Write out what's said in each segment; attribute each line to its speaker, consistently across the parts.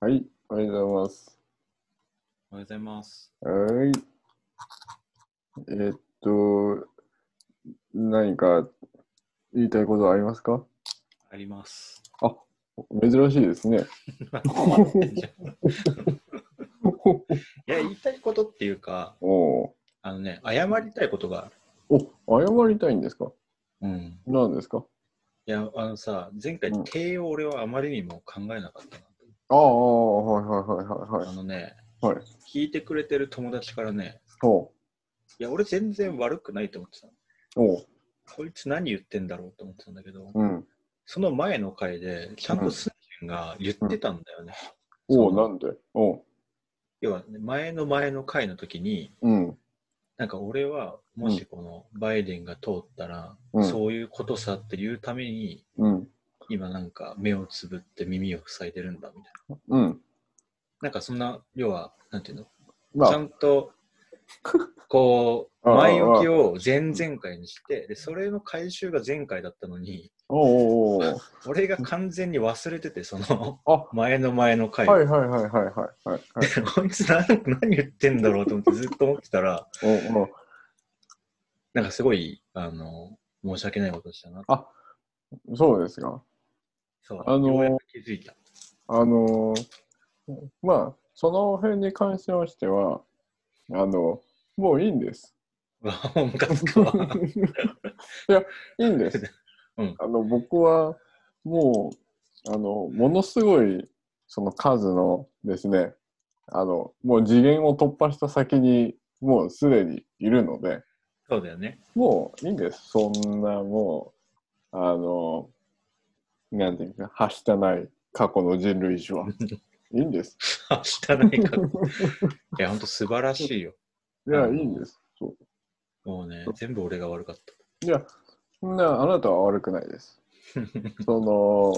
Speaker 1: はい、おはようございます。
Speaker 2: おはようございます。
Speaker 1: はい。えっと、何か言いたいことはありますか
Speaker 2: あります。
Speaker 1: 珍しいですね。
Speaker 2: いや、言いたいことっていうか、
Speaker 1: おう
Speaker 2: あのね、謝りたいことがある。
Speaker 1: お、謝りたいんですか
Speaker 2: うん。
Speaker 1: 何ですか
Speaker 2: いや、あのさ、前回
Speaker 1: うん、
Speaker 2: 帝を俺はあまりにも考えなかったな。
Speaker 1: ああ、はいはいはいはい
Speaker 2: あ
Speaker 1: はい。
Speaker 2: のね、
Speaker 1: はい
Speaker 2: 聞いてくれてる友達からね、
Speaker 1: おう
Speaker 2: いや、俺全然悪くないと思ってたの。
Speaker 1: おう、
Speaker 2: こいつ何言ってんだろうと思ってたんだけど、
Speaker 1: うん。
Speaker 2: その前の回で、ちゃんとスージンが言ってたんだよね。
Speaker 1: おう、
Speaker 2: その
Speaker 1: なんでおう、
Speaker 2: 要はね、前の前の回の時に、
Speaker 1: うん。
Speaker 2: なんか俺はもしこのバイデンが通ったら、
Speaker 1: うん
Speaker 2: そういうことさっていうために
Speaker 1: うん。
Speaker 2: 今なんか目をつぶって耳を塞いでるんだみたい
Speaker 1: うん。
Speaker 2: ななんかそんな要はなんていうの、
Speaker 1: ま
Speaker 2: ちゃ
Speaker 1: あ、
Speaker 2: んとこう
Speaker 1: ああ
Speaker 2: 前置きを前々回にしてでそれの回収が前回だったのに
Speaker 1: おうおうおう。
Speaker 2: 俺が完全に忘れててその
Speaker 1: あ、は
Speaker 2: 前の前の回
Speaker 1: い
Speaker 2: を、
Speaker 1: はいはいはいはいはい。はい
Speaker 2: こいつ何何言ってんだろうと思ってずっと思ってたら
Speaker 1: おうおう
Speaker 2: なんかすごいあの申し訳ないことしたな
Speaker 1: あ、そうですか。
Speaker 2: そう、
Speaker 1: あのー
Speaker 2: ようやく気づいた。
Speaker 1: あのーまあ、その辺に関しましては、あの、もういいん です。
Speaker 2: わあ、ムカつくわ。
Speaker 1: いいんです。
Speaker 2: うん
Speaker 1: あの、僕は、もう、あの、ものすごい、その数のですね、あの、もう次元を突破した先に、もうすでにいるので、
Speaker 2: そうだよね。
Speaker 1: もういいんです。そんなもう、あの、なんていうか、はしたない過去の人類 史は。いいんです。
Speaker 2: 明日ないか。いや、ほんと素晴らしいよ。
Speaker 1: いや、いいんです。そう。
Speaker 2: もうね、全部俺が悪かっ
Speaker 1: いや、そんなあなたは悪くないです。その、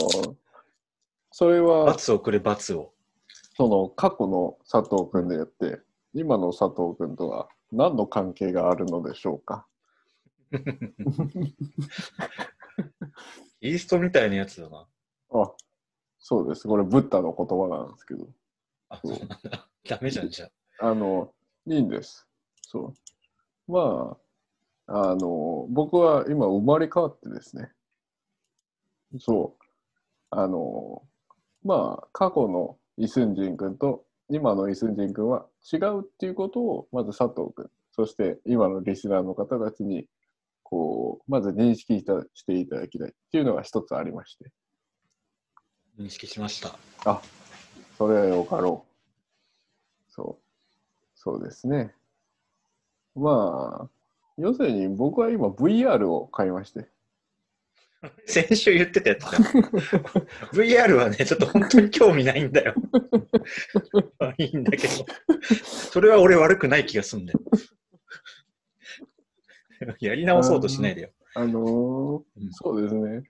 Speaker 1: それ
Speaker 2: た。
Speaker 1: は、
Speaker 2: 罰をくれ、罰を。
Speaker 1: その過去の佐藤君でやって、今の佐藤君とは何の関係があるのでしょうか。
Speaker 2: イーストみたいなやつだな。
Speaker 1: あ、そうです。これ、ブッダの言葉なんですけど。
Speaker 2: あ、そうなんだ。 ダメじゃん、じゃあ。
Speaker 1: あの、いいんです。そう。まあ、あの、僕は今生まれ変わってですね。そう。あの、まあ、過去のイスンジン君と今のイスンジン君は違うっていうことを、まず佐藤君、そして今のリスナーの方たちに、こう、まず認識したしていただきたいっていうのが一つありまして、
Speaker 2: 認識し ました。
Speaker 1: それはよかろう。そう。そうですね。まあ、要するに僕は今 VR を買いまして。
Speaker 2: 先週言ってたやつだ。VR はね、ちょっと本当に興味ない んだよ。まあいいんだけど。それは俺悪くない気がすんだよ。やり直そうとしないでよ。
Speaker 1: あのー
Speaker 2: うん
Speaker 1: そうですね。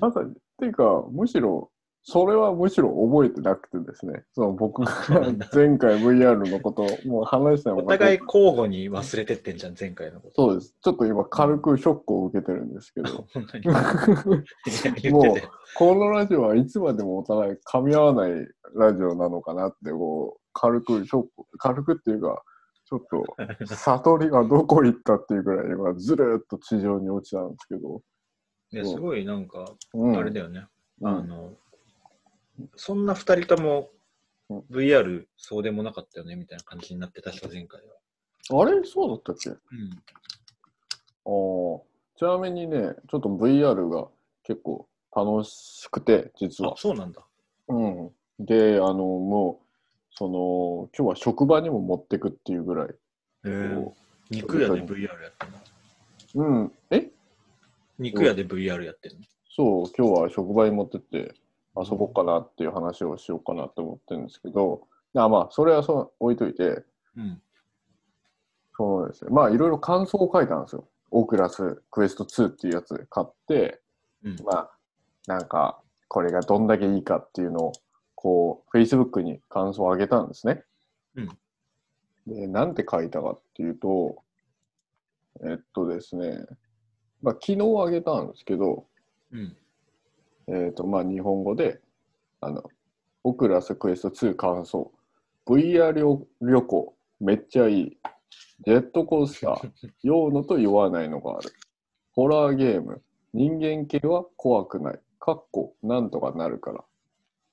Speaker 1: まさに、っていうか、むしろ、それはむしろ覚えてなくてですね、その僕 が
Speaker 2: そうなんだ
Speaker 1: 前回 VR のことをもう話したの
Speaker 2: お
Speaker 1: が
Speaker 2: 互い交互に忘れてってんじゃん、前回のこ
Speaker 1: そうです。ちょっと今軽くショックを受けてるんですけど
Speaker 2: と。、本 当に。いや言って
Speaker 1: もう
Speaker 2: て。
Speaker 1: このラジオはいつまでもお互い噛み合わないラジオなのかなって、こう、軽くショック、軽くっていうか、ちょっ と、悟りがどこ行ったっていうぐらい、今、ずるっと地上に落ちたんですけど。
Speaker 2: いやすごいなんか、
Speaker 1: うん、
Speaker 2: あれだよね。
Speaker 1: う
Speaker 2: あ
Speaker 1: ん、
Speaker 2: の、そんな二人とも
Speaker 1: うん
Speaker 2: VR そうでもなかったよねみたいな感じになって、確か前回は。
Speaker 1: あれそうだったっけあーちなみにね、ちょっと VR が結構楽しくて、実
Speaker 2: うん。あ
Speaker 1: は、。
Speaker 2: そうなんだ。
Speaker 1: うん。で、あの、もう、その、今日は職場にも持ってくっていうぐらい。
Speaker 2: へえ
Speaker 1: こ
Speaker 2: 肉屋で VR やってんの
Speaker 1: ううん。え
Speaker 2: 肉屋で VR やってんの
Speaker 1: そう、今日は職場に持ってって遊ぼうかなっていう話をしようかなと思ってるんですけど、あまあ、それはそう置いといて、
Speaker 2: うん。
Speaker 1: そうですね。まあ、いろいろ感想を書いたんですよ。オクラスクエスト2っていうやつ買って、
Speaker 2: うん。
Speaker 1: まあ、なんか、これがどんだけいいかっていうのを、こう、Facebook に感想をあげたんですね。
Speaker 2: うん
Speaker 1: で、なんて書いたかっていうと、えっとですね、まあ、昨日あげたんですけど、
Speaker 2: うん。
Speaker 1: えっと、まあ、日本語で、あの、オクラスクエスト2感想。VR 旅旅行、めっちゃいい。ジェットコースター、酔うのと酔わないのがある。ホラーゲーム、人間系は怖くない。かっこ、なんとかなるから。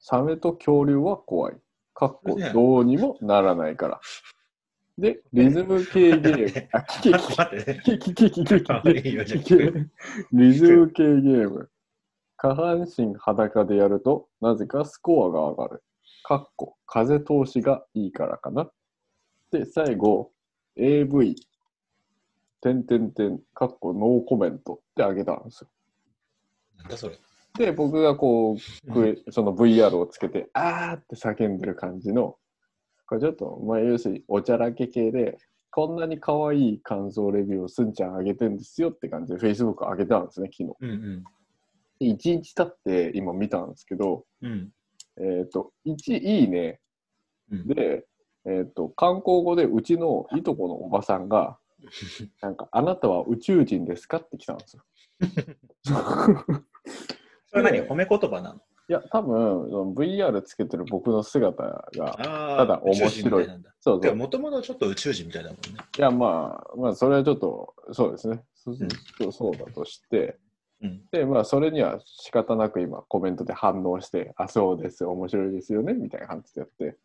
Speaker 1: サメと恐竜は怖い。かっこ、どうにもならないから。で、リズム系ゲーム。あ、聞け聞け
Speaker 2: 待ってね。
Speaker 1: キキキキキキ
Speaker 2: あいいよじゃあ
Speaker 1: キキリズム系ゲーム。下半身裸でやると、なぜかスコアが上がる。かっこ、風通しがいいからかな。で、最後、AV、てんてんてん、かっこノーコメントってあげたんですよ。
Speaker 2: なんだそれ。
Speaker 1: で、僕がこう、クエその VR をつけて、あーって叫んでる感じの、これちょっと、まあ、要するにおちゃらけ系で、こんなに可愛い感想レビューをすんちゃんあげてんですよって感じで、Facebook 上げたんですね、昨
Speaker 2: うんうん。
Speaker 1: 日。1日経って今見たんですけど、
Speaker 2: うん。
Speaker 1: えっ、と、1いいね。
Speaker 2: うん
Speaker 1: で、えっ、と、韓国語でうちのいとこのおばさんが、なんか、あなたは宇宙人ですかって来たんですよ。
Speaker 2: それ何褒め言葉なの
Speaker 1: いや、多分、その VR つけてる僕の姿が、
Speaker 2: ああ、
Speaker 1: ただ面白い
Speaker 2: 宇宙人みたなんだ。
Speaker 1: そうそう、
Speaker 2: もともとちょっと宇宙人みたいだもんね。
Speaker 1: いや、まあ、まあ、それはちょっと、そうですね。そ
Speaker 2: ん
Speaker 1: そうそうだとして、
Speaker 2: うん
Speaker 1: で、まあ、それには仕方なく今、コメントで反応して、あ、そうです、面白いですよね、みたいな感じでやって、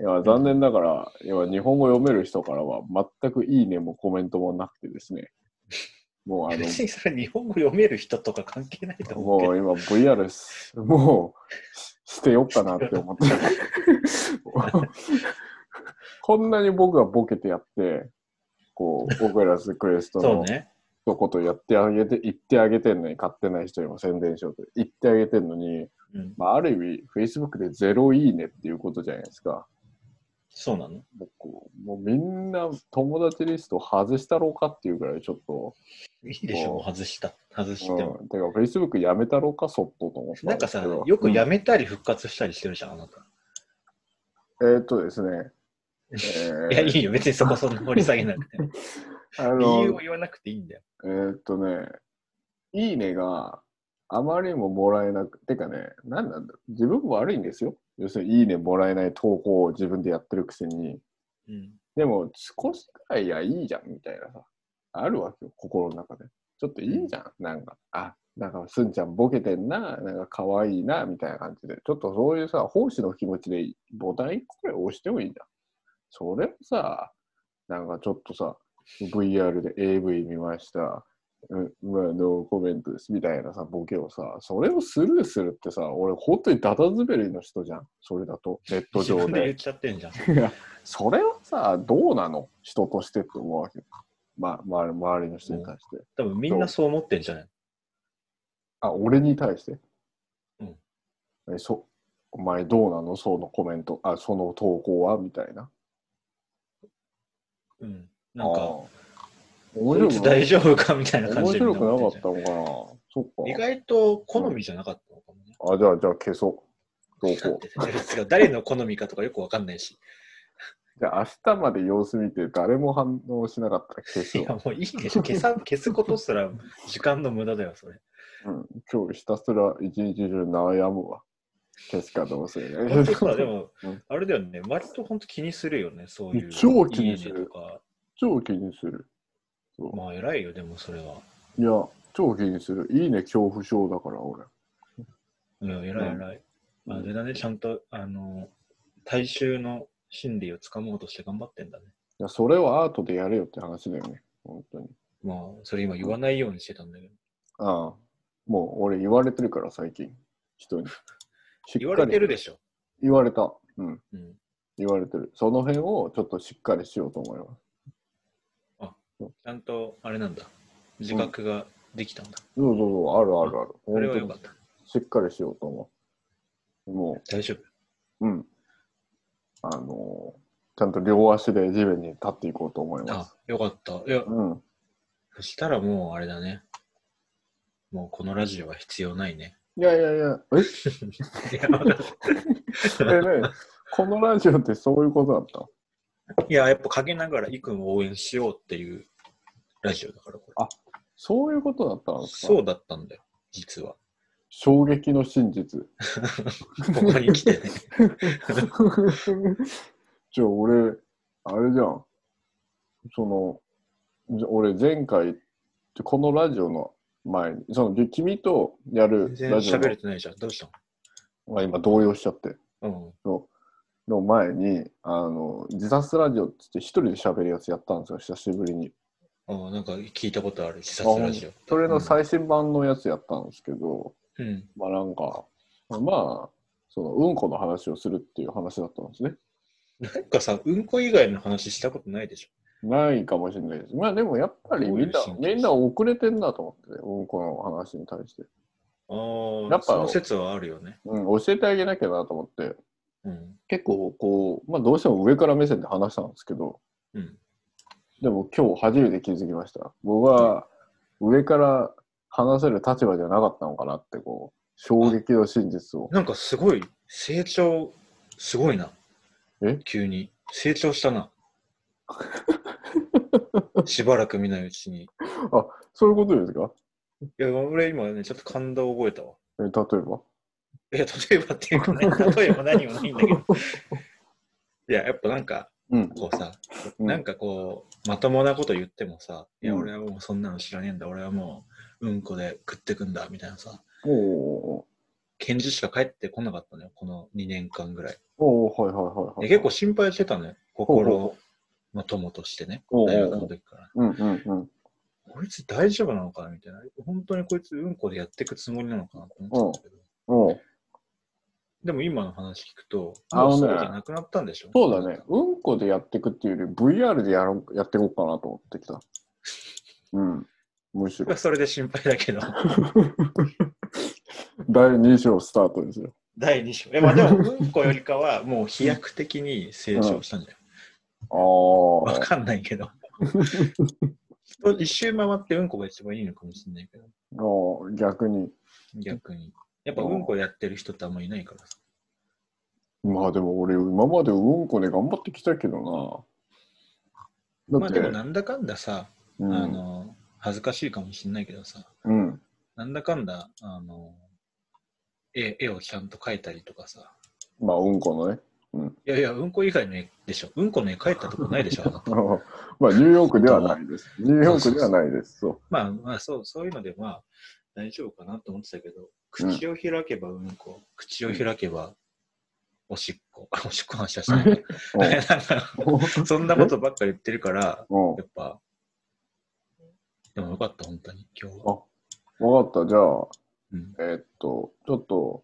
Speaker 1: いや、残念ながら、いや日本語読める人からは、全くいいねもコメントもなくてですね、もう、あの、
Speaker 2: 別にそれ日本語読める人とか関係ないと思うけ
Speaker 1: も
Speaker 2: ど
Speaker 1: う。今 VR す、もう捨てよっかなって 思って。こんなに僕がボケてやって、こう、オペラスクエスト
Speaker 2: そう
Speaker 1: の
Speaker 2: ね。
Speaker 1: 一ことやってあげて、言ってあげてんのに、買ってない人にも宣伝しようと言ってあげてんのに、
Speaker 2: うん、
Speaker 1: まあ、ある意味、Facebook でゼロいいねっていうことじゃないですか。
Speaker 2: そうなの。
Speaker 1: もうこうもうみんな友達リスト外したろうかっていうぐらいちょっと、
Speaker 2: いいでしょ、
Speaker 1: も
Speaker 2: 外した。外しても。
Speaker 1: うん、てか Facebook やめたろうか、そっとと思った
Speaker 2: なん
Speaker 1: で
Speaker 2: か
Speaker 1: す
Speaker 2: さ
Speaker 1: けど、
Speaker 2: よく
Speaker 1: うん
Speaker 2: やめたり復活したりしてるじゃん、あなた。
Speaker 1: えーっとですね。
Speaker 2: いや、
Speaker 1: え
Speaker 2: いいよ、別にそこそんな掘り下げなくて。
Speaker 1: ー、あ
Speaker 2: 理由
Speaker 1: の
Speaker 2: を、言わなくていいんだよ。
Speaker 1: えーっとね、いいねがあまりにももらえなくてかね、なんなんだろう自分も悪いんですよ。要するに、いいねもらえない投稿を自分でやってるくせに、
Speaker 2: うん。
Speaker 1: でも、少しくらいやいいじゃん、みたいなさ、あるわけよ、心の中で。ちょっといいじゃん、なんか、あ、なんか、すんちゃんボケてんな、なんか、可愛いな、みたいな感じで、ちょっとそういうさ、奉仕の気持ちでボタン1個くらい押してもいいじゃん。それをさ、なんかちょっとさ、VR で AV 見ました、うん、まあ、ノーコメントです、みたいなさ、ボケをさ、それをスルーするってさ、俺、本当にダダ滑りの人じゃん、それだと、ネット
Speaker 2: 自
Speaker 1: 上
Speaker 2: 分で
Speaker 1: で
Speaker 2: 言っ。ちゃってんじゃ
Speaker 1: い
Speaker 2: ん。
Speaker 1: や、それはさ、どうなの人としてって思うわけよ。ま、周り周りの人に対して。
Speaker 2: 多分みんなそう思ってんじゃない
Speaker 1: あ、俺に対して。
Speaker 2: うん。
Speaker 1: え、そ、お前どうなのそのコメント、あ、その投稿はみたいな。
Speaker 2: うん。なん
Speaker 1: あ
Speaker 2: か、
Speaker 1: ー、
Speaker 2: こい
Speaker 1: 面白く
Speaker 2: つ
Speaker 1: な
Speaker 2: 大丈夫かみたいな感
Speaker 1: 面
Speaker 2: じで
Speaker 1: 白くなか
Speaker 2: 思
Speaker 1: って
Speaker 2: んじ
Speaker 1: た
Speaker 2: ゃ
Speaker 1: のかなそっ
Speaker 2: ん意
Speaker 1: か。
Speaker 2: 外と好みじゃなかったのかもね。
Speaker 1: あ、じゃあ、じゃあ消そう。投
Speaker 2: だっ
Speaker 1: 稿。
Speaker 2: て別に誰の好みかとかよくわかんないし。
Speaker 1: じゃあ、明日まで様子見て、誰も反応しなかったら消
Speaker 2: い
Speaker 1: す
Speaker 2: や、
Speaker 1: よ。
Speaker 2: もういいでし ょ。消さ消すことすら時間の無駄だよ、それ。
Speaker 1: うん。今日ひたすら一日中悩むわ。消すかど うする
Speaker 2: 本当さ、でも
Speaker 1: うん、
Speaker 2: あれだよね、割と本当気にするよね、そういう。
Speaker 1: 超気にする
Speaker 2: いいねとか。
Speaker 1: 超気にする。そう
Speaker 2: まあ、偉いよ、でもそれは。
Speaker 1: いや、超気にする。いいね、恐怖症だから、俺。
Speaker 2: うん、偉い、偉い。まあ、あれだね、ちゃんと、あの、大衆の心理をつかもうとして頑張ってんだね。
Speaker 1: いや、それをアートでやれよって話だよね。本当に。
Speaker 2: まあ、それ今言わないようにしてたんだけど。
Speaker 1: ああ。もう、俺言われてるから、最近。人に。し
Speaker 2: 言われてるでしょ。
Speaker 1: 言われた。うん。
Speaker 2: うん。
Speaker 1: 言われてる。その辺をちょっとしっかりしようと思います。
Speaker 2: ちゃんと、あれなんだ。自覚ができたんだ。
Speaker 1: そうそうそう、あるあるある。
Speaker 2: それは
Speaker 1: 本当
Speaker 2: よ
Speaker 1: に
Speaker 2: かった。
Speaker 1: しっかりしようと思う。も
Speaker 2: 大丈夫。
Speaker 1: う、うん。あのーちゃんと両足で地面に立っていこうと思いま
Speaker 2: あ
Speaker 1: す。、
Speaker 2: よかった。いや、
Speaker 1: うん。
Speaker 2: そしたらもうあれだね。もうこのラジオは必要ないね。
Speaker 1: いやいやいや、え
Speaker 2: いやわかんない
Speaker 1: え、ね、このラジオってそういうことだったの
Speaker 2: いや、やっぱ陰ながらイくんを応援しようっていうラジオだから、これ
Speaker 1: そういうことだったんですか
Speaker 2: そうだったんだよ、実は。
Speaker 1: 衝撃の真 実。
Speaker 2: ここに来てね。
Speaker 1: じゃあ俺、あれじゃん。その、じゃ俺前回、このラジオの前に、その、で君とやる
Speaker 2: 全然
Speaker 1: ラジオ
Speaker 2: 喋れてないじゃん。どうした
Speaker 1: が今動揺しちゃって、
Speaker 2: の
Speaker 1: そうの前に、あの、自殺ラジオって言って一人で喋るやつやったんですよ、久しぶりに。
Speaker 2: うん。あなんか聞いたことある、自殺ラジオ。
Speaker 1: それの最新版のやつやったんですけど、
Speaker 2: うん。
Speaker 1: まあなんか、まあ、その、うんこの話をするっていう話だったんですね。
Speaker 2: なんかさ、うんこ以外の話したことないでし
Speaker 1: ないかもしれないです。まあでもやっぱりみんな
Speaker 2: どういう心
Speaker 1: み
Speaker 2: 境
Speaker 1: んな遅れてんなと思ってね、うんこの話に対して。
Speaker 2: ょ。あ
Speaker 1: や
Speaker 2: あ
Speaker 1: っ、ぱ
Speaker 2: その説はあるよね。
Speaker 1: うん、教えてあげなきゃなと思って、
Speaker 2: うん。
Speaker 1: 結構こう、まあどうしても上から目線で話したんですけど、
Speaker 2: うん。
Speaker 1: でも今日初めて気づきました。僕は上から話せる立場じゃなかったのかなって、こう、衝撃の真実を。
Speaker 2: なんかすごい、成長、すごいな。
Speaker 1: え
Speaker 2: 急に。成長し たな。しばらく見ないうちに。い
Speaker 1: そういうことですか
Speaker 2: や、俺今ね、ちょっと感動を覚えたわ。
Speaker 1: え例えば。
Speaker 2: いや、例えばっていうかね、例えば何もないんだけ ど。いや、やっぱなんか、
Speaker 1: うん。
Speaker 2: こうさ、
Speaker 1: うん
Speaker 2: なんかこう、まともなこと言ってもさ、いや、
Speaker 1: うん
Speaker 2: 俺はもうそんなの知らねえんだ、俺はもう、うんこで食ってくんだ、みたいなさ、
Speaker 1: おお
Speaker 2: 検事しか帰ってこなかったのよ、この2年間ぐらい。
Speaker 1: おおはいはいはいは
Speaker 2: で
Speaker 1: い。
Speaker 2: 結構心配してたのよ、
Speaker 1: ほうほ
Speaker 2: 心の友としてね、
Speaker 1: おうおうおう
Speaker 2: 大学の時から。
Speaker 1: うんうんうん。
Speaker 2: こいつ大丈夫なのかなみたいな。本当にこいつうんこでやっていくつもりなのかなと思ってたけど。
Speaker 1: おう
Speaker 2: でも今の話聞くと、
Speaker 1: あの
Speaker 2: も
Speaker 1: ね
Speaker 2: うそうじゃなくなったんでしょ
Speaker 1: そうだね。。うんこでやっていくっていうより VR でやろうやっていこうかなと思ってきた。うん。むし
Speaker 2: 僕
Speaker 1: ろ
Speaker 2: は。それで心配だけど。
Speaker 1: 第2章スタートですよ。
Speaker 2: 第2章。え、まあでも、 うんこよりかは、もう飛躍的に成長したんじゃない
Speaker 1: あ
Speaker 2: わ
Speaker 1: あ。
Speaker 2: かんない けど。人一周回ってうんこが一番いいのかもしれないけど、
Speaker 1: ああ逆に。
Speaker 2: 逆に。やっぱうんこやってる人ってあんまいないからさ。
Speaker 1: まあでも俺、今までうんこで頑張ってきたけどな。
Speaker 2: ま
Speaker 1: だ
Speaker 2: あ
Speaker 1: って、
Speaker 2: でもなんだかんださ、
Speaker 1: うん、
Speaker 2: あの、恥ずかしいかもしれないけどさ、
Speaker 1: うん。
Speaker 2: なんだかんだ、あの、絵絵をちゃんと描いたりとかさ。
Speaker 1: まあうんこのね。
Speaker 2: いやいや、うんこ以外の絵でしょ。うんこの絵描いたとこないでしょ、あなた。
Speaker 1: まあニューヨークではないです。ニューヨークではないです。そう。
Speaker 2: まあまあそう、そういうのでまあ大丈夫かなと思ってたけど、口を開けばうんこ、口を開けばおしっこ、 あおしっこの話はしない なんかそんなことばっかり言ってるから、
Speaker 1: うん。
Speaker 2: やっぱ、でもよかった、本当に、今日
Speaker 1: あ
Speaker 2: は。
Speaker 1: わかった。じゃあ、
Speaker 2: うん、
Speaker 1: えーっと、ちょっと、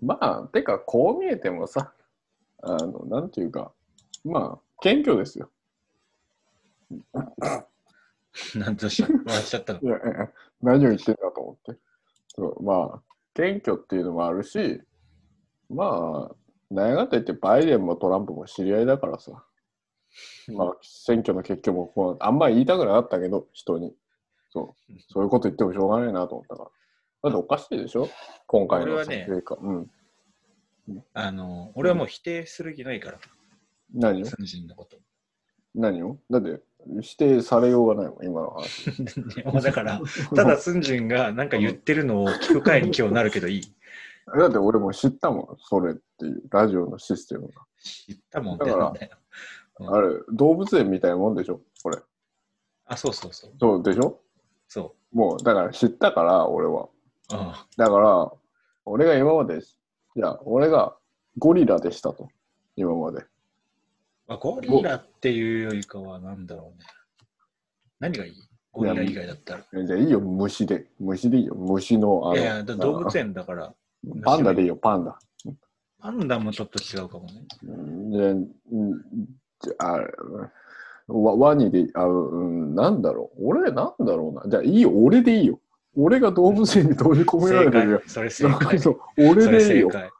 Speaker 1: まあ、てか、こう見えてもさ、あの、なんていうか、まあ、謙虚ですよ。
Speaker 2: なんとし笑っちゃ ったの
Speaker 1: い。や、いや何を言ってんだと思って。そうまあ、謙虚っていうのもあるし、まあ、何やかんや言ってバイデンもトランプも知り合いだからさ、まあ、選挙の結局もこうあんまり言いたくなかったけど、人に。そうそういうこと言ってもしょうがないなと思ったから。だっておかしいでしょ今回の
Speaker 2: 俺はね
Speaker 1: 撮影会うん。
Speaker 2: あの、俺はもう否定する気ないから、
Speaker 1: 何を
Speaker 2: 三人のこと。
Speaker 1: 何をだって、否定されようがないもん、今の話。
Speaker 2: もうだから、ただスンジンがなんか言ってるのを聞く回に今日なるけどいい。
Speaker 1: だって俺も知ったもん、それっていう、ラジオのシステムが。
Speaker 2: 知ったもんってなんだよ。うん
Speaker 1: あれ、動物園みたいなもんでしょこれ。
Speaker 2: あ、そうそうそう。
Speaker 1: そうでしょ
Speaker 2: そ
Speaker 1: もう、だから知ったから、俺は。
Speaker 2: う。あ
Speaker 1: だから、俺が今まで、いや、俺がゴリラでしたと。今まで。
Speaker 2: まあ、ゴリラっていうよりかはなんだろうね。何がいいゴリラ以外だったら。
Speaker 1: えじゃあいいよ、虫で。虫でいいよ、虫の、あの、
Speaker 2: いやいや、だ動物園だから、
Speaker 1: あのパンダでいいよ、パンダ。
Speaker 2: パンダもちょっと違うかもね。
Speaker 1: うんで、うんじゃあ、ワワニで、あ、うん、なんだろう。俺、なんだろうな。じゃあ、いいよ、俺でいいよ。俺が動物園に閉じ込められ
Speaker 2: 正
Speaker 1: てるよ
Speaker 2: 解。。それ正解。
Speaker 1: そ
Speaker 2: そう
Speaker 1: 俺
Speaker 2: れ
Speaker 1: でいい
Speaker 2: 正
Speaker 1: よ。
Speaker 2: 解。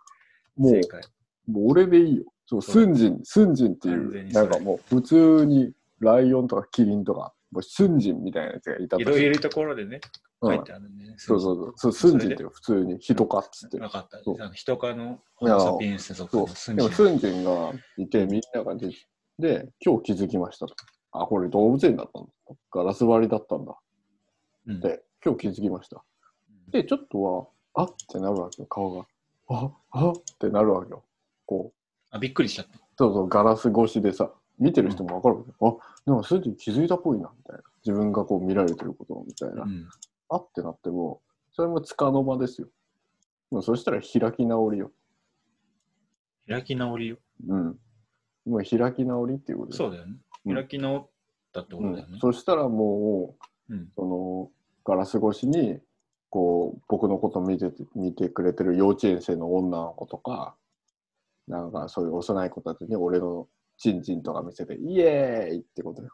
Speaker 1: もう
Speaker 2: 正、解。
Speaker 1: もう俺でいいよ。そう、
Speaker 2: そう
Speaker 1: スンジン、スンジンってい
Speaker 2: 完全
Speaker 1: う、
Speaker 2: にそ
Speaker 1: な
Speaker 2: れ
Speaker 1: んかもう、普通にライオンとかキリンとか、もうスンジンみたいなやつがいたと
Speaker 2: い
Speaker 1: し
Speaker 2: ろいろところでね、
Speaker 1: う
Speaker 2: 書
Speaker 1: ん
Speaker 2: いてあるね。
Speaker 1: そうそうそうそう、スンジンって普通に人かっつって。
Speaker 2: 分かった。
Speaker 1: そう
Speaker 2: あの人科の
Speaker 1: い
Speaker 2: ホ
Speaker 1: や
Speaker 2: モサピエンス族
Speaker 1: そ
Speaker 2: の
Speaker 1: う。
Speaker 2: ス
Speaker 1: で
Speaker 2: ンジ
Speaker 1: も、
Speaker 2: ン。
Speaker 1: スンジンがいて、みんなが出て、で、今日気づきましたと。あ、これ動物園だったんだ。ガラス張りだったんだ。
Speaker 2: うん
Speaker 1: で、今日気づきました。で、ちょっとは、あってなるわけよ、顔が。ああってなるわけよ。こう、
Speaker 2: あ、びっくりしちゃった。
Speaker 1: そうそう、ガラス越しでさ、見てる人もわかるわけよ。あ、でもそれで気づいたっぽいな、みたいな。自分がこう見られてることをみたいな。
Speaker 2: うん。
Speaker 1: あってなっても、それもつかの間ですよ。もうそしたら開き直りよ。
Speaker 2: 開き直りよ。
Speaker 1: うん。もう開き直りっていうこと
Speaker 2: そううだよね。
Speaker 1: うん
Speaker 2: 開き直ったってことだよ
Speaker 1: ん
Speaker 2: ね。
Speaker 1: そしたらもう、
Speaker 2: うん。
Speaker 1: その、ガラス越しに、こう、僕のこと見てて、見てくれてる幼稚園生の女の子とか、なんかそういう幼い子たちに俺のチンチンとか見せて、イエーイってことよ。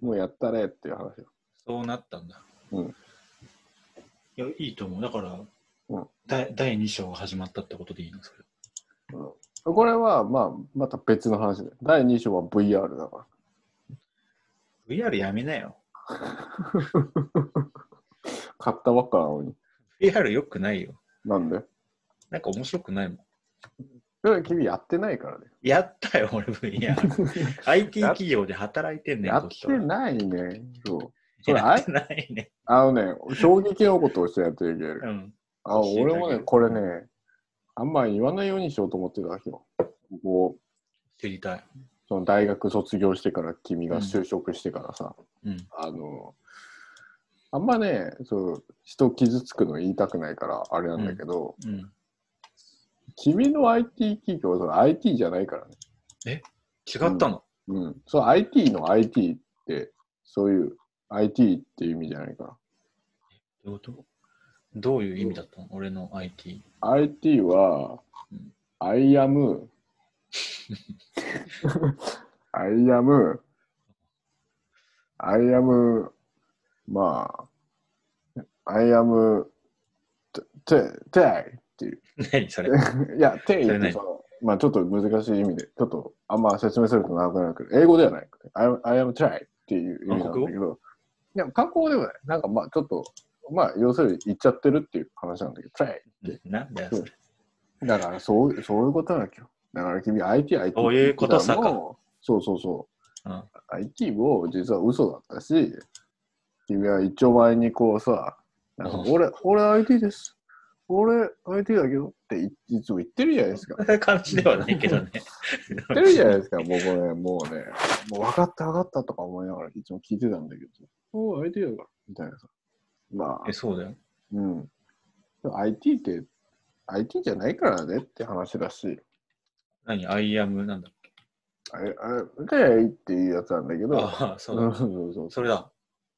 Speaker 1: もうやったねっていう話よ。
Speaker 2: そうなったんだ。
Speaker 1: うん
Speaker 2: いや、いいと思う。だから、
Speaker 1: うん
Speaker 2: 第第2章が始まったってことでいいのそれ。
Speaker 1: これは、まあ、また別の話で。第2章は VR だから。
Speaker 2: VR やめなよ。
Speaker 1: 買ったばっかなのに。
Speaker 2: VR よくないよ。
Speaker 1: なんで
Speaker 2: なんか面白くないもん。
Speaker 1: それ君やってないからね。
Speaker 2: やったよ、俺 VR。IT 企業で働いてんねん、
Speaker 1: や
Speaker 2: こ
Speaker 1: っ
Speaker 2: っち
Speaker 1: て
Speaker 2: は
Speaker 1: ないね。そう。それ
Speaker 2: やってないね。
Speaker 1: あのね、衝撃のことをしてやってるけど
Speaker 2: うん。
Speaker 1: あ、
Speaker 2: 教えてあげる
Speaker 1: 俺もね、これね、あんま言わないようにしようと思ってたわけよ。こう、
Speaker 2: 知りたい。
Speaker 1: その大学卒業してから君が就職してからさ、
Speaker 2: うん。
Speaker 1: あの、あんまね、そう、人傷つくの言いたくないから、あれなんだけど、
Speaker 2: うん。
Speaker 1: 君の IT 企業はその IT じゃないからね。
Speaker 2: 違ったの。
Speaker 1: うん。そう IT の IT って、そういう IT っていう意味じゃないから。
Speaker 2: どういうことどういう意味だったの俺の IT。
Speaker 1: IT は
Speaker 2: うん、
Speaker 1: I am, I am, I am, まあ、I am, te, te, te っていう。
Speaker 2: 何それ。
Speaker 1: いや、て
Speaker 2: そ
Speaker 1: い
Speaker 2: れ
Speaker 1: っ
Speaker 2: ね
Speaker 1: てその、まあちょっと難しい意味で、ちょっとあんま説明すると長くなるけど、英語ではない。I am, I am try っていう意味なんだけど、いや、観光ではない。なんかまあちょっと、まあ要するに言っちゃってるっていう話なんだけど、try。
Speaker 2: なんだよ、それ。
Speaker 1: だからそう、そういうことなわけよ。だから君、IT、IT
Speaker 2: そういうことさか
Speaker 1: そうそうそうう。
Speaker 2: ん
Speaker 1: IT を実は嘘だったし、君は一丁前にこうさ、なんか
Speaker 2: うん
Speaker 1: 俺、俺 IT です。俺 IT だけどっていいつも言ってるじゃないですか。
Speaker 2: そんな感じではないけど ね。
Speaker 1: 言ってるじゃないですか、僕ね、もうね、もう分かった分かったとか思いながらいつも聞いてたんだけど、おう IT だから、みたいなさ。まあ
Speaker 2: え、、そうだよ。
Speaker 1: うん。でも IT って、IT じゃないからねって話だし、
Speaker 2: 何アイアムなんだっけ
Speaker 1: あれ、あれ、手合いっていうやつなんだけど、
Speaker 2: ああ、そう
Speaker 1: うん
Speaker 2: だ。
Speaker 1: そうそう
Speaker 2: それだ。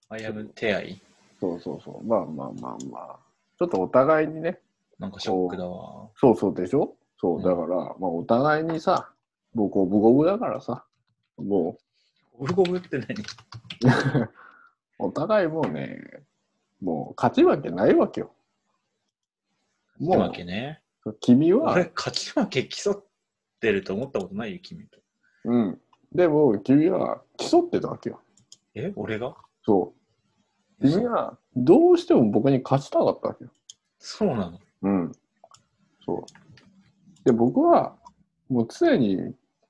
Speaker 2: アイアム手合い
Speaker 1: そうそうそう、まあまあまあまあ、ちょっとお互いにね、
Speaker 2: なんかショックだわ。
Speaker 1: そうそうでしょそうう、
Speaker 2: ん
Speaker 1: だから、まあお互いにさ、ボコボコだからさ、も
Speaker 2: ゴブゴブって何
Speaker 1: う、お互いもうね、もう勝ち負けないわけよ。もう
Speaker 2: わけね。
Speaker 1: 君は、
Speaker 2: 俺、勝ち負け競ってると思ったことないよ、君と。
Speaker 1: うん、でも君は競ってたわけよ。
Speaker 2: え、俺が
Speaker 1: そう。君はどうしても僕に勝ちたかったわけよ。
Speaker 2: そうなの。
Speaker 1: うん。そう。で、僕は、もう常に、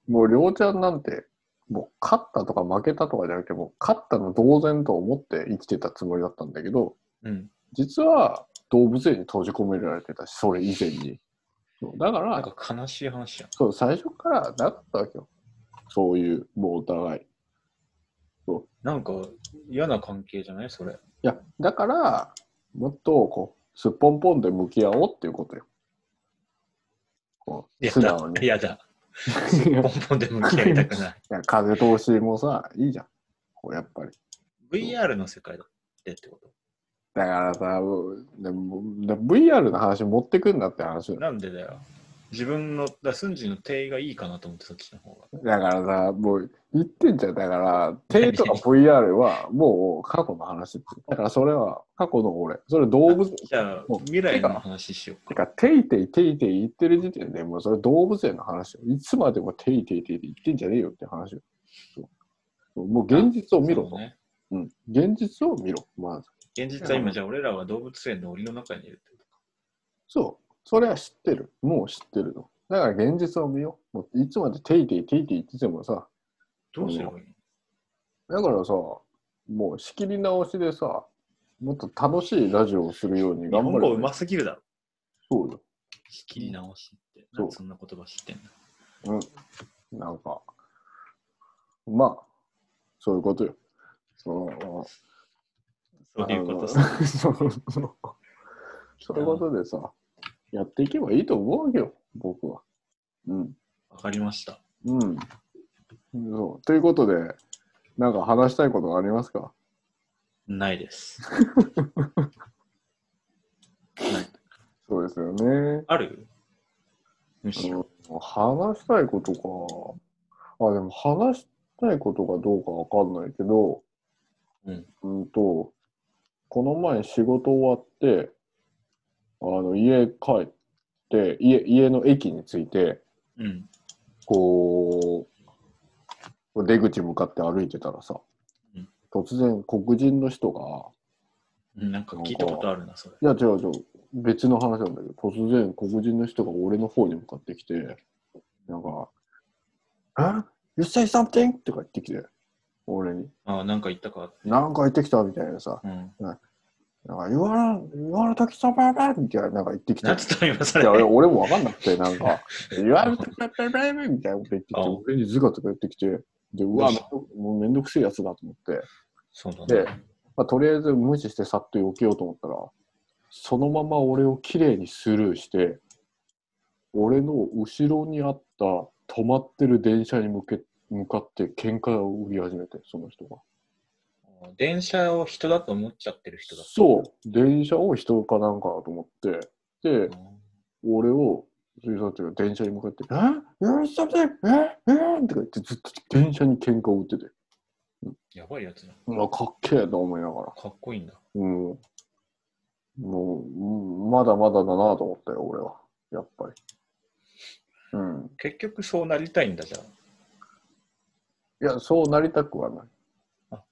Speaker 1: もう、りょうちゃんなんて、もう、勝ったとか負けたとかじゃなくて、もう、勝ったの同然と思って生きてたつもりだったんだけど、
Speaker 2: うん。
Speaker 1: 実は、動物園に閉じ込められてたし、それ以前に。そうだか
Speaker 2: なん
Speaker 1: ら、
Speaker 2: か悲しい話やん。
Speaker 1: そう、最初からなかったわけよ。そういう、もうお互い。い
Speaker 2: なんか嫌な関係じゃないそれ。
Speaker 1: や、だから、もっと、こう、すっぽんぽんで向き合おうっていうことよ。こう、
Speaker 2: や
Speaker 1: 素直
Speaker 2: だ。
Speaker 1: に。
Speaker 2: やだ。ポンポンで向き合 いたくない。
Speaker 1: いや、風通しもさ、いいじゃん。こうやっぱり。
Speaker 2: VR の世界だってってこ
Speaker 1: だからさ、うでもで VR の話持ってくんなって話
Speaker 2: と。なんでだよ。自分の、だスンジの定位がいいかなと思って、そっちの方が。
Speaker 1: だからさ、もう言ってんじゃん。だから、手とか VR はもう過去の話って。だからそれは過去の俺。それ動物、
Speaker 2: じゃあ
Speaker 1: もう、
Speaker 2: 未来の話しよう
Speaker 1: て
Speaker 2: か。
Speaker 1: か、ていていていてい言ってる時点でもうそれ動物園の話よ。いつまでもていていていて言ってんじゃねえよって話よ。そうもう現実を見ろ
Speaker 2: そ
Speaker 1: と
Speaker 2: う。ね。
Speaker 1: うん。現実を見ろ。まず。
Speaker 2: 現実は今、じゃあ俺らは動物園の檻の中にいるってこ
Speaker 1: そう。それは知ってる。もう知ってるの。だから現実を見よう。もういつまでテイテイテイテイ言っててもさ、
Speaker 2: と。どうすればいいの
Speaker 1: だからさ、もう仕切り直しでさ、もっと楽しいラジオをするように
Speaker 2: 日
Speaker 1: 頑
Speaker 2: 本
Speaker 1: 張
Speaker 2: 語
Speaker 1: る、
Speaker 2: うますぎるだろ。
Speaker 1: そうよ。
Speaker 2: 仕切り直しって。
Speaker 1: そう
Speaker 2: なんでそんな言葉知ってんの
Speaker 1: うん。なんか、まあ、そういうことよ。その、
Speaker 2: そういうこと
Speaker 1: あ
Speaker 2: さ。
Speaker 1: のそうそうそういうことでさ、やっていけばいいと思うよ、僕は。うん。
Speaker 2: わかりました。
Speaker 1: うん。そう。ということで、なんか話したいことがありますか
Speaker 2: ないです。ない
Speaker 1: そうですよね。
Speaker 2: あるむし
Speaker 1: あ
Speaker 2: ろ。
Speaker 1: の話したいことか。あ、でも話したいことかどうかわかんないけど、
Speaker 2: うん。
Speaker 1: うんと、この前仕事終わって、あの、家帰って、家、家の駅に着いて、
Speaker 2: うん。
Speaker 1: こう、出口向かって歩いてたらさ
Speaker 2: うん、
Speaker 1: 突然黒人の人が、
Speaker 2: なんか聞いたことあるな、それ。
Speaker 1: いや違う違う、別の話なんだけど、突然黒人の人が俺の方に向かってきて、なんか、え ?You say something? とか言ってきて、俺に。
Speaker 2: ああ、なんか言ったか。
Speaker 1: なんか言ってきたみたいなさ、
Speaker 2: うん。
Speaker 1: なんか、You wanna, you wanna talk to somebody? みたいな、なんか言ってきて。
Speaker 2: なんつったの今、そ
Speaker 1: い
Speaker 2: れ。
Speaker 1: や、俺
Speaker 2: う
Speaker 1: 俺も分かんなくて、なんか、言われてくれてみたいなこと言ってきて、
Speaker 2: あ
Speaker 1: 俺にズカズカ言ってきて、で、うわ、めん
Speaker 2: どうし
Speaker 1: どもうめんどくせえやつだと思って、
Speaker 2: そうだ
Speaker 1: で
Speaker 2: ね。、
Speaker 1: まあ、とりあえず無視してさっと避けようと思ったら、そのまま俺をきれいにスルーして、俺の後ろにあった止まってる電車に向け向かって喧嘩を売り始めて、その人が。
Speaker 2: 電車を人だと思っちゃってる人だ。
Speaker 1: そう、電車を人かなんかだと思って、で、俺を、水産庁が電車に向かって、えやるさてええーとか言って、ずっと電車に喧嘩を売ってて、
Speaker 2: やばいやつだ。
Speaker 1: うわ、かっけえと思いながら、
Speaker 2: かっこいいんだ。
Speaker 1: うん、もう、うんまだまだだなと思ったよ、俺は、やっぱり。うん。
Speaker 2: 結局そうなりたいんだじゃあ。
Speaker 1: いや、そうなりたくはない。
Speaker 2: あ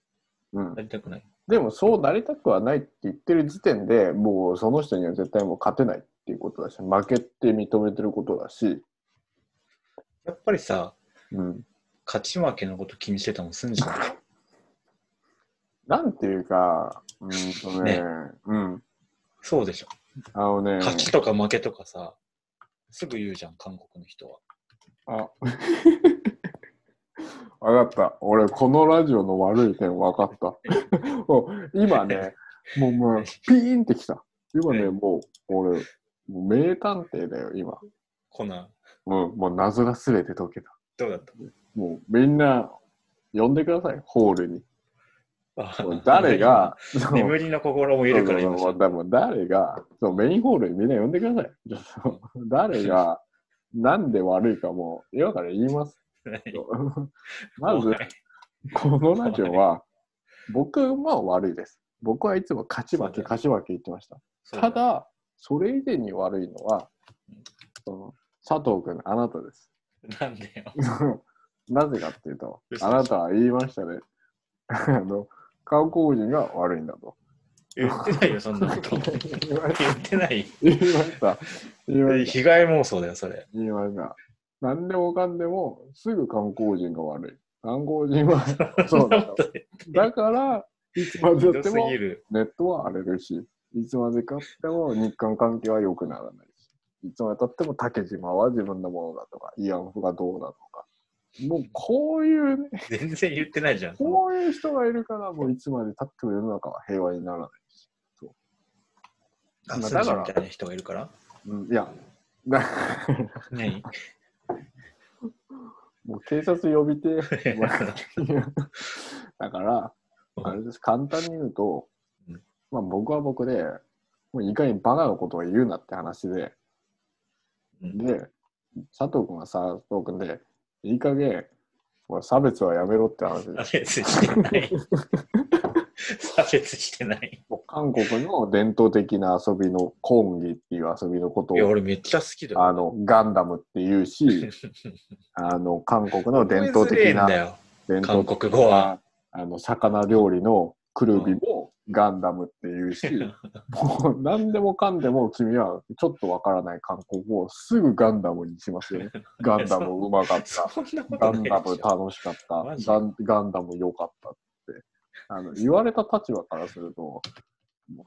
Speaker 1: うん
Speaker 2: な、りたくない。
Speaker 1: でも、そうなりたくはないって言ってる時点でもう、その人には絶対もう勝てないっていうことだし、負けって認めてることだし、
Speaker 2: やっぱりさ、
Speaker 1: うん、
Speaker 2: 勝ち負けのこと気にしてたもんすんじゃん。
Speaker 1: なんていうか、うんとね、
Speaker 2: ね
Speaker 1: うん、
Speaker 2: そうでしょ。
Speaker 1: あのね、
Speaker 2: 勝ちとか負けとかさ、すぐ言うじゃん、韓国の人
Speaker 1: あ
Speaker 2: は。
Speaker 1: わかった。俺、このラジオの悪い点わかった。 もう今 ね、もう、もうピーンってきた。今ね、
Speaker 2: ええ
Speaker 1: もう、俺、もう名探偵だよ、今。
Speaker 2: コナン、
Speaker 1: うん、もう謎がすべて解けた。
Speaker 2: どうだった
Speaker 1: もう、みんな、呼んでください、ホールに。も う
Speaker 2: あ
Speaker 1: 誰が、そう
Speaker 2: 眠りの心もいるから
Speaker 1: そう
Speaker 2: 今
Speaker 1: そうそうもう誰がそう、メインホールにみんな呼んでください。そう誰 が、なんで悪いかも、今から言います。 そうまず、このラジオは、僕も悪いです。僕はいつも勝ち負け、
Speaker 2: そうだね
Speaker 1: 勝ち負け言ってました。た
Speaker 2: ただ、
Speaker 1: だ、それ以前に悪いのは、その佐藤君、あなたです。
Speaker 2: なんだよ。
Speaker 1: なぜかっていうと
Speaker 2: 嘘、
Speaker 1: あなたは言いましたね。 あの、韓国人が悪いんだ と。
Speaker 2: 言ってないよ、そんなこと。
Speaker 1: 言われ
Speaker 2: 言ってない。
Speaker 1: 言いました。言いました。
Speaker 2: 被害妄想だよ、それ。
Speaker 1: 言いました。何でもかんでも、すぐ韓国人が悪い。韓国人は、 そうなんだ。だから、いつま
Speaker 2: ひ
Speaker 1: で
Speaker 2: ど
Speaker 1: やって
Speaker 2: す
Speaker 1: も
Speaker 2: ぎる。
Speaker 1: ネットは荒れるし、いつまで経っても日韓関係は良くならないし、いつまで経っても竹島は自分のものだとか、慰安婦がどうだとか、もうこういうね、
Speaker 2: 全然言ってないじゃん。
Speaker 1: こういう人がいるから、もういつまで経っても世の中は平和にならない。
Speaker 2: あ
Speaker 1: まあ
Speaker 2: スンジ
Speaker 1: だか
Speaker 2: ャ
Speaker 1: ら
Speaker 2: ンみたいな人がいるから。
Speaker 1: うん、いや、 だ
Speaker 2: 何
Speaker 1: もう警察呼びて、 お前だから、
Speaker 2: うん
Speaker 1: あれです、簡単に言うと
Speaker 2: うん、
Speaker 1: まあ僕は僕で、もういかにバカなことを言うなって話で、
Speaker 2: うん
Speaker 1: で、佐藤君はさ佐藤君で、いい加減、もう差別はやめろって話で
Speaker 2: 差別して ない。差別してない。
Speaker 1: もう韓国の伝統的な遊びのコンギっていう遊びのこと
Speaker 2: いや、
Speaker 1: を、
Speaker 2: 俺めっちゃ好きだよ。
Speaker 1: あの、ガンダムっていう し、あの、韓国の伝統
Speaker 2: 覚えづれ
Speaker 1: 的
Speaker 2: えん
Speaker 1: な
Speaker 2: だ、よ
Speaker 1: 伝統
Speaker 2: 韓
Speaker 1: 的
Speaker 2: 国語は
Speaker 1: な、あの、魚料理のクルビもガンダムっていう し、もう何でもかんでも君はちょっとわからない韓国語をすぐガンダムにしますよ ね。ガンダムうまかった。
Speaker 2: そんなこ
Speaker 1: ガ
Speaker 2: と
Speaker 1: ン
Speaker 2: ない
Speaker 1: ダ
Speaker 2: で
Speaker 1: ム
Speaker 2: しょ。
Speaker 1: 楽しかっ
Speaker 2: マジ
Speaker 1: た。ガンガンダム良かったって。あの言われた立場からすると、も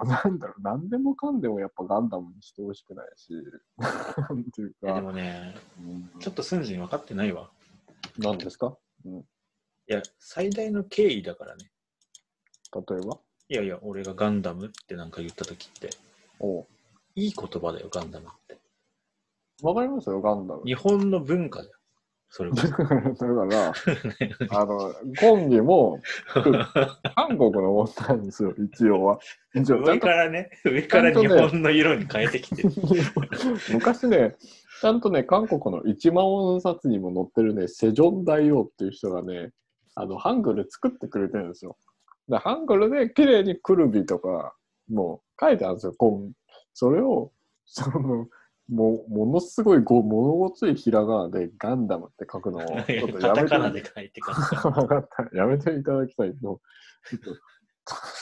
Speaker 1: うなんだろう、何でもかんでもやっぱガンダムにしてほしくないし、なんていう
Speaker 2: いやで
Speaker 1: か、
Speaker 2: もね、
Speaker 1: うん
Speaker 2: ちょっとスンジン分かってないわ。
Speaker 1: 何ですか、うん、
Speaker 2: いや、最大の敬意だからね。
Speaker 1: 例えば
Speaker 2: いやいや、俺がガンダムってなんか言った時って、
Speaker 1: おう
Speaker 2: いい言葉だよ、ガンダムって。
Speaker 1: わかりますよ、ガンダム。
Speaker 2: 日本の文化だよ。それこ
Speaker 1: だ
Speaker 2: そ。
Speaker 1: から、あの、コンビも韓国の問題にすよ、一応は。一応、ちゃ
Speaker 2: 上
Speaker 1: んと
Speaker 2: か、らね、上から日本の色に変えてきてる。
Speaker 1: 昔ね、ちゃんとね、韓国の一万音札にも載ってるね、セジョン大王っていう人がね、あの、ハングル作ってくれてるんですよ。で、ハングルで綺麗にクルビとか、もう書いてあるんですよ、コン。それを、その、もうものすごいご物ごついひらがなでガンダムって書くのを ちょっとやめて
Speaker 2: カタカナで変え てか
Speaker 1: 分かった。 やめていただきたいの。ちょ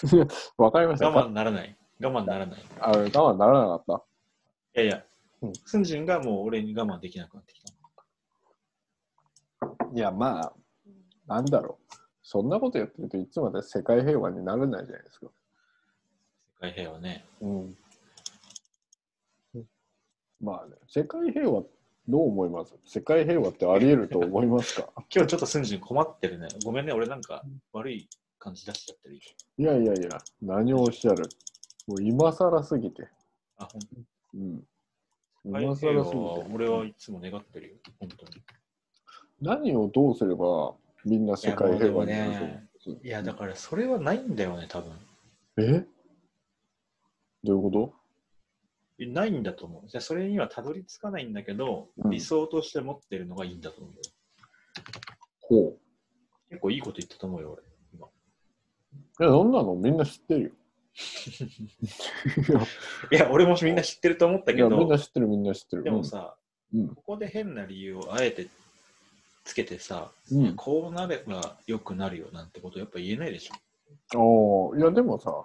Speaker 1: っといやわかりました。
Speaker 2: 我慢ならない。我慢ならない。い
Speaker 1: あ我慢ならなかっ
Speaker 2: やいや
Speaker 1: うん、
Speaker 2: スンジンがもう俺に我慢できなくなってきた。
Speaker 1: た。いや、まあ、なんだろう。そんなことやってるといつまで世界平和にならないじゃないですか。
Speaker 2: 世界平和ね。
Speaker 1: うん。まあね、世界平和、どう思います世界平和ってあり得ると思います か
Speaker 2: 今日ちょっとスンジン困ってるね。ごめんね、俺なんか悪い感じ出しちゃってる。
Speaker 1: いやいやいや、何をおっしゃる。もう今更すぎて。
Speaker 2: あ、ほん
Speaker 1: うん。
Speaker 2: 世
Speaker 1: 今更
Speaker 2: 界
Speaker 1: す
Speaker 2: 平
Speaker 1: ぎ
Speaker 2: 和
Speaker 1: て。
Speaker 2: は俺はいつも願ってるよ。本当に。
Speaker 1: 何をどうすればみんな世界平和になると思う
Speaker 2: いや、だからそれはないんだよね、多分。
Speaker 1: えどういうこ
Speaker 2: ないんだと思う。じゃあそれにはたどり着かないんだけど、
Speaker 1: うん
Speaker 2: 理想として持ってるのがいいんだと思うよ。
Speaker 1: とほ
Speaker 2: 結構いいこと言ったと思うよ、
Speaker 1: う。い
Speaker 2: 俺。
Speaker 1: や、そんなのみんな知ってる よ。
Speaker 2: いや、俺もみんな知ってると思った
Speaker 1: い
Speaker 2: け
Speaker 1: や、みん
Speaker 2: ど
Speaker 1: な、知ってる、みんな知ってる。
Speaker 2: でもさ、
Speaker 1: うん、
Speaker 2: ここで変な理由をあえてつけてさ、
Speaker 1: うん。うん。
Speaker 2: こうなれば良くなるよなんてことやっぱ言えないでしょ。
Speaker 1: ああ、いや、でもさ、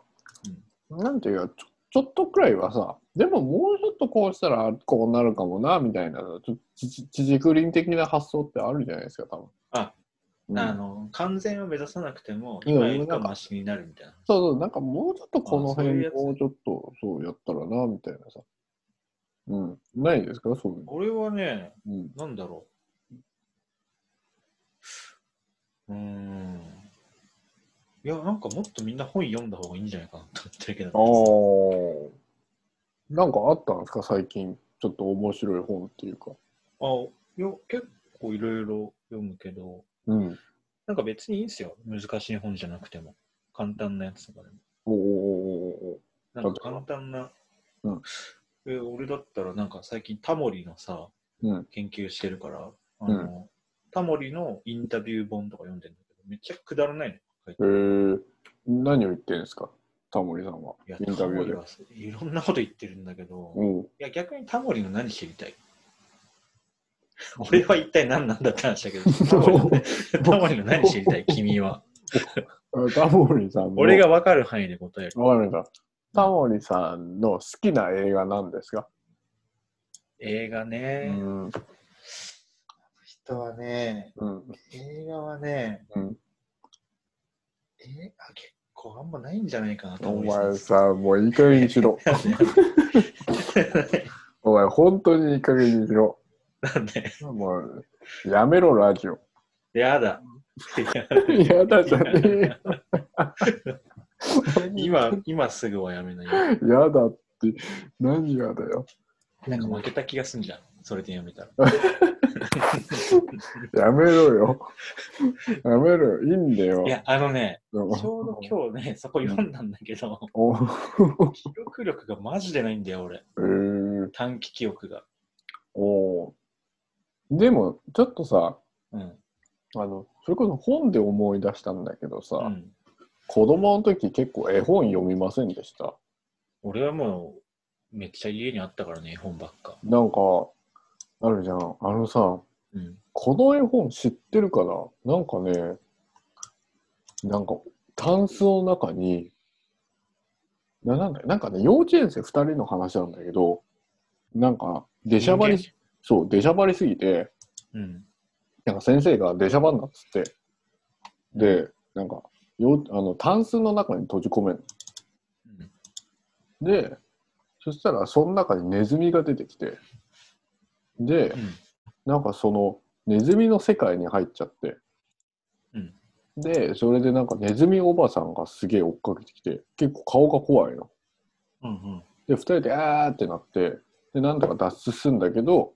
Speaker 1: なんていうか、ちょちょっとくらいはさ、でももうちょっとこうしたらこうなるかもな、みたいな、ちょちち地軸倫的な発想ってあるじゃないですか、多分。
Speaker 2: あ、
Speaker 1: うん
Speaker 2: あの完全を目指さなくても、
Speaker 1: うん
Speaker 2: 今よりかマシになるみたいな。
Speaker 1: そうそう、なんかもうちょっとこの
Speaker 2: あそうい
Speaker 1: 辺、
Speaker 2: うやつ
Speaker 1: もうちょっとそうやったらな、みたいなさ。うん。ないですかそういうの。
Speaker 2: 俺はね、
Speaker 1: うん。
Speaker 2: なんだろう。うーん。いや、なんかもっとみんな本読んだ方がいいんじゃないかなと思ってるけ
Speaker 1: あ
Speaker 2: ど。
Speaker 1: ー。なんかあったんですか最近。ちょっと面白い本っていうか。
Speaker 2: ああ。いや、結構いろいろ読むけど、
Speaker 1: うん。
Speaker 2: なんか別にいいんですよ。難しい本じゃなくても。簡単なやつとかでも。
Speaker 1: おーおーおー
Speaker 2: なんか簡単な。
Speaker 1: うん
Speaker 2: えー俺だったらなんか最近タモリのさ、
Speaker 1: おーおーうん。
Speaker 2: 研究してるから、あの、
Speaker 1: う
Speaker 2: タモリのインタビュー本とか読んでるんだけど、めっちゃくだらないの書いてある。
Speaker 1: へえ。何を言ってんですかタモリさんは。
Speaker 2: いや、
Speaker 1: イン
Speaker 2: タ
Speaker 1: タビュ
Speaker 2: モ
Speaker 1: ー
Speaker 2: リ
Speaker 1: で。
Speaker 2: はさいろんなこと言ってるんだけど、い
Speaker 1: うん。
Speaker 2: や、逆にタモリの何知りたい俺は一体何なんだって話だけ ど、タモリの タモリの何知りたい君は。
Speaker 1: あタモリさんの。
Speaker 2: 俺が。分かる範囲で答える。
Speaker 1: わかりました。タモリさんの好きな映画なんですか
Speaker 2: 映画
Speaker 1: う
Speaker 2: ね、
Speaker 1: ん。
Speaker 2: 人はね、
Speaker 1: うん。
Speaker 2: 映画はね、
Speaker 1: うん
Speaker 2: えあ結構あんまないんじゃないかなと
Speaker 1: お
Speaker 2: 思い
Speaker 1: 前
Speaker 2: ます。
Speaker 1: さ、もういい加減にし ろ。お前、本当にいい加減にしろ。
Speaker 2: なんで、
Speaker 1: もう、やめろ、ラ ジオ。
Speaker 2: やだ。
Speaker 1: 嫌だじゃねえ よ。
Speaker 2: 今、今すぐはやめないよ。
Speaker 1: 嫌だって、何がだよ。
Speaker 2: なんか負けた気がすんじゃん。それでやめたら。
Speaker 1: やめろよ。やめろよ。いいんだよ
Speaker 2: い。や、あのね、
Speaker 1: ちょ
Speaker 2: ちょうど今日ね、そこ読んだんだけど、
Speaker 1: お
Speaker 2: 記憶力がマジでないんだよ、俺。
Speaker 1: えー、
Speaker 2: 短期記憶が。
Speaker 1: おーでも、ちょっとさ、
Speaker 2: うん。
Speaker 1: あの、それこそ本で思い出したんだけどさ、
Speaker 2: うん、
Speaker 1: 子供の時結構絵本読みませんでした。
Speaker 2: 俺はもう、めっちゃ家にあったからね、絵本ばっか。
Speaker 1: なんか、あるじゃん。あのさ、
Speaker 2: うん。
Speaker 1: この絵本知ってるかななんかね、なんか、タンスの中に、ななんだなんかね、幼稚園生2人の話なんだけど、なんか、出しゃばり
Speaker 2: 人、
Speaker 1: そう、出しゃばりすぎて、
Speaker 2: うん。
Speaker 1: なんか先生が出しゃばんなっつって、で、なんか、よあのタンスの中に閉じ込める。
Speaker 2: うん
Speaker 1: で、そしたらその中にネズミが出てきて、で、
Speaker 2: うん
Speaker 1: なんかそのネズミの世界に入っちゃって、
Speaker 2: うん
Speaker 1: で、それでなんかネズミおばさんがすげえ追っかけてきて、結構顔が怖いの。
Speaker 2: うん
Speaker 1: で、二人であーってなって、で、なんとか脱出するんだけど、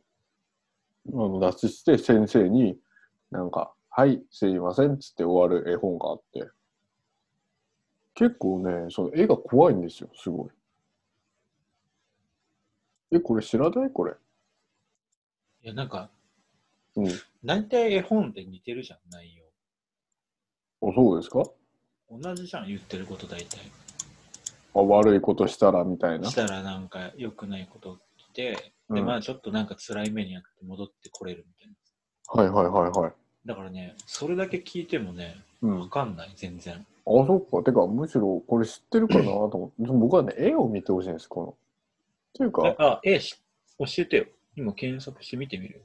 Speaker 1: あの脱出して先生に、なんか、はい、すいませんっつって終わる絵本があって、結構ね、その絵が怖いんですよ、すごい。え、これ知らないこれ。
Speaker 2: いや、なんか、
Speaker 1: うん。
Speaker 2: 大体絵本って似てるじゃん、内容。
Speaker 1: あそうですか
Speaker 2: 同じじゃん、言ってること大体。
Speaker 1: あ悪いことしたらみたいな
Speaker 2: し。たらなんか良くないこと起きて、
Speaker 1: う
Speaker 2: で、
Speaker 1: ん
Speaker 2: まあちょっとなんか辛い目にあって戻ってこれるみたいな。
Speaker 1: はいはいはいはい。
Speaker 2: だからね、それだけ聞いてもね、
Speaker 1: うん、
Speaker 2: わ
Speaker 1: あ、
Speaker 2: かんない、全然。
Speaker 1: そっか。てか、むしろこれ知ってるかなと思 って、でも僕はね、絵を見てほしいんです、この。っていう
Speaker 2: あ
Speaker 1: か、、
Speaker 2: あえ、し教えてよ。今検索して見てみるよ。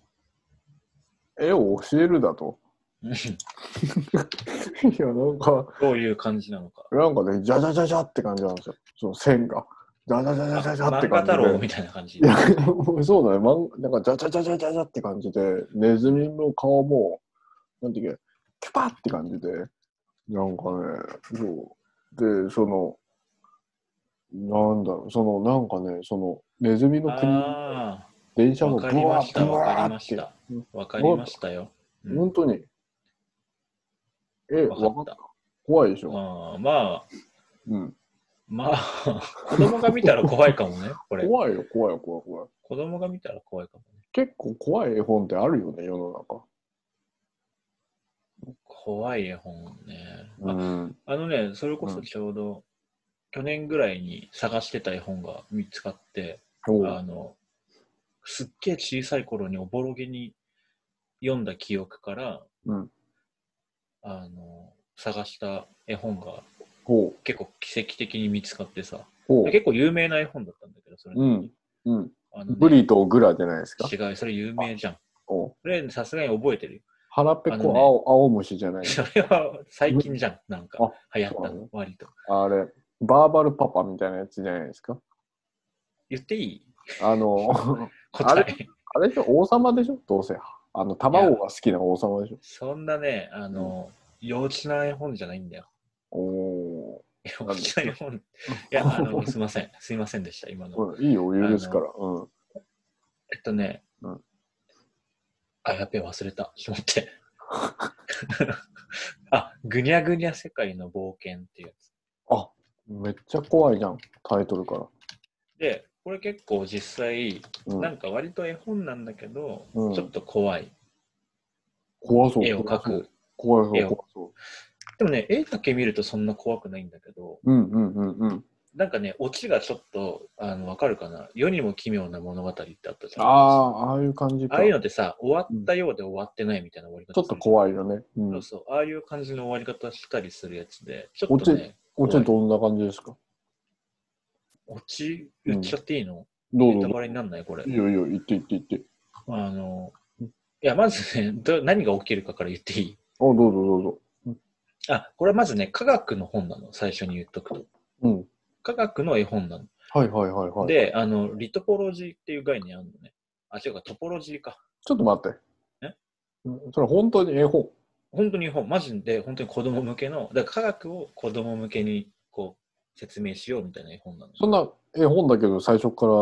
Speaker 1: 絵を教えるだと。 いや、なんか、
Speaker 2: どういう感じなのか。
Speaker 1: なんかね、じゃじゃじゃじゃって感じなんですよ。その線が。じゃじゃじゃじゃじゃじゃって
Speaker 2: 漫画
Speaker 1: 感じで
Speaker 2: 太。郎みたいな感じ
Speaker 1: い。や、 もうそうだね。まんなんか、じゃじゃじゃじゃじゃじゃって感じで、ネズミの顔も、なんていうか、キュパって感じで、なんかね、そう。で、その、なんだろう、その、なんかね、その、ネズミの国、
Speaker 2: あ
Speaker 1: 電車
Speaker 2: あ、
Speaker 1: の
Speaker 2: わ
Speaker 1: ブ
Speaker 2: かりま
Speaker 1: ワ
Speaker 2: し
Speaker 1: ー
Speaker 2: た、
Speaker 1: ブ
Speaker 2: わか
Speaker 1: ワ
Speaker 2: り
Speaker 1: ー
Speaker 2: ま
Speaker 1: って
Speaker 2: し、た。わかりましたよ。うん
Speaker 1: 本当に、え、
Speaker 2: わか
Speaker 1: わ
Speaker 2: っ
Speaker 1: かったた。。怖いでしょ。
Speaker 2: あーまあ、
Speaker 1: うん。
Speaker 2: まあ、 子供が見たら怖いかもね、これ。
Speaker 1: 怖いよ、怖いよ、怖い、怖い。
Speaker 2: 子供が見たら怖いかもね。
Speaker 1: 結構怖い絵本ってあるよね、世の中。
Speaker 2: 怖い絵本ね。あ
Speaker 1: ん。
Speaker 2: あのね、それこ
Speaker 1: う
Speaker 2: そ
Speaker 1: ん
Speaker 2: ちょうど、去年ぐらいに探してた絵本が見つかって、
Speaker 1: そう
Speaker 2: あの、すっげえ小さい頃におぼろげに読んだ記憶から、
Speaker 1: うん
Speaker 2: あの、探した絵本が
Speaker 1: ほう。
Speaker 2: 結構奇跡的に見つかってさ、
Speaker 1: ほう。
Speaker 2: 結構有名な絵本だったんだけど、それ、
Speaker 1: うん。うん。
Speaker 2: あのね
Speaker 1: ブリとグラじゃないですか。
Speaker 2: 違う、それ有名じゃん。
Speaker 1: お
Speaker 2: それさすがに覚えてるよ。
Speaker 1: 腹ペコ、
Speaker 2: あのね
Speaker 1: 青青虫じゃない。
Speaker 2: それは最近じゃん、なんか
Speaker 1: あ
Speaker 2: 流行った
Speaker 1: そうな
Speaker 2: の
Speaker 1: の、
Speaker 2: 割と。
Speaker 1: あれ、バーバルパパみたいなやつじゃないですか。
Speaker 2: 言っていい
Speaker 1: あ の、
Speaker 2: 答
Speaker 1: あ
Speaker 2: え。
Speaker 1: あれでしょ、王様でしょ、どうせ。あの、卵が好きな王様でしょ。
Speaker 2: そんなね、あの、幼稚な絵本じゃないんだよ。
Speaker 1: お
Speaker 2: 幼
Speaker 1: なんで
Speaker 2: 稚な絵本。いや、あの、すいません。すいませんでした、今の。
Speaker 1: ーうんいいよ、許すから。うん。
Speaker 2: えっとね、
Speaker 1: うん
Speaker 2: あ、やべえ、忘れた。ちょっと待って。 あ、ぐにゃぐにゃ世界の冒険っていうやつ。
Speaker 1: あめっちゃ怖いじゃん、タイトルから。
Speaker 2: で、これ結構実際、
Speaker 1: う、
Speaker 2: なんんか割と絵本なんだけど、
Speaker 1: うん
Speaker 2: ちょっと怖い。
Speaker 1: 怖そう。
Speaker 2: 絵を描く。
Speaker 1: 怖そう。怖
Speaker 2: 絵
Speaker 1: そ
Speaker 2: を
Speaker 1: う、怖そ
Speaker 2: でもね、絵だけ見るとそんな怖くないんだけど、
Speaker 1: う。うんうんうんうん。
Speaker 2: なんかね、オチがちょっと、あの、わかるかな世にも奇妙な物語ってあったじゃ
Speaker 1: あ
Speaker 2: ん。
Speaker 1: あ、ああいう感じか。
Speaker 2: ああいうのってさ、終わったようで終わってないみたいな終わり方、
Speaker 1: ちょっと怖いよね。う
Speaker 2: そ
Speaker 1: ん
Speaker 2: う。そう、ああいう感じの終わり方したりするやつで、ちょ
Speaker 1: オ
Speaker 2: っ
Speaker 1: チ
Speaker 2: とね、
Speaker 1: おちどんな感じですか
Speaker 2: 落ち、言っちゃっていいの、
Speaker 1: どう
Speaker 2: ネ
Speaker 1: ぞ
Speaker 2: タ。バレになんないこれ
Speaker 1: い。いよいいよ、言って言って言って。
Speaker 2: あの、いや、まずねど、何が起きるかから言っていい
Speaker 1: あ、どうぞどうぞ。
Speaker 2: あ、これはまずね、科学の本なの、最初に言っとくと。
Speaker 1: うん。
Speaker 2: 科学の絵本なの。
Speaker 1: はいはいはいはい。
Speaker 2: で、あの、リトポロジーっていう概念あるのね。あ、違うか、トポロジーか。
Speaker 1: ちょっと待って。
Speaker 2: え
Speaker 1: うんそれ本当に絵本。
Speaker 2: 本当に本、マジで本当に子供向けの、だから科学を子供向けにこう説明しようみたいな絵本なの。
Speaker 1: そんな絵本だけど最初から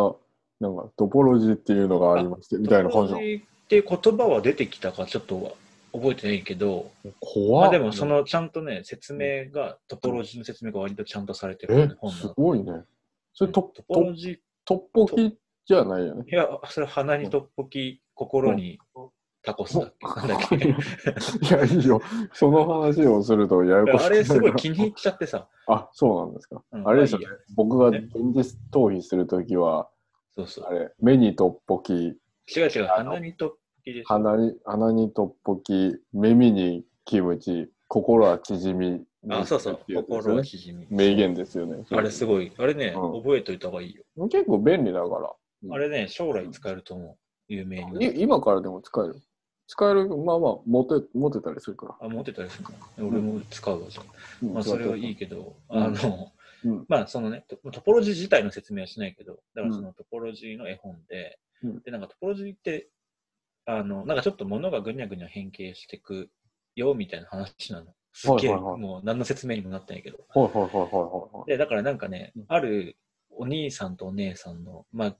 Speaker 1: なんかトポロジーっていうのがありましてみたいな感じ
Speaker 2: ト
Speaker 1: の
Speaker 2: ポロ。ジーっていう言葉は出てきたかちょっと覚えてないけど、
Speaker 1: 怖っ
Speaker 2: まあ、でもそのちゃんとね、説明が、トポロジーの説明が割とちゃんとされて
Speaker 1: え
Speaker 2: る本な
Speaker 1: す
Speaker 2: の。
Speaker 1: ごいね。それト
Speaker 2: トポ
Speaker 1: ト
Speaker 2: ロジー、い
Speaker 1: トッポキじゃないよね。
Speaker 2: や、それ鼻にトッポキ、心にタコスだっけなんだっけ
Speaker 1: いやいいよ。その話をするとややこしくなる
Speaker 2: あれすごい気に入っちゃってさ。
Speaker 1: あそうなんですか。
Speaker 2: うん
Speaker 1: あれですよね
Speaker 2: まあいいや。
Speaker 1: 僕が現実逃避するときは
Speaker 2: そうそう
Speaker 1: あ。れ目にトッポキ
Speaker 2: 違う違う、
Speaker 1: あの
Speaker 2: 鼻にトッポキでしょ。
Speaker 1: 鼻に鼻にトッポキ耳にキムチ心は縮み
Speaker 2: あ、そうそう
Speaker 1: って。いやつです
Speaker 2: 心
Speaker 1: よ
Speaker 2: は
Speaker 1: ね
Speaker 2: 縮み。
Speaker 1: 名言ですよね
Speaker 2: あれすごい。あれね、
Speaker 1: うん
Speaker 2: 覚えといた方がいいよ。
Speaker 1: 結構便利だからうん
Speaker 2: あれね、将来使えると思う。有名になる。
Speaker 1: い今からでも使える使えるまあまあ持て持てたりするから
Speaker 2: あ、持ってたりするの俺も使うわ、じゃあ
Speaker 1: うん
Speaker 2: まあ、それはいいけど、あの、
Speaker 1: うん
Speaker 2: まあそのね、トトポロジー自体の説明はしないけど、だからそのトポロジーの絵本で、
Speaker 1: うん
Speaker 2: で、なんかトポロジーって、あの、なんかちょっと物がぐにゃぐにゃ変形してくよみたいな話なの。すっげえ、
Speaker 1: はいはいはい
Speaker 2: もう何の説明にもなってないけど。
Speaker 1: はいはいはいはいはい。
Speaker 2: で、だからなんかね、
Speaker 1: うん
Speaker 2: あるお兄さんとお姉さんの、まあ、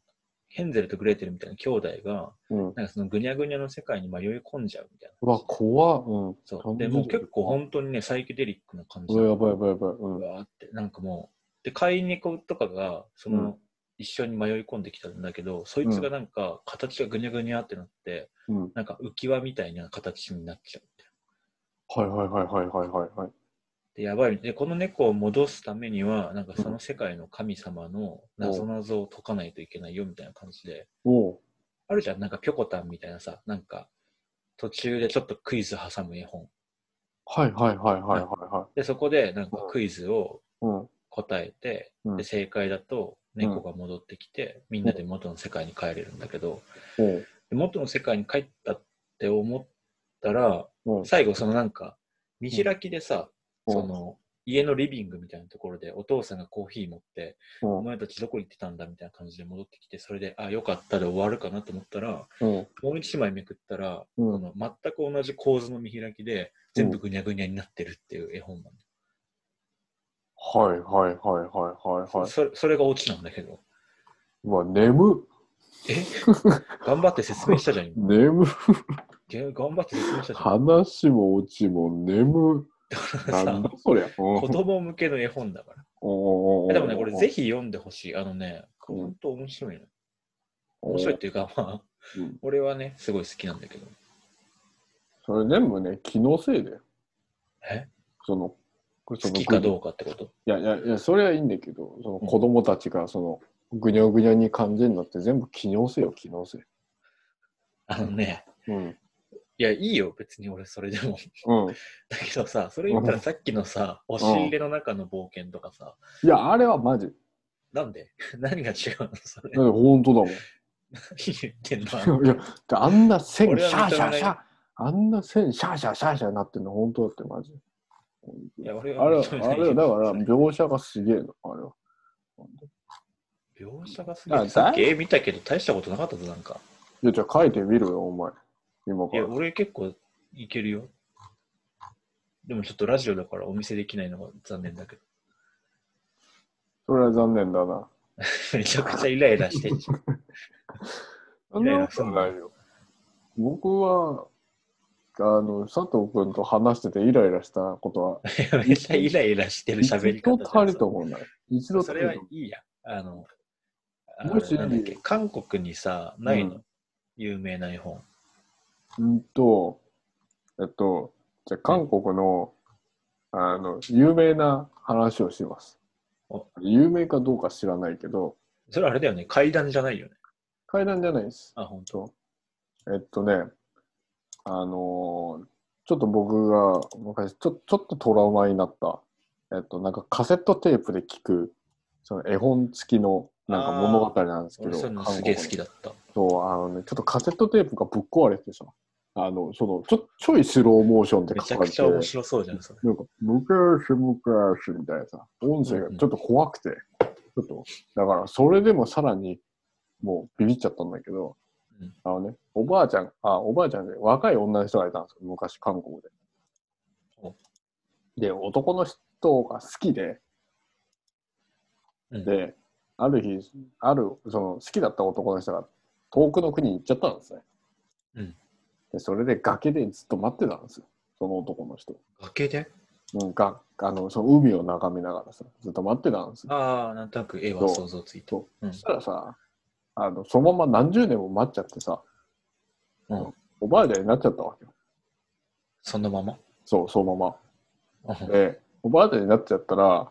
Speaker 2: ヘンゼルとグレーテルみたいな兄弟が、
Speaker 1: うん。
Speaker 2: なんかそのぐにゃぐにゃの世界に迷い込んじゃうみたいな。
Speaker 1: うわ、怖っ。うん。
Speaker 2: そう。で、もう結構本当にね、サイケデリックな感じ
Speaker 1: う
Speaker 2: な
Speaker 1: わ
Speaker 2: の。
Speaker 1: やばいやばいやばい。う。
Speaker 2: うんわーって、なんかもう、で、飼い猫とかが、その、
Speaker 1: うん
Speaker 2: 一緒に迷い込んできたんだけど、そいつがなんか、形がぐにゃぐにゃってなって、
Speaker 1: うん。
Speaker 2: なんか浮き輪みたいな形になっちゃうみたいな。
Speaker 1: はいはいはいはいはいはいはい。
Speaker 2: で、やばい。で、この猫を戻すためには、なんかその世界の神様の謎謎を解かないといけないよみたいな感じで、
Speaker 1: おう。
Speaker 2: あるじゃん、なんかぴょこたんみたいなさ、なんか、途中でちょっとクイズ挟む絵本。
Speaker 1: はいはいはいはいはいは
Speaker 2: で、そこでなんかクイズを
Speaker 1: い。うん。
Speaker 2: 答えて、
Speaker 1: うん
Speaker 2: で正解だと猫が戻ってきて、みんなで元の世界に帰れるんだけど、
Speaker 1: おう。
Speaker 2: で元の世界に帰ったって思ったら
Speaker 1: うん。
Speaker 2: 最後そのなんか見開きでさ、
Speaker 1: うん
Speaker 2: その家のリビングみたいなところでお父さんがコーヒー持って、
Speaker 1: う
Speaker 2: お
Speaker 1: ん。
Speaker 2: 前たちどこ行ってたんだみたいな感じで戻ってきてそれであよかったで終わるかなと思ったら
Speaker 1: うん。
Speaker 2: もう一枚めくったら、
Speaker 1: うん
Speaker 2: この全く同じ構図の見開きで全部ぐにゃぐにゃになってるっていう絵本なんだ、
Speaker 1: はいはいはいはいはいはい。
Speaker 2: それそれがオチなんだけど
Speaker 1: うわ、眠っ。
Speaker 2: え頑張って説明したじゃん、 今
Speaker 1: 眠っ。
Speaker 2: げ頑張って説明したじゃん。
Speaker 1: 話も落ちも眠っ。
Speaker 2: さ
Speaker 1: なんだそりゃ。うん
Speaker 2: 子供向けの絵本だから。
Speaker 1: おうおうおうおう
Speaker 2: でもね、これぜひ読んでほしい。あのね、
Speaker 1: うん
Speaker 2: 本当面白いの。面白いっていうか、まあ、
Speaker 1: うん
Speaker 2: 俺はね、すごい好きなんだけど。
Speaker 1: それ全部ね、気のせいだよ。
Speaker 2: え
Speaker 1: その、好
Speaker 2: 好きか
Speaker 1: う
Speaker 2: どうかってこと
Speaker 1: いやいやいや、それはいいんだけど、その子供たちがその、ぐにゃぐにゃに感じるのって全部機能性よ、機能性。
Speaker 2: あのね、
Speaker 1: うん。
Speaker 2: いや、いいよ、別に俺それでも。
Speaker 1: うん。
Speaker 2: だけどさ、それ言ったらさっきのさ、押し入れの中の冒険とかさ、
Speaker 1: いや、あれはマジ。だって
Speaker 2: なんで 何が違うのそれ。
Speaker 1: 本当だもん。
Speaker 2: 何言ってんの あ
Speaker 1: いや
Speaker 2: の
Speaker 1: であんな線
Speaker 2: 俺
Speaker 1: シ
Speaker 2: は
Speaker 1: ャー
Speaker 2: 認め
Speaker 1: シャー
Speaker 2: ない
Speaker 1: シャーあんな線シャーシャーシャーシャーなってんの本当だってマジ
Speaker 2: いや、俺
Speaker 1: あれ
Speaker 2: は
Speaker 1: は
Speaker 2: 認め
Speaker 1: あ
Speaker 2: ない
Speaker 1: れ
Speaker 2: よ
Speaker 1: はだから描写がすげえのあれは
Speaker 2: 描写がすげ
Speaker 1: あ
Speaker 2: え。さっき絵見たけど、大したことなかったぞ、なんか。
Speaker 1: いやじゃあ書いてみろよお前今
Speaker 2: い
Speaker 1: か
Speaker 2: や、
Speaker 1: ら
Speaker 2: 俺結構いけるよ。でもちょっとラジオだからお見せできないのが残念だけど。
Speaker 1: それは残念だな
Speaker 2: めちゃくちゃイライラ してんじゃん。
Speaker 1: そ
Speaker 2: い
Speaker 1: ん
Speaker 2: やい
Speaker 1: な
Speaker 2: や
Speaker 1: ことないよ僕はあの佐藤君と話しててイライラしたことは
Speaker 2: めっちゃイライラしてる
Speaker 1: 一
Speaker 2: 喋り
Speaker 1: 度
Speaker 2: 方
Speaker 1: たりともない一度
Speaker 2: そ
Speaker 1: たり
Speaker 2: れはい
Speaker 1: とも
Speaker 2: いや。あの、あ
Speaker 1: もし
Speaker 2: なんだっけ韓国にさ、ないの、
Speaker 1: う
Speaker 2: 有名な絵本。
Speaker 1: うんとえっとじゃあ韓国のあの有名な話をします
Speaker 2: お
Speaker 1: 有名かどうか知らないけど
Speaker 2: それあれだよね、階段じゃないよね。
Speaker 1: 階段じゃないです
Speaker 2: あ、本当。
Speaker 1: えっとねあのーちょっと僕が昔ちょちょっとトラウマになったえっとなんかカセットテープで聞くその絵本付きのなんか
Speaker 2: あー
Speaker 1: 物語なんですけ
Speaker 2: 俺
Speaker 1: ど
Speaker 2: そういうのすげえ好き
Speaker 1: だ
Speaker 2: だった。
Speaker 1: そうあのねちょっとカセットテープがぶっ壊れてさあのそのちょちょいスローモーションで
Speaker 2: めち
Speaker 1: 書
Speaker 2: ゃ
Speaker 1: か
Speaker 2: く
Speaker 1: れて
Speaker 2: ちゃ面白そうじゃん、それ。
Speaker 1: なんか、昔昔みたいなさ、音声がちょっと怖くて、ちょっと、だからそれでもさらに、もうビビっちゃったんだけど、
Speaker 2: うん
Speaker 1: あのね、おばあちゃん、あ、おばあちゃんで、若い女の人がいたんですよ、昔、韓国で
Speaker 2: お。
Speaker 1: で、男の人が好きで、
Speaker 2: うん
Speaker 1: で、ある日、ある、その、好きだった男の人が、遠くの国に行っちゃったんですね。
Speaker 2: うん
Speaker 1: で、それで崖でずっと待ってたんですよ、その男の人。
Speaker 2: 崖で
Speaker 1: うん、があのその海を眺めながらさずっと待ってたんですよ。
Speaker 2: ああ、なんとなく絵は想像ついた。
Speaker 1: そううんそしたらさあのそのまま何十年も待っちゃってさ、
Speaker 2: うん
Speaker 1: おばあちゃんになっちゃったわけよ
Speaker 2: そのまま。
Speaker 1: そうそのま
Speaker 2: うん
Speaker 1: ま。でおばあちゃんになっちゃったら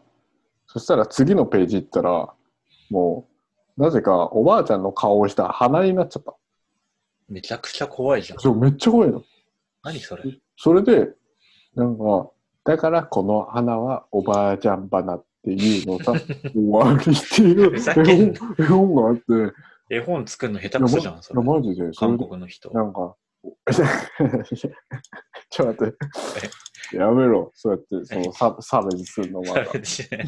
Speaker 1: そしたら次のページ行ったらもうなぜかおばあちゃんの顔をした鼻になっちゃった
Speaker 2: めちゃくちゃ怖いじゃん。
Speaker 1: そうめっちゃ怖いの
Speaker 2: 何 それ
Speaker 1: それでなんかだからこの花はおばあちゃん花っていうの さ終わりっていう
Speaker 2: ふ
Speaker 1: 絵
Speaker 2: ざけん
Speaker 1: 本絵本があって
Speaker 2: 絵本作るの下手
Speaker 1: いや
Speaker 2: くそじゃん、それ。
Speaker 1: マジで、それ
Speaker 2: 韓
Speaker 1: で、
Speaker 2: 国の人。
Speaker 1: なんか、ちょっと待って。やめろ、そうやって、その差差別するの まだ。
Speaker 2: しない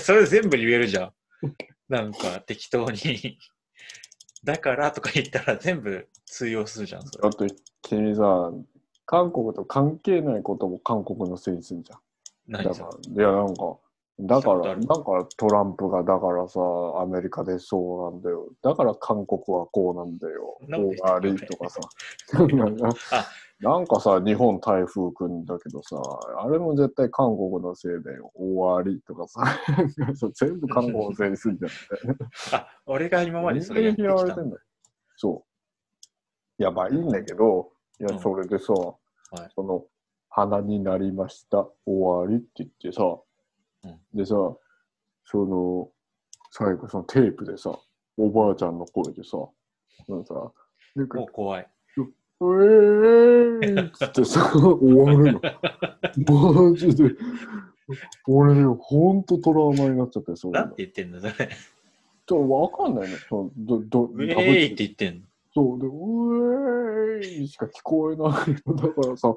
Speaker 2: それ全部に言えるじゃん。なんか適当に。だからとか言ったら全部通用するじゃん、そ
Speaker 1: だ
Speaker 2: れ。
Speaker 1: って君さ、韓国と関係ないことも韓国のせいにするじゃん。だ
Speaker 2: 何
Speaker 1: か
Speaker 2: さ。
Speaker 1: ら、いや、なんか、だか
Speaker 2: したことあ
Speaker 1: ら、
Speaker 2: る
Speaker 1: だからトランプが、だからさ、アメリカでそうなんだよ。だから韓国はこうなんだよ。
Speaker 2: そんなこと
Speaker 1: こ
Speaker 2: 言っ
Speaker 1: う
Speaker 2: て
Speaker 1: が
Speaker 2: たね
Speaker 1: 悪いとかさ。なんか
Speaker 2: あ
Speaker 1: なんかさ、日本台風くんだけどさ、あれも絶対韓国のせいだよ。終わりとかさ、 なんかさ全部韓国のせいにするんじゃん。
Speaker 2: あ、俺が今までそれやってきた
Speaker 1: 嫌われてんだよ。そう。いや、まあいいんだけど、いや
Speaker 2: う、ん
Speaker 1: それでさ、
Speaker 2: い
Speaker 1: その、花になりました、終わりって言ってさ、
Speaker 2: うん
Speaker 1: でさ、その、最後、そのテープでさ、おばあちゃんの声でさ、なんかさ、なんか
Speaker 2: もう怖い。
Speaker 1: うえーいっつってさ、終わるの。マジで。俺ね、ほんとトラウマになっちゃって、そういう
Speaker 2: な
Speaker 1: の
Speaker 2: んて。言ってんのそれ。
Speaker 1: ちょっとわかんないね。そのどど
Speaker 2: ウェー
Speaker 1: ダブ
Speaker 2: イって言ってんの。
Speaker 1: そう、で、うえーいしか聞こえないの。だからさ、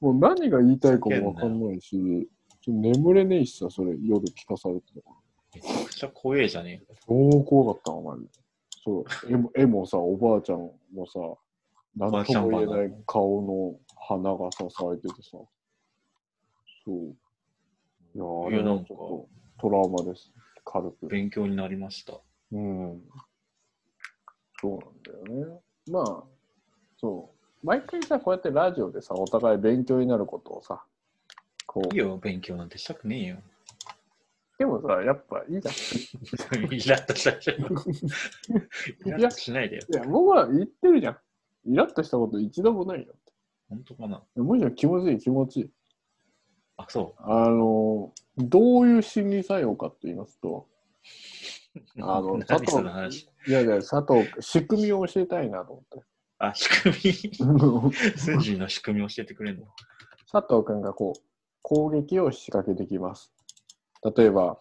Speaker 1: もう何が言いたいかもわかんないし、ちょ眠れねえしさ、それ夜聞かされてたから。
Speaker 2: めちゃくちゃ怖えじゃねえか。
Speaker 1: 超怖かったわ、マジで。そう、絵も絵もさ、おばあちゃんもさ、
Speaker 2: ば
Speaker 1: 何
Speaker 2: あちゃ
Speaker 1: と
Speaker 2: ん
Speaker 1: も
Speaker 2: 花
Speaker 1: 言えない顔の花がさ、咲いててさ。そう。いやー、あれ
Speaker 2: いやな
Speaker 1: は
Speaker 2: んか
Speaker 1: ちょっとトラウマです。軽く。
Speaker 2: 勉強になりました。
Speaker 1: うん。そうなんだよね。まあ、そう。毎回さ、こうやってラジオでさ、お互い勉強になることをさ、こ。
Speaker 2: いういよ、勉強なんてしたくねえよ。
Speaker 1: でもさ、やっぱいいじゃん。
Speaker 2: イラッとした でしょ。イラッとしないでよ。
Speaker 1: いや、僕は言ってるじゃん。イラッとしたこと一度もないよ。
Speaker 2: 本当かな。
Speaker 1: むしろ気持ちいい、気持ちいい。
Speaker 2: あ、そ
Speaker 1: あの、どういう心理作用かと言いますと、
Speaker 2: う。
Speaker 1: あの佐
Speaker 2: 何
Speaker 1: 藤
Speaker 2: その話。
Speaker 1: いやいや、佐藤、仕組みを教えたいなと思って。
Speaker 2: あ、仕 組
Speaker 1: あの
Speaker 2: み、スンジーの仕組み教えてくれんの。
Speaker 1: 佐藤君がこう攻撃を仕掛けてきます。例えば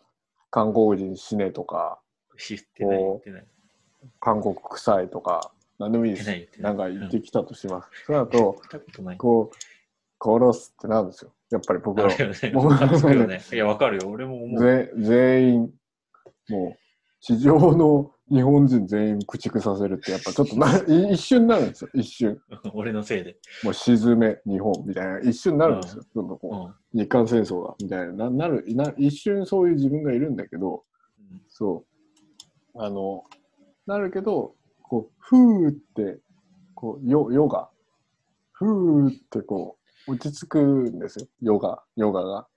Speaker 1: 韓国人死ねとか
Speaker 2: 言ってない、言ってない。
Speaker 1: 韓国臭いとか何でもいい
Speaker 2: 言
Speaker 1: で
Speaker 2: って
Speaker 1: す
Speaker 2: ない、。言ってな。
Speaker 1: ないんか言って
Speaker 2: うん
Speaker 1: きたとします。その後
Speaker 2: 言ったことない。
Speaker 1: こう殺すってなるんですよ。やっぱり僕
Speaker 2: な
Speaker 1: ら
Speaker 2: るよね。
Speaker 1: 僕
Speaker 2: わかるよね。いや、わかるよ。俺も思う。
Speaker 1: ぜ全員もう地上の日本人全員駆逐させるってやっぱちょっと な一瞬になるんですよ。一瞬
Speaker 2: 俺のせいで。
Speaker 1: もう沈め日本みたいな一瞬になるんですよ。どんどんこう
Speaker 2: うん。うん
Speaker 1: 日韓戦争だみたいなななるな一瞬そういう自分がいるんだけどそうあのなるけどこうふーってこうヨヨガふーってこう落ち着くんですよヨガヨガが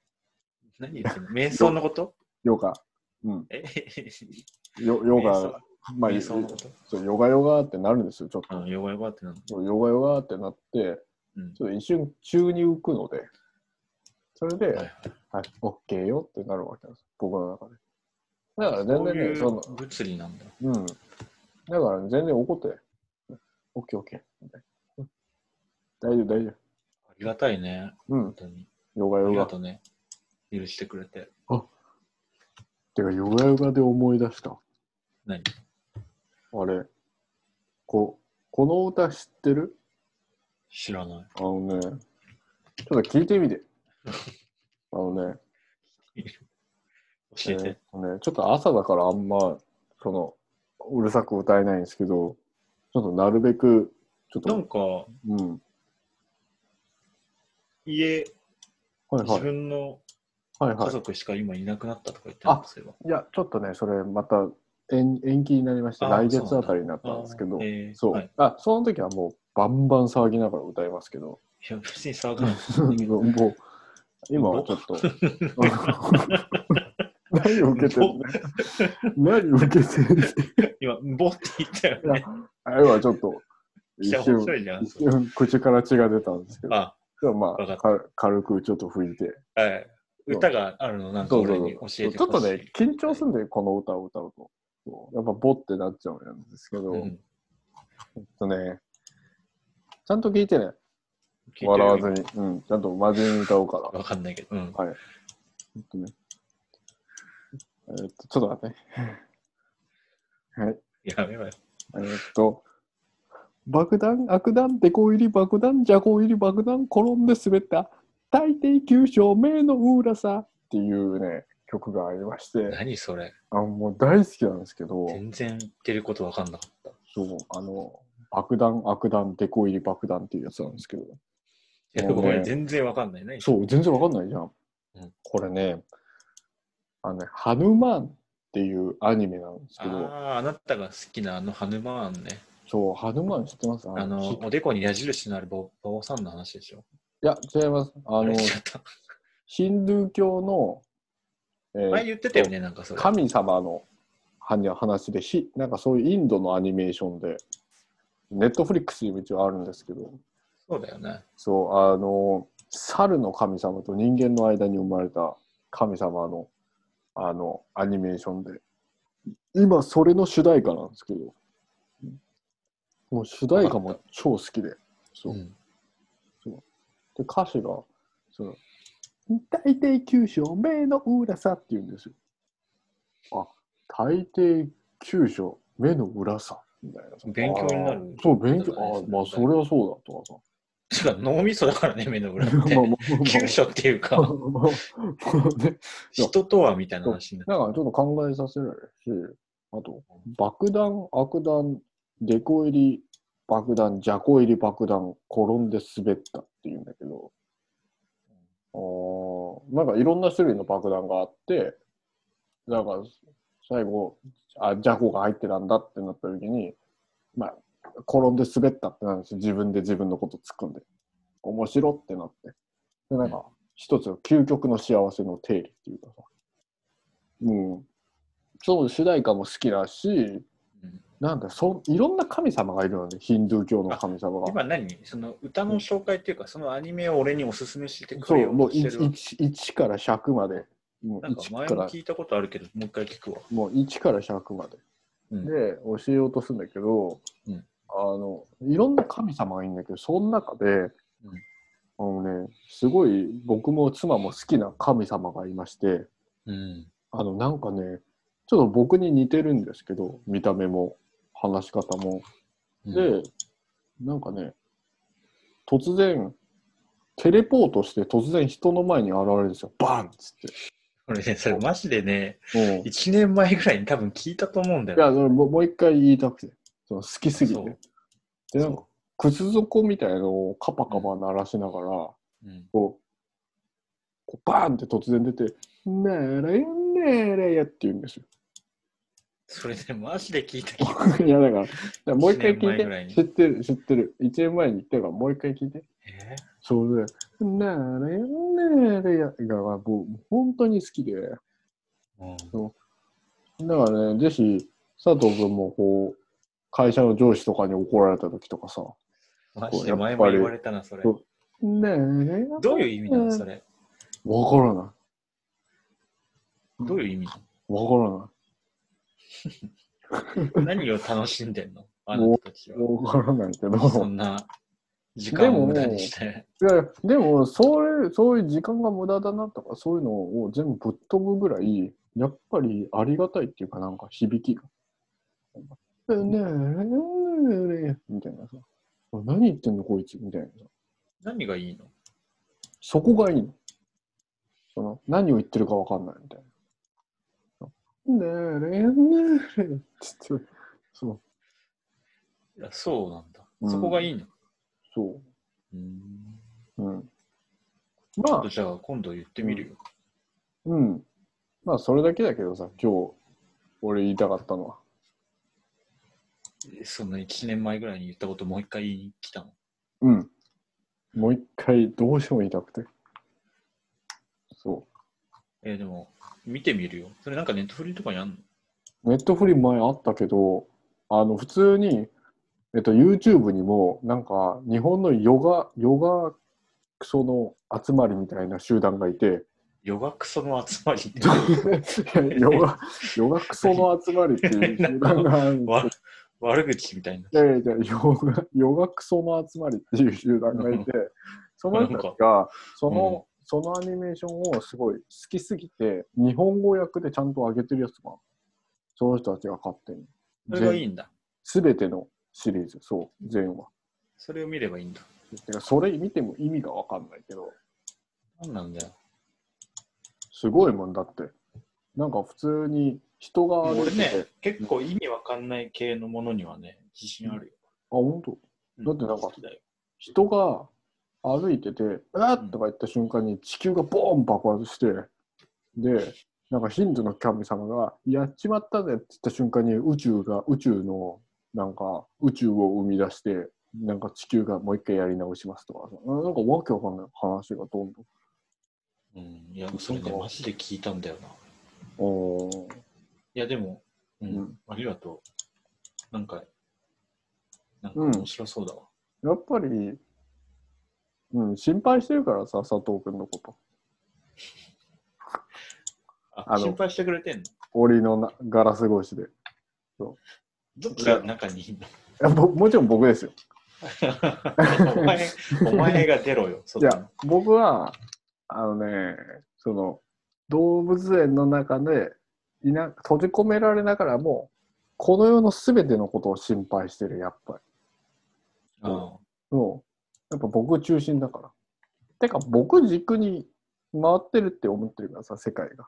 Speaker 2: 何言ってんの瞑想のこと
Speaker 1: ヨガうん
Speaker 2: え
Speaker 1: ヨ ヨガ
Speaker 2: 瞑想
Speaker 1: まあ
Speaker 2: 瞑想のこと
Speaker 1: そうヨガヨガってなるんですよちょっと、
Speaker 2: うん、ヨガヨガってなの。
Speaker 1: そうヨガヨガってなって
Speaker 2: うん。
Speaker 1: ちょっと一瞬急に浮くのでそれで、
Speaker 2: はいはい
Speaker 1: はい、OK よってなるわけなんです、僕の中で。だから
Speaker 2: そ
Speaker 1: 全
Speaker 2: う
Speaker 1: 然
Speaker 2: い
Speaker 1: ね、
Speaker 2: う
Speaker 1: その、
Speaker 2: 物理なんだ。
Speaker 1: うん。だから全然怒って、OK、OK みたいな。うん大丈夫、大丈
Speaker 2: ありがたいね。
Speaker 1: 夫。う
Speaker 2: 本
Speaker 1: ん。
Speaker 2: 当に。
Speaker 1: ヨガ
Speaker 2: あ
Speaker 1: ヨ
Speaker 2: り
Speaker 1: ガ。
Speaker 2: が
Speaker 1: て
Speaker 2: とうね。許してくれて。
Speaker 1: か、ヨガヨガで思い出した。
Speaker 2: 何
Speaker 1: あれ、こ、この歌知ってる
Speaker 2: 知らない。
Speaker 1: あのね、ちょっと聞いて みて。あのね、
Speaker 2: 教えて。
Speaker 1: えーねちょっと朝だからあんま、その、うるさく歌えないんですけど、ちょっとなるべく、ちょっ
Speaker 2: なん
Speaker 1: と、
Speaker 2: か、
Speaker 1: うん。
Speaker 2: 家、
Speaker 1: はいは
Speaker 2: 自
Speaker 1: い。
Speaker 2: 分の
Speaker 1: はいは
Speaker 2: 家
Speaker 1: い。
Speaker 2: 族しか今いなくなったとか言ってたんですよ。
Speaker 1: いや、ちょっとね、それまた延延期になりまして、
Speaker 2: あ
Speaker 1: 来月あたりになったんですけど、
Speaker 2: えー
Speaker 1: そう、
Speaker 2: はい、
Speaker 1: あ、その時はもうバンバン騒ぎながら歌いますけど、
Speaker 2: いや、別に騒がない。
Speaker 1: もう、今はちょっと、 何を受けてる何を受けてる
Speaker 2: 今、ボって言ったよ
Speaker 1: いや
Speaker 2: ね。、
Speaker 1: あれはちょっと、
Speaker 2: い
Speaker 1: 一
Speaker 2: や、面白
Speaker 1: 瞬、
Speaker 2: いじゃん。
Speaker 1: 一瞬口から血が出たんですけど、
Speaker 2: あ、
Speaker 1: でもま
Speaker 2: わか
Speaker 1: あ
Speaker 2: っ
Speaker 1: か、軽くちょっと拭いて、
Speaker 2: はい。歌があるの、なんか
Speaker 1: そう
Speaker 2: 俺
Speaker 1: そう
Speaker 2: に
Speaker 1: そ
Speaker 2: 教
Speaker 1: う
Speaker 2: えて
Speaker 1: ちょっ
Speaker 2: ほ
Speaker 1: と
Speaker 2: しい。
Speaker 1: ね、緊張するんで、この歌を歌うと。そうやっぱボってなっちゃうんですけど、
Speaker 2: うん、
Speaker 1: えっとね、ちゃんと聞いてね、
Speaker 2: 聞いてる
Speaker 1: 笑わずに。うん、ちゃんと真面目に歌おうから。
Speaker 2: わかんないけど。うん。
Speaker 1: えっとねえっと、ちょっと待って ね。
Speaker 2: やめろよ。
Speaker 1: えっと、爆弾、悪弾、デコ入り、爆弾、ジャコ入り、爆弾、転んで滑った。大抵九章目の裏さっていうね、曲がありまして、
Speaker 2: 何それ
Speaker 1: あもう大好きなんですけど、
Speaker 2: 全然言ってることわかんなかった。
Speaker 1: そう、あの、爆弾、悪弾、デコ入り爆弾っていうやつなんですけど、
Speaker 2: いや
Speaker 1: もう
Speaker 2: ご
Speaker 1: ね
Speaker 2: めん、全然わかんない。何
Speaker 1: そう、全然わかんないじゃん。
Speaker 2: うん
Speaker 1: これね、あのね、ハヌマーンっていうアニメなんですけど、
Speaker 2: ああ、あなたが好きなあのハヌマーンね。
Speaker 1: そう、ハヌマーン知ってます
Speaker 2: あの、
Speaker 1: ひ
Speaker 2: おでこに矢印のある馬王さんの話でしょ。
Speaker 1: いや、違います。あ
Speaker 2: あ
Speaker 1: の
Speaker 2: れ、違った。
Speaker 1: ヒンドゥー教の、えー
Speaker 2: 前言ってたよね、なんかそれ。
Speaker 1: 神様の話でひなんかそういうインドのアニメーションでネットフリックスにも一応あるんですけど
Speaker 2: そうだよね。
Speaker 1: そうあの猿の神様と人間の間に生まれた神様のあのアニメーションで今それの主題歌なんですけどもう主題歌も超好きでそう、
Speaker 2: うん
Speaker 1: で歌詞がその大抵九章目の裏さって言うんですよ。あ大抵九章目の裏さみたいな。
Speaker 2: 勉強になる
Speaker 1: あーそう、勉強。
Speaker 2: そう
Speaker 1: あ
Speaker 2: だね
Speaker 1: ーまあ、それはそうだとかさ。
Speaker 2: そうだ、脳みそだからね、目の裏 って。
Speaker 1: まあまあまあ
Speaker 2: 急所っていう
Speaker 1: まあ
Speaker 2: か、
Speaker 1: まあまあね
Speaker 2: 人とはみたいな話になる。
Speaker 1: なんかちょっと考えさせられるし、あと、爆弾、悪弾、デコ入り、爆弾、ジャコ入り爆弾、転んで滑ったっていうんだけど、あーなんかいろんな種類の爆弾があって、なんか最後、あ、ジャコが入ってたんだってなった時に、まあ、転んで滑ったってなるんですよ自分で自分のこと突っ込んで。面白ってなって。で、なんか、一つの究極の幸せの定理っていうかさ。うん。そう、主題歌も好きだし、
Speaker 2: うん
Speaker 1: なんかそ、いろんな神様がいるのね、ヒンドゥー教の神様が。
Speaker 2: 今何その歌の紹介っていうか、そのアニメを俺におすすめしてく
Speaker 1: そ
Speaker 2: れ
Speaker 1: う、
Speaker 2: よう
Speaker 1: もう
Speaker 2: としてるわけ
Speaker 1: 1, から100まで。もう
Speaker 2: なんか前
Speaker 1: 1か
Speaker 2: も
Speaker 1: ら
Speaker 2: 聞いたことあるけど、もう一回聞くわ。
Speaker 1: もう1から100まで。
Speaker 2: うん
Speaker 1: で、教えようとするんだけど、
Speaker 2: うん
Speaker 1: あの、いろんな神様がいるんだけど、その中で、あのね、すごい僕も妻も好きな神様がいまして、
Speaker 2: うん。
Speaker 1: あの、なんかね、ちょっと僕に似てるんですけど、見た目も、話し方も。
Speaker 2: うん、
Speaker 1: で、なんかね、突然、テレポートして突然人の前に現れるんですよ。バンっつ
Speaker 2: 俺ね、それマジでね、
Speaker 1: って。うんい
Speaker 2: 1年前ぐらいに多分聞いたと思うんだよ。
Speaker 1: や、それもうもう一回言いたくて。その好きすぎ
Speaker 2: そ
Speaker 1: て
Speaker 2: う。
Speaker 1: で、なんか、靴底みたいのをカパカパ鳴らしながら、
Speaker 2: うん
Speaker 1: こう、こうバーンって突然出て、なれやなれやって言うんですよ。
Speaker 2: それでマジで聞いた気が
Speaker 1: いやだから、だからもう一回
Speaker 2: 一
Speaker 1: 聞
Speaker 2: 年前ぐらい
Speaker 1: いて。
Speaker 2: に
Speaker 1: 知ってる、知ってる。1年前に言ったから、もう一回聞いて。
Speaker 2: え
Speaker 1: そうね。なれやれやが、もう本当に好きで。だ
Speaker 2: ーうん
Speaker 1: からね、ぜひ、佐藤君もこう、会社の上司とかに怒られた時とかさ、
Speaker 2: マジで前も言われたな、それ。
Speaker 1: そうなれや
Speaker 2: どういう意味なの、それ。
Speaker 1: わからない。
Speaker 2: どういう意味な
Speaker 1: わから
Speaker 2: の何を楽しんでんのあなたたち
Speaker 1: な
Speaker 2: は。
Speaker 1: い。わからないけ
Speaker 2: そ
Speaker 1: ど。
Speaker 2: んな時間を無駄にして。
Speaker 1: いや、でも、そういう、そういう時間が無駄だなとか、そういうのを全部ぶっ飛ぶぐらい、やっぱりありがたいっていうか、なんか響きが。ねえ、ねえ、みたいなさ。何言ってんの、こいつ、みたいなさ。
Speaker 2: 何がいいの
Speaker 1: そこがいいの。その、何を言ってるかわかんない、みたいな。ねえ、ねえ、ねえ、つって、そう、
Speaker 2: いやそうなんだ
Speaker 1: う。ん
Speaker 2: そこがいいの。
Speaker 1: そ
Speaker 2: うん
Speaker 1: う。うん。
Speaker 2: ちょ
Speaker 1: ま
Speaker 2: っ
Speaker 1: あ
Speaker 2: と、じゃあ今度言ってみるよ。
Speaker 1: うん。まあ、それだけだけどさ、今日、俺言いたかったのは。
Speaker 2: その1年前ぐらいに言ったこともう一回言いに来たの。
Speaker 1: うん。もう一回どうしても言いたくて。そ
Speaker 2: えーでも、見てみるよ。それなんかネットフリーとかにあんの
Speaker 1: う。ネットフリ前あったけど、あの、普通に、えっと、YouTube にも、なんか、日本のヨガ、ヨガ、その集まりみたいな集団がいて、
Speaker 2: ヨガクソの集まりって。
Speaker 1: ヨガ、ヨガクソの集まりっていう集団があるんですよ
Speaker 2: わ悪口みたいな。
Speaker 1: いやいやいや、ヨガ、ヨガクソの集まりっていう集団がい て、その人たちが、その、そのアニメーションをすごい好きすぎて、日本語訳でちゃんと上げてるやつが、その人たちが買ってる。
Speaker 2: それがいいんだ。
Speaker 1: すべてのシリーズ、そう、全話。
Speaker 2: それを見ればいいんだ。
Speaker 1: てかそれ見ても意味がわかんないけど、
Speaker 2: なんなんだよ。
Speaker 1: すごいもんだって。なんか普通に人が歩い
Speaker 2: 俺
Speaker 1: てて、
Speaker 2: ね、結構意味わかんない系のものにはね、自信あるよ。
Speaker 1: あ、本当。
Speaker 2: う
Speaker 1: だってなんか
Speaker 2: 好きだよ
Speaker 1: 人が歩いてて、うわっとか言った瞬間に地球がボーン爆発して、で、なんかヒンドゥーの神様が、やっちまったぜって言った瞬間に宇宙が、宇宙の、なんか宇宙を生み出して、なんか地球がもう一回やり直しますとか、なんかわけわかんない話がどんどん。
Speaker 2: うん、いや、それね、マジで聞いたんだよな。い
Speaker 1: おー
Speaker 2: や、でも、うん、
Speaker 1: うん
Speaker 2: ありがとう。なんか、なんか
Speaker 1: うん
Speaker 2: 面白そうだわ。
Speaker 1: やっぱり、うん、心配してるからさ、佐藤君のこと。
Speaker 2: あ、
Speaker 1: あの
Speaker 2: 心配してくれてんの
Speaker 1: 檻のなガラス越しで。い
Speaker 2: どっちが中にいんの
Speaker 1: やぼもちろん僕ですよ。
Speaker 2: お前、お前が出ろよ、そ
Speaker 1: いや、僕は、あのね、その、動物園の中でいな閉じ込められながらも、この世のすべてのことを心配してる、やっぱり。
Speaker 2: うん
Speaker 1: そう。やっぱ僕中心だから。てか、僕軸に回ってるって思ってるからさ、世界が。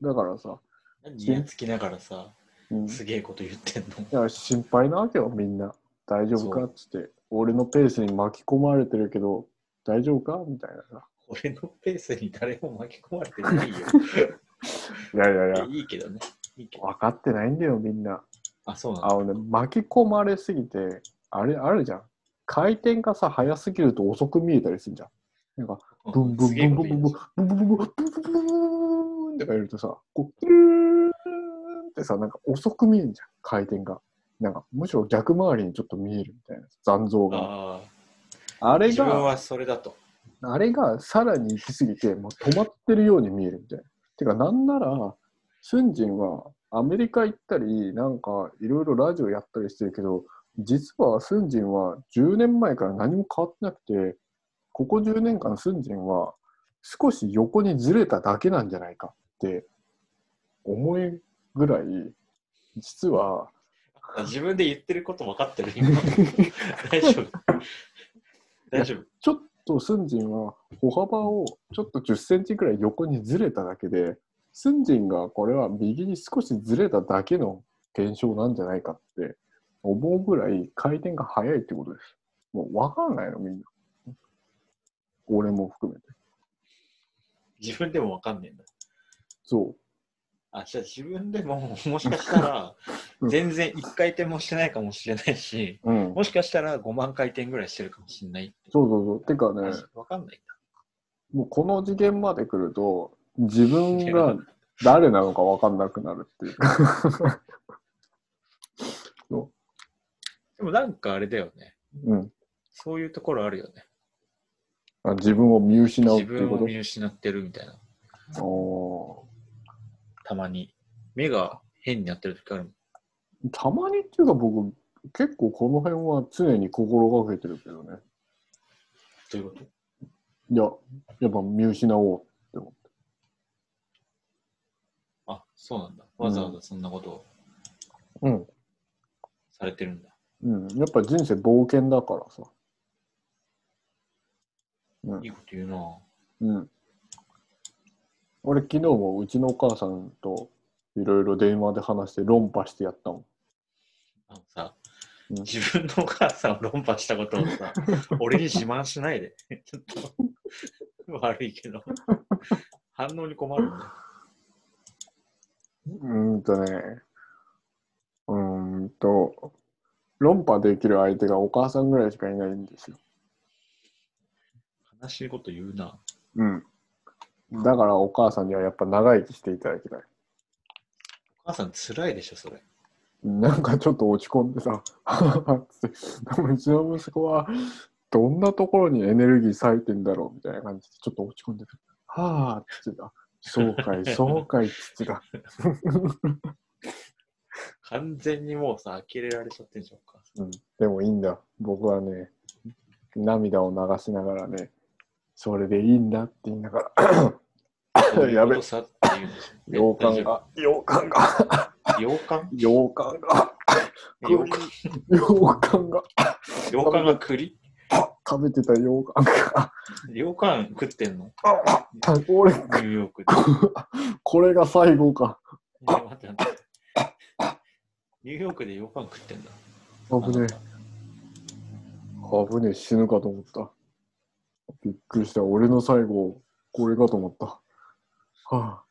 Speaker 1: だからさ、
Speaker 2: 何やつきながらさ、
Speaker 1: うん、
Speaker 2: すげえこと言ってんの。
Speaker 1: いや心配なわけよみんな大丈夫かっつって俺のペースに巻き込まれてるけど大丈夫かみたいなさ
Speaker 2: 俺のペースに誰も巻き込まれてないよ。
Speaker 1: いやいやい
Speaker 2: いいけどね。いいけど。
Speaker 1: 分かってないんだよみんな
Speaker 2: あ、そうなん
Speaker 1: あ
Speaker 2: だ。
Speaker 1: のね巻き込まれすぎてあれあるじゃん回転がさ早すぎると遅く見えたりするじゃんなんか
Speaker 2: う
Speaker 1: ブン
Speaker 2: ん
Speaker 1: ブン
Speaker 2: すげえ
Speaker 1: ブ
Speaker 2: こと言
Speaker 1: ンブ
Speaker 2: い
Speaker 1: ン
Speaker 2: 出した
Speaker 1: ブンブンブンブンブンブンブンブンブンとか言うとさこうルーンってさなんか遅く見えんじゃん回転がなんかむしろ逆回りにちょっと見えるみたいな残像が
Speaker 2: あ
Speaker 1: あ
Speaker 2: あ。
Speaker 1: れ
Speaker 2: 自
Speaker 1: が
Speaker 2: 分はそれだと。
Speaker 1: あれがさらに行き過ぎて、もう止まってるように見えるみたいな。てか、なんなら、俊仁はアメリカ行ったり、なんかいろいろラジオやったりしてるけど、実は俊仁は10年前から何も変わってなくて、ここ10年間俊仁は少し横にずれただけなんじゃないかって思えぐらい、実は
Speaker 2: 自分で言ってること分かって る、今。大丈夫。大丈夫。
Speaker 1: ちょっとスンジンは歩幅をちょっと10センチくらい横にずれただけで、スンジンがこれは右に少しずれただけの現象なんじゃないかって思うぐらい回転が速いってことです。もう分かんないのみんな。俺も含めて。
Speaker 2: 自分でも分かんねえんだ。
Speaker 1: そ
Speaker 2: あ、じゃあ自分でも、 もしかしたら
Speaker 1: う、ん
Speaker 2: 全然1回転もしてないかもしれないし、
Speaker 1: う。うん。
Speaker 2: もしかしたら5万回転ぐらいしてるかもしれないって。
Speaker 1: そうそうそう。てかね、
Speaker 2: 分かんないんだ。
Speaker 1: もうこの次元まで来ると、自分が誰なのか分かんなくなるっていうか。
Speaker 2: でもなんかあれだよね。
Speaker 1: うん
Speaker 2: そういうところあるよね。
Speaker 1: あ。自分を見失うっ
Speaker 2: 自
Speaker 1: ていう
Speaker 2: 分
Speaker 1: こ
Speaker 2: を
Speaker 1: と
Speaker 2: 見失ってるみたいな。
Speaker 1: お
Speaker 2: たまに。目が変になってる時あるもん。
Speaker 1: ーたまにっていうか僕結構この辺は常に心がけてるけどね
Speaker 2: どういうこと
Speaker 1: いややっぱ見失おう
Speaker 2: あ、そうなんだ。わざわざそんなことを
Speaker 1: うん、
Speaker 2: されてるんだ。
Speaker 1: うん、やっぱ人生冒険だからさうん
Speaker 2: いいこと言うなぁ。
Speaker 1: うん俺昨日もうちのお母さんといろいろ電話で話して論破してやったもん
Speaker 2: あのさ、
Speaker 1: うん
Speaker 2: 自分のお母さんを論破したこと をさ、俺に自慢しないで。ちょっと悪いけど。反応に困るんだよ。
Speaker 1: うーんとね、うーんと、論破できる相手がお母さんぐらいしかいないんですよ。
Speaker 2: 悲しいこと言うなぁ。
Speaker 1: うん。だからお母さんにはやっぱ長生きしていただきたい。
Speaker 2: お母さん辛いでしょ、それ。
Speaker 1: なんかちょっと落ち込んでさ、つって、でもうちの息子はどんなところにエネルギー割いてんだろうみたいな感じで、ちょっと落ち込んでる。はあ、っつってた。そうかい、そうかい、っつってた。
Speaker 2: 完全にもうさ、呆れられちゃってんじゃん、お母さん。
Speaker 1: うん、でもいいんだ。僕はね、涙を流しながらね、それでいいんだって言いなが
Speaker 2: どうい う
Speaker 1: やべ
Speaker 2: ことさって言うんでし
Speaker 1: ら、
Speaker 2: ょ
Speaker 1: 洋館。が、洋館が、
Speaker 2: 大丈夫洋館
Speaker 1: 洋館が、
Speaker 2: 洋館
Speaker 1: 洋館が、
Speaker 2: 洋館が栗
Speaker 1: か食べてた羊羹が、
Speaker 2: 羊羹食ってんの
Speaker 1: あ俺、
Speaker 2: ニューヨ ークで。
Speaker 1: これが最後か。
Speaker 2: いや待って待ってニューヨークで羊羹食ってんだ。
Speaker 1: 危ねえ
Speaker 2: あ。な
Speaker 1: 危ねえ、死ぬかと思った。びっくりした。俺の最後、これかと思った。はぁ、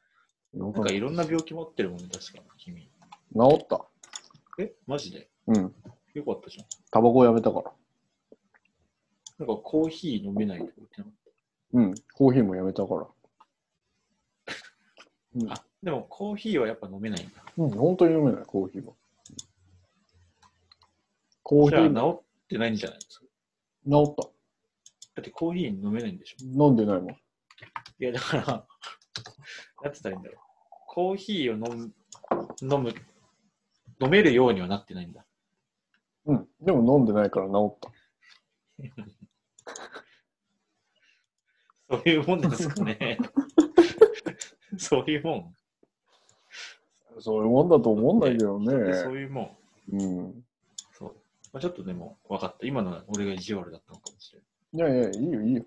Speaker 2: たなんか
Speaker 1: 羊
Speaker 2: いろんな病気持ってるもんね、確か、君。
Speaker 1: 羹治った。
Speaker 2: え、マジで
Speaker 1: うん。
Speaker 2: よかったじゃん。
Speaker 1: タバコやめたから。
Speaker 2: なんかコーヒー飲めないとか言ってなかっ
Speaker 1: うん。コーヒーもやめたから。
Speaker 2: た。あ、でもコーヒーはやっぱ飲めないんだ。
Speaker 1: うん、本当に飲めない、コーヒーは。コーヒ
Speaker 2: じゃあ
Speaker 1: ー、
Speaker 2: 治ってないんじゃないですか。
Speaker 1: 治った。
Speaker 2: だってコーヒー飲めないんでしょ。
Speaker 1: 飲んでないもん。
Speaker 2: いや、だから、なんて言ったらいいんだろう。コーヒーを飲む、飲む、飲めるようにはなってないんだ。
Speaker 1: うん。でも飲んでないから治った。
Speaker 2: そういうもんです かね。そういうもん。
Speaker 1: そういうもんだと思うんだけど
Speaker 2: そう
Speaker 1: ね。
Speaker 2: いうもん。
Speaker 1: うん。
Speaker 2: そう。まあ、ちょっとでも分かった。今のは俺が意地悪だったのかもしれ
Speaker 1: いやいや、いいよ、いいよ。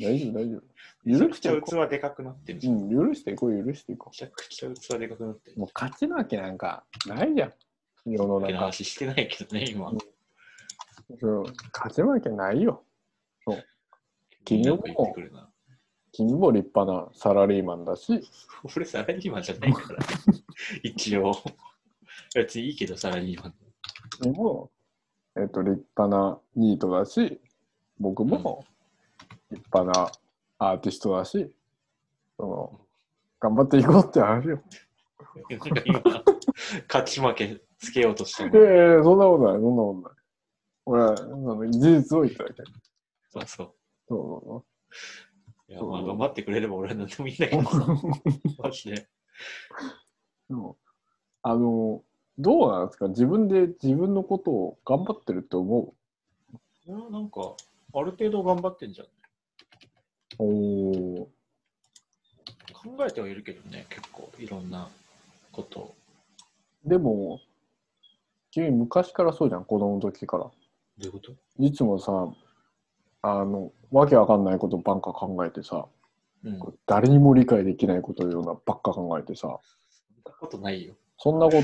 Speaker 1: 大丈夫、大丈
Speaker 2: ない。
Speaker 1: 夫。
Speaker 2: め
Speaker 1: 許し
Speaker 2: ち
Speaker 1: て
Speaker 2: ゃ
Speaker 1: い
Speaker 2: くち
Speaker 1: こ
Speaker 2: ゃ器でかくなってるじ
Speaker 1: う。
Speaker 2: ゃん。め
Speaker 1: うん、許していこう、許していこ
Speaker 2: ちゃくちゃ器でかくなってる
Speaker 1: う。。もう勝ちなわけなんかないじゃん。世の
Speaker 2: だけの
Speaker 1: 中。
Speaker 2: 話してないけどね、今。
Speaker 1: そう勝ち負けないよ。君
Speaker 2: な
Speaker 1: も
Speaker 2: んか言ってくるな。
Speaker 1: 君も立派なサラリーマンだし、
Speaker 2: 俺サラリーマンじゃない から。一応。別にいいけど、サラリーマン。
Speaker 1: 君も、えっと、立派なニートだし、僕も立派なアーティストだし、その頑張っていこうってあるよ。
Speaker 2: なんか今、勝ち負けつけようとして
Speaker 1: いやい
Speaker 2: る。
Speaker 1: やいやそんなことない、そんなことない。俺は、その事実を言っただけ。
Speaker 2: そう
Speaker 1: そ
Speaker 2: そ
Speaker 1: うそうそう。
Speaker 2: う。いや、まあ、頑張ってくれれば俺は何でもいいんだけどさ。マジで。
Speaker 1: でもあの、どうなんですか自分で自分のことを頑張ってるって思
Speaker 2: いや、なんか、ある程度頑張ってんじゃん。
Speaker 1: うおお。
Speaker 2: 考えてはいるけどね、結構、いろんなことを。
Speaker 1: でも、君昔からそうじゃん、子供の時から。
Speaker 2: どういうこと
Speaker 1: いつもさ、あの、わけわかんないことばっか考えてさ、
Speaker 2: うん。
Speaker 1: こう誰にも理解できないことようなばっか考えてさ、
Speaker 2: そんなことないよ。
Speaker 1: そんなこと、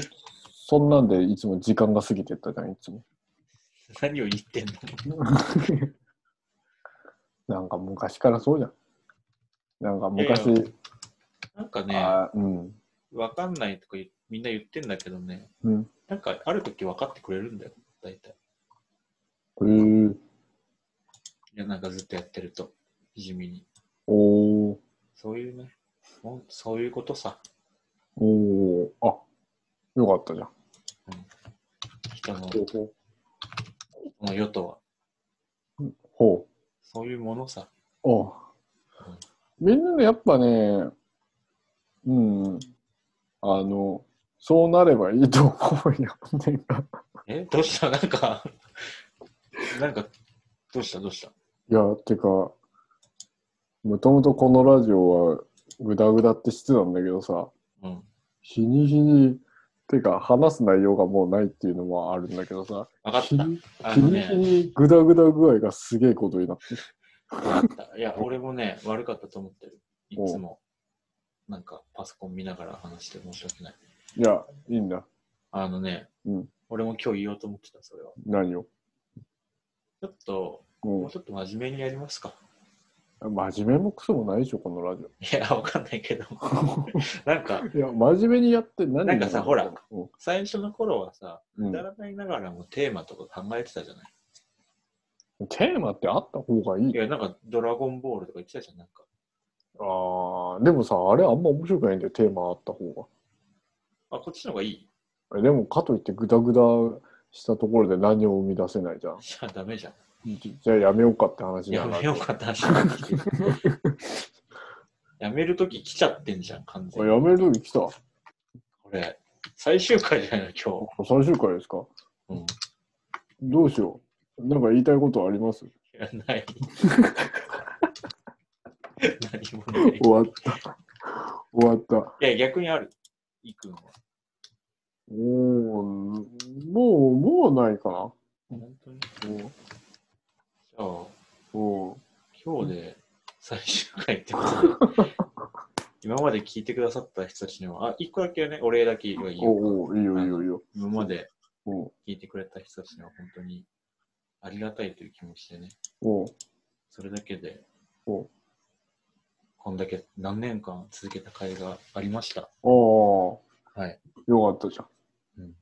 Speaker 1: そんなんでいつも時間が過ぎてったじゃん、いつも。
Speaker 2: 何を言ってんの
Speaker 1: なんか昔からそうじゃん。なんか
Speaker 2: いや
Speaker 1: 昔、
Speaker 2: なんかね、
Speaker 1: あうん。
Speaker 2: わかんないとか言みんな言ってんだけどね、
Speaker 1: うん。
Speaker 2: なんか、ある時分かってくれるんだよ、大体。
Speaker 1: へー
Speaker 2: いや、なんかずっとやってると、地味に。
Speaker 1: おー
Speaker 2: そういうね、もうそういうことさ。
Speaker 1: おーあよかったじゃん。
Speaker 2: 人の、
Speaker 1: ほうほう。
Speaker 2: この世とは、
Speaker 1: ほ
Speaker 2: そういうものさ。
Speaker 1: う。あみんなやっぱね、うん、あの、そうなればいいと思うよ。なんか
Speaker 2: え、どうしたなんか、なんか、どうしたどうした
Speaker 1: いや、てか、もともとこのラジオはグダグダってしてたんだけどさ、
Speaker 2: うん。
Speaker 1: 日に日に、てか話す内容がもうないっていうのもあるんだけどさ、
Speaker 2: 分かっ
Speaker 1: 日に
Speaker 2: た。あ
Speaker 1: 日
Speaker 2: の
Speaker 1: に日
Speaker 2: ね、
Speaker 1: にグダグダ具合がすげえことになってる。
Speaker 2: 分かった。いや、俺もね、悪かったと思ってる。いつも、なんか、パソコン見ながら話して申し訳ない。
Speaker 1: いや、いいんだ。
Speaker 2: あのね、
Speaker 1: うん
Speaker 2: 俺も今日言おうと思ってた、それは。
Speaker 1: 何を。
Speaker 2: ちょっと、
Speaker 1: うん
Speaker 2: もうちょっと真面目にやりますか。
Speaker 1: 真面目もクソもないでしょ、このラジ
Speaker 2: いや、わかんないけど。なんか、
Speaker 1: オ。いや、真面目にやって何
Speaker 2: なんかさほら
Speaker 1: うん
Speaker 2: 最初の頃はさ、
Speaker 1: う
Speaker 2: く
Speaker 1: ん
Speaker 2: だらないながらもテーマとか考えてたじゃない。
Speaker 1: テーマってあった方がいい
Speaker 2: い。や、なんか、ドラゴンボールとか言ってたじゃん、なんか。
Speaker 1: ああ、でもさ、あれあんま面白くないんだよ、テーマあった方
Speaker 2: あ、こっちの方がい い
Speaker 1: が。えでも、かといってグダグダしたところで何を生み出せないじゃん。
Speaker 2: じゃあ、ダメじゃん。
Speaker 1: じじゃあやめようかって話だ
Speaker 2: や
Speaker 1: な
Speaker 2: めようかって話になってきてるやめるとき来ちゃってんじゃん、完全
Speaker 1: あ
Speaker 2: に。
Speaker 1: やめる時来た。
Speaker 2: これ、最終回じゃないの、今
Speaker 1: 最終回ですか
Speaker 2: 日。うん。い
Speaker 1: どうしよう。なんか言いたいことあります
Speaker 2: や、 ない。何もない。
Speaker 1: 終わった。終わった。
Speaker 2: いや、逆にある。いくんは。
Speaker 1: おー、もう、もうないかな。
Speaker 2: 本当に。
Speaker 1: うん
Speaker 2: じゃあ、
Speaker 1: お
Speaker 2: 今日で最終回ってことで、 今まで聞いてくださった人たちにも、あ、一個だけね、お礼だけ言えばいいよ
Speaker 1: おおいいよいいよいいよ。
Speaker 2: 今まで
Speaker 1: おう
Speaker 2: 聞いてくれた人たちには本当にありがたいという気持ちでね、
Speaker 1: おう
Speaker 2: それだけで、
Speaker 1: おう
Speaker 2: こんだけ何年間続けた甲斐がありました。
Speaker 1: お
Speaker 2: はい。
Speaker 1: ーよかったじゃん。
Speaker 2: うん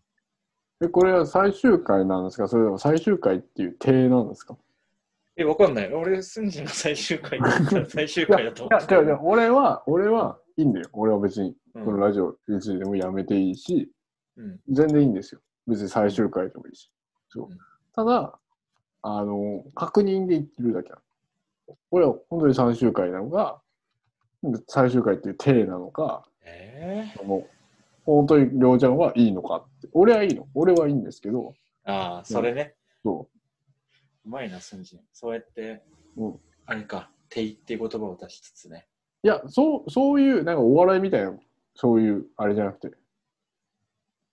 Speaker 1: え、これは最終回なんですかそれとも最終回っていう体なんですか
Speaker 2: え、わかんない。俺、スンジの最終回だった ら最終回だと
Speaker 1: い
Speaker 2: 思
Speaker 1: や、
Speaker 2: ってた
Speaker 1: 違う違う、俺は、俺はいいんだよ。俺は別に、こ
Speaker 2: うん
Speaker 1: のラジオ、いつでもやめていいし、
Speaker 2: うん。
Speaker 1: 全然いいんですよ。別に最終回でもいいし。そう
Speaker 2: うん
Speaker 1: ただ、あの、確認で言ってるだけなの。俺は本当に最終回なのか、最終回っていう体なのか、
Speaker 2: ええ
Speaker 1: その本当にりょうちゃんはいいのかって。俺はいいの。俺はいいんですけど、
Speaker 2: ああ、それね。
Speaker 1: そう
Speaker 2: まいな、スンジ。そうやって、
Speaker 1: う。うん。
Speaker 2: あれか、ていっていう言葉を出しつつね。
Speaker 1: いや、そう、そういう、なんかお笑いみたいな、そういう、あれじゃなくて、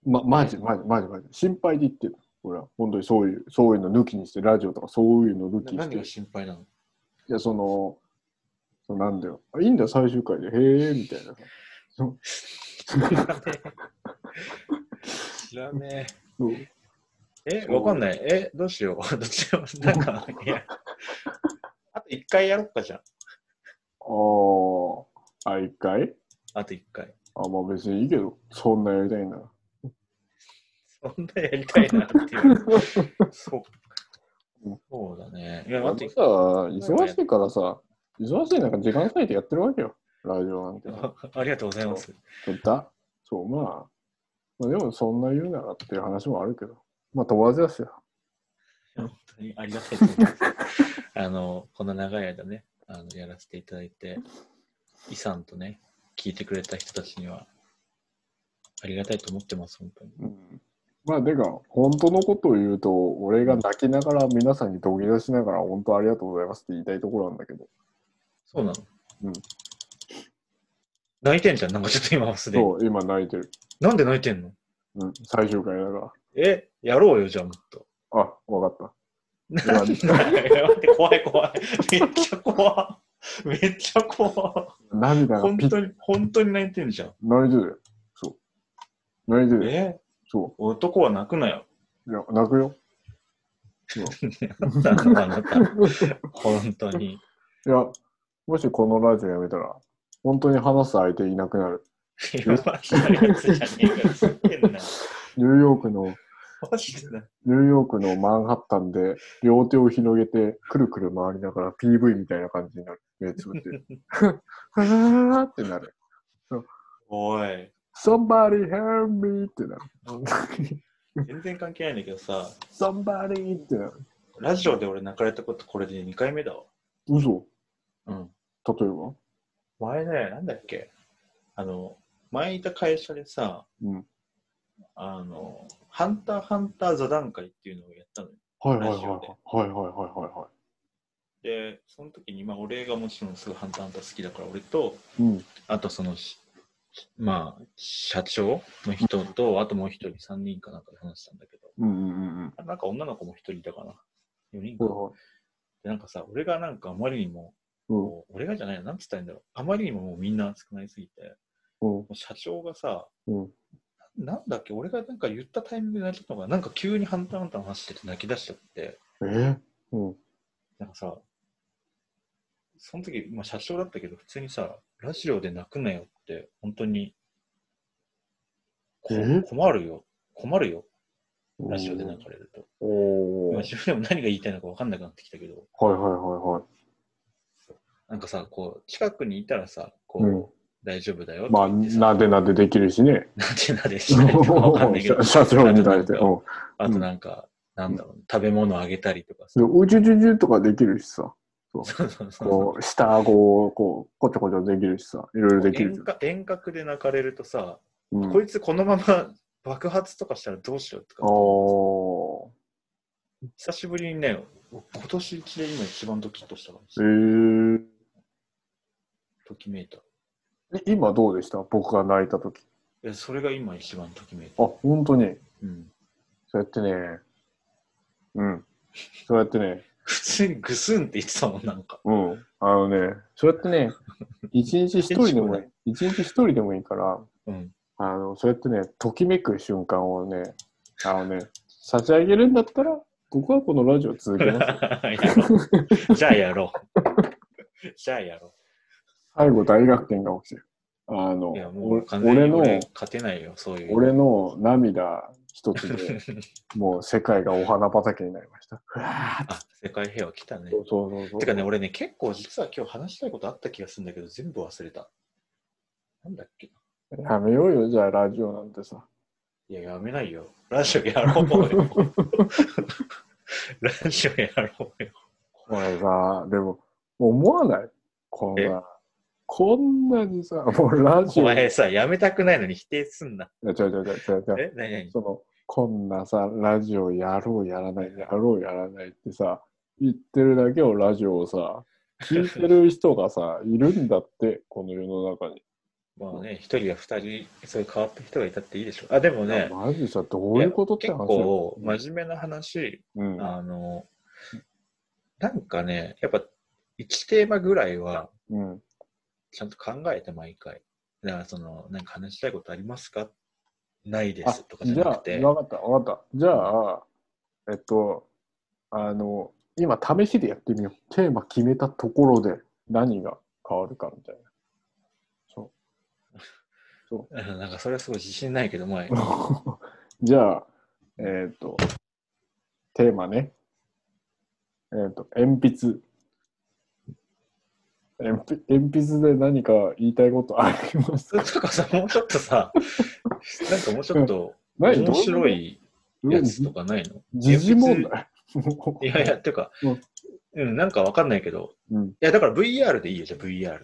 Speaker 1: ま、マジ、マジ、マジ、マジ。心配で言ってる。俺は、本当にそういう、そういうの抜きにして、ラジオとかそういうの抜
Speaker 2: な
Speaker 1: きにし
Speaker 2: 何
Speaker 1: て
Speaker 2: が。心配なの
Speaker 1: いや、その、そのなんだよ。あいいんだよ、最終回で。へえ、みたいな。
Speaker 2: 知らね
Speaker 1: そう
Speaker 2: え。え、わかんない。え、どうしよう。 どっちも、なんか、 いや。あと一回やろっかじゃん。
Speaker 1: あーあ、一回
Speaker 2: あと一回。
Speaker 1: あ、まあ別にいいけど、そんなやりたいなら。
Speaker 2: そんなやりたいなっていう。 そう
Speaker 1: うん。
Speaker 2: そうだね。いや、
Speaker 1: あ
Speaker 2: あと
Speaker 1: と
Speaker 2: 一
Speaker 1: さ、忙しいからさ、忙しい中時間割いてやってるわけよ。ラジオなんて。
Speaker 2: 回。ありがとうございます。
Speaker 1: だそう、まあ。まあでもそんな言うならっていう話もあるけど。まあ友達だしよ。
Speaker 2: 本当にありがたいと思います。あの、この長い間ね、あのやらせていただいて、イさんとね、聞いてくれた人たちには、ありがたいと思ってます、本当に。
Speaker 1: うん。まあ、てか、本当のことを言うと、俺が泣きながら皆さんに土下座しながら、本当ありがとうございますって言いたいところなんだけど。
Speaker 2: そうなの
Speaker 1: うん
Speaker 2: 泣いてんじゃん、なんかちょっと今すでに。
Speaker 1: そう、今泣いてる。
Speaker 2: なんで泣いてんの
Speaker 1: うん、最終回だか
Speaker 2: え、やろうよ、じゃあもっと。
Speaker 1: ら。あ、わかっ
Speaker 2: なんだよ待って怖い怖い。めっちゃ怖い。めっちゃ怖い。
Speaker 1: た。涙が
Speaker 2: 本
Speaker 1: ピッ、
Speaker 2: 当に、本当に泣いてんじゃん。
Speaker 1: 泣いてるよ。そう。泣いてるよ。
Speaker 2: え、
Speaker 1: そ
Speaker 2: 男は泣くな よ。
Speaker 1: う。いや、泣くよ。
Speaker 2: なんだろうあなた。本当に。
Speaker 1: いや、もしこのラジオやめたら、本当に話す相手いなくなる。
Speaker 2: いや、マジなやつじゃねえから、知ってんな。
Speaker 1: ニューヨークの、
Speaker 2: マジでな。
Speaker 1: ニューヨークのマンハッタンで、両手を広げて、くるくる回りながら PV みたいな感じになる。目つぶって。ふーってなる。
Speaker 2: おい。
Speaker 1: Somebody help me! ってなる。
Speaker 2: 全然関係ないんだけどさ、
Speaker 1: Somebody! ってなる。
Speaker 2: ラジオで俺泣かれたことこれで2回目だわ。
Speaker 1: 嘘
Speaker 2: うん。
Speaker 1: 例えば
Speaker 2: 前ね、なんだっけ。あの、前いた会社でさ、
Speaker 1: うん。
Speaker 2: あの、ハンターハンター座談会っていうのをやったのよ。
Speaker 1: はいはいはい
Speaker 2: ラジオで
Speaker 1: はい。はいはいはいはいは
Speaker 2: で、その時に、まあ、俺がもちろんすごいハンターハンター好きだから、俺と、
Speaker 1: い。うん。
Speaker 2: あとそのし、まあ、社長の人と、あともう一人、3人かなんかで話したんだけど、
Speaker 1: うんうんうんうん。
Speaker 2: あなんか女の子も一人いたかな。4人かな。
Speaker 1: は
Speaker 2: で、なんかさ、俺がなんかあまりにも、
Speaker 1: いはい。
Speaker 2: こう俺がじゃないな、なんつったらいいんだろう。あまりにももうみんな少ないすぎて、
Speaker 1: うん。うん
Speaker 2: もう社長がさ、
Speaker 1: うん。
Speaker 2: なんだっけ、俺がなんか言ったタイミングで泣いたのが、なんか急にハンターハンターの話してて泣き出しちゃって、
Speaker 1: えうん。
Speaker 2: なんかさ、その時、まあ社長だったけど、普通にさ、ラジオで泣くなよって、本当に、こ
Speaker 1: え
Speaker 2: 困るよ。困るよ。ラジオで泣かれると。
Speaker 1: おー。
Speaker 2: 今
Speaker 1: はい
Speaker 2: 自分でも何が言いたいのか分かんなくなってきたけど、
Speaker 1: はいは
Speaker 2: なんかさ、こう、近くにいたらさ、こう、
Speaker 1: うん
Speaker 2: 大丈夫だよって
Speaker 1: いはい。まあ、
Speaker 2: 言ってさ、
Speaker 1: なでなでできるしね。、
Speaker 2: なでなでしないとかわかんないけ ど
Speaker 1: 社長に対して。
Speaker 2: あ
Speaker 1: う
Speaker 2: となん
Speaker 1: ん
Speaker 2: かあとなんか、なんだろう、食べ物あげたりとかさ
Speaker 1: で、、うじゅじゅじゅとかできるしさ、
Speaker 2: そうそうそう
Speaker 1: こう、下顎をこう、こちょこちょできるしさ、いろいろできる
Speaker 2: 遠
Speaker 1: じゃん
Speaker 2: 隔遠隔で泣かれるとさ、
Speaker 1: うん
Speaker 2: こいつこのまま爆発とかしたらどうしようとか、
Speaker 1: お
Speaker 2: 久しぶりにね、今年一で今一番ドキッとした感じ、
Speaker 1: ー。
Speaker 2: ときめいた。い
Speaker 1: えー。今どうでした僕が泣いたとき。
Speaker 2: や、それが今一番ときめいた。
Speaker 1: あ、本当に。
Speaker 2: うん、
Speaker 1: そうやってね、うん。そうやってね、
Speaker 2: 普通にぐすんって言ってたもん、なんか。
Speaker 1: うん。あのね、そうやってね、一日一人でもいい、 一日一人でもいいから、
Speaker 2: うん。
Speaker 1: あの、そうやってね、ときめく瞬間をね、あのね、差し上げるんだったら、僕はこのラジオ続け ます。
Speaker 2: やろうじゃあやろう。じゃあやろ
Speaker 1: 最後、大逆転が起きてる。あの
Speaker 2: う。いや、、も
Speaker 1: 俺
Speaker 2: う完全
Speaker 1: 俺
Speaker 2: に
Speaker 1: の、
Speaker 2: 俺勝てないよ、そういう。
Speaker 1: 俺の涙一つ で、もう世界がお花畑になりました。うわ
Speaker 2: あ、世界平和来たね
Speaker 1: ー。そうそうそうそう。
Speaker 2: てかね、俺ね、結構実は今日話したいことあった気がするんだけど、全部忘れた。なんだっけ
Speaker 1: やめようよ、じゃあラジオなんてさ。
Speaker 2: いや、やめないよ。ラジオやろう よ。ラジオやろうよ。
Speaker 1: これさ、でも、思わないこんな、こんなにさ、もうラジ
Speaker 2: お
Speaker 1: オ。
Speaker 2: 前さ、やめたくないのに否定すんな。
Speaker 1: いや違う違う違う違う違う。
Speaker 2: え、なになに
Speaker 1: その、こんなさ、ラジオやろうやらない、やろうやらないってさ、言ってるだけをラジオをさ、聞いてる人がさ、いるんだって、この世の中に。
Speaker 2: まあね、一人や二人、そういう変わった人がいたっていいでしょ。あ、でもね、
Speaker 1: マジさ、どういうことって
Speaker 2: 結
Speaker 1: 話だよ。
Speaker 2: 構真面目な話、
Speaker 1: うん。
Speaker 2: あの、なんかね、やっぱ1テーマぐらいは
Speaker 1: うん。
Speaker 2: ちゃんと考えて毎回。だからその、なんか話したいことありますかないですとかじゃ
Speaker 1: じ
Speaker 2: な
Speaker 1: ゃ
Speaker 2: くて
Speaker 1: あ、、わかった、わかった。じゃあ、えっと、あの、今、試しでやってみよう。テーマ決めたところで何が変わるかみたいな。そ
Speaker 2: うんなんかそれはすごい自信ないけど、まあ、
Speaker 1: う。 じゃあ、えっと、テーマね。えっと、鉛筆。鉛筆鉛筆で何か言いたいことあります
Speaker 2: それとかさ、もうちょっとさ、 なんかもうちょっと
Speaker 1: ない
Speaker 2: 面白い
Speaker 1: どう
Speaker 2: やつとかないの
Speaker 1: 時事問題。
Speaker 2: いやいや、てか、うん、なんかわかんないけど、
Speaker 1: うん
Speaker 2: いや、だから VR でいいよ、じゃあ VR。
Speaker 1: だっ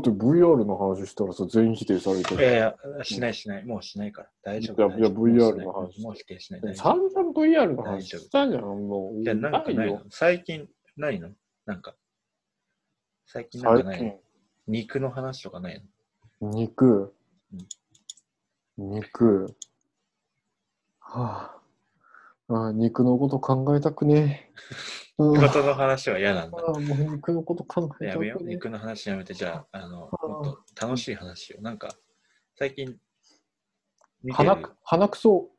Speaker 1: て VR の話したらさ、全員否定されて
Speaker 2: い
Speaker 1: る。
Speaker 2: やいや、しないしない、もうしないから、大丈夫。
Speaker 1: いやいや
Speaker 2: 大丈夫もうしない
Speaker 1: VR の話
Speaker 2: もう否定しない。大丈
Speaker 1: 散々 VR の
Speaker 2: 大
Speaker 1: 話
Speaker 2: 丈夫
Speaker 1: したじゃん、もう。
Speaker 2: 夫いや、なんかないの
Speaker 1: よ。
Speaker 2: 最近、ないのなんか、最近なんかな
Speaker 1: 最
Speaker 2: いの
Speaker 1: 近、
Speaker 2: 肉の話とかないの
Speaker 1: 肉、肉、はあ、ああ肉のこと考えたくねえ。う
Speaker 2: 仕
Speaker 1: わ
Speaker 2: 事の話は嫌なんだ。
Speaker 1: ああもう肉のこと考え
Speaker 2: や
Speaker 1: たく
Speaker 2: めよう、
Speaker 1: ね
Speaker 2: 肉の話やめて、じゃあ、あの、もっと楽しい話を。なんか、最
Speaker 1: え。
Speaker 2: 近、見てる
Speaker 1: 鼻く、鼻くそ。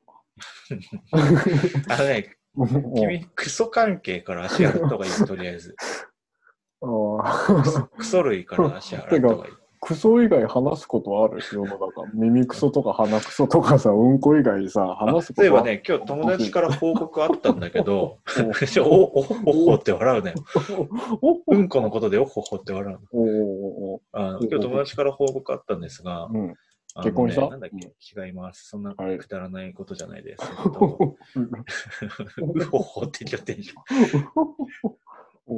Speaker 2: あのね、 君、クソ関係から足洗った方がいい、とりあえず。
Speaker 1: あ
Speaker 2: クソ
Speaker 1: あ
Speaker 2: クソ類から足洗った方がいい。
Speaker 1: クソ以外話すことある世の中。耳くそとか鼻くそとかさ、うんこ以外さ、話すことある
Speaker 2: 例えばね、今日友達から報告あったんだけど、おおおおおって笑うね。
Speaker 1: おお
Speaker 2: うんこのことでおほほって笑うの。
Speaker 1: おお
Speaker 2: あの今日友達から報告あったんですが
Speaker 1: お、 うん。
Speaker 2: あの
Speaker 1: 結婚した
Speaker 2: なんだっけ違います。そんな
Speaker 1: はい
Speaker 2: くだらないことじゃないです。えっとうほほって言っちゃってんじゃん。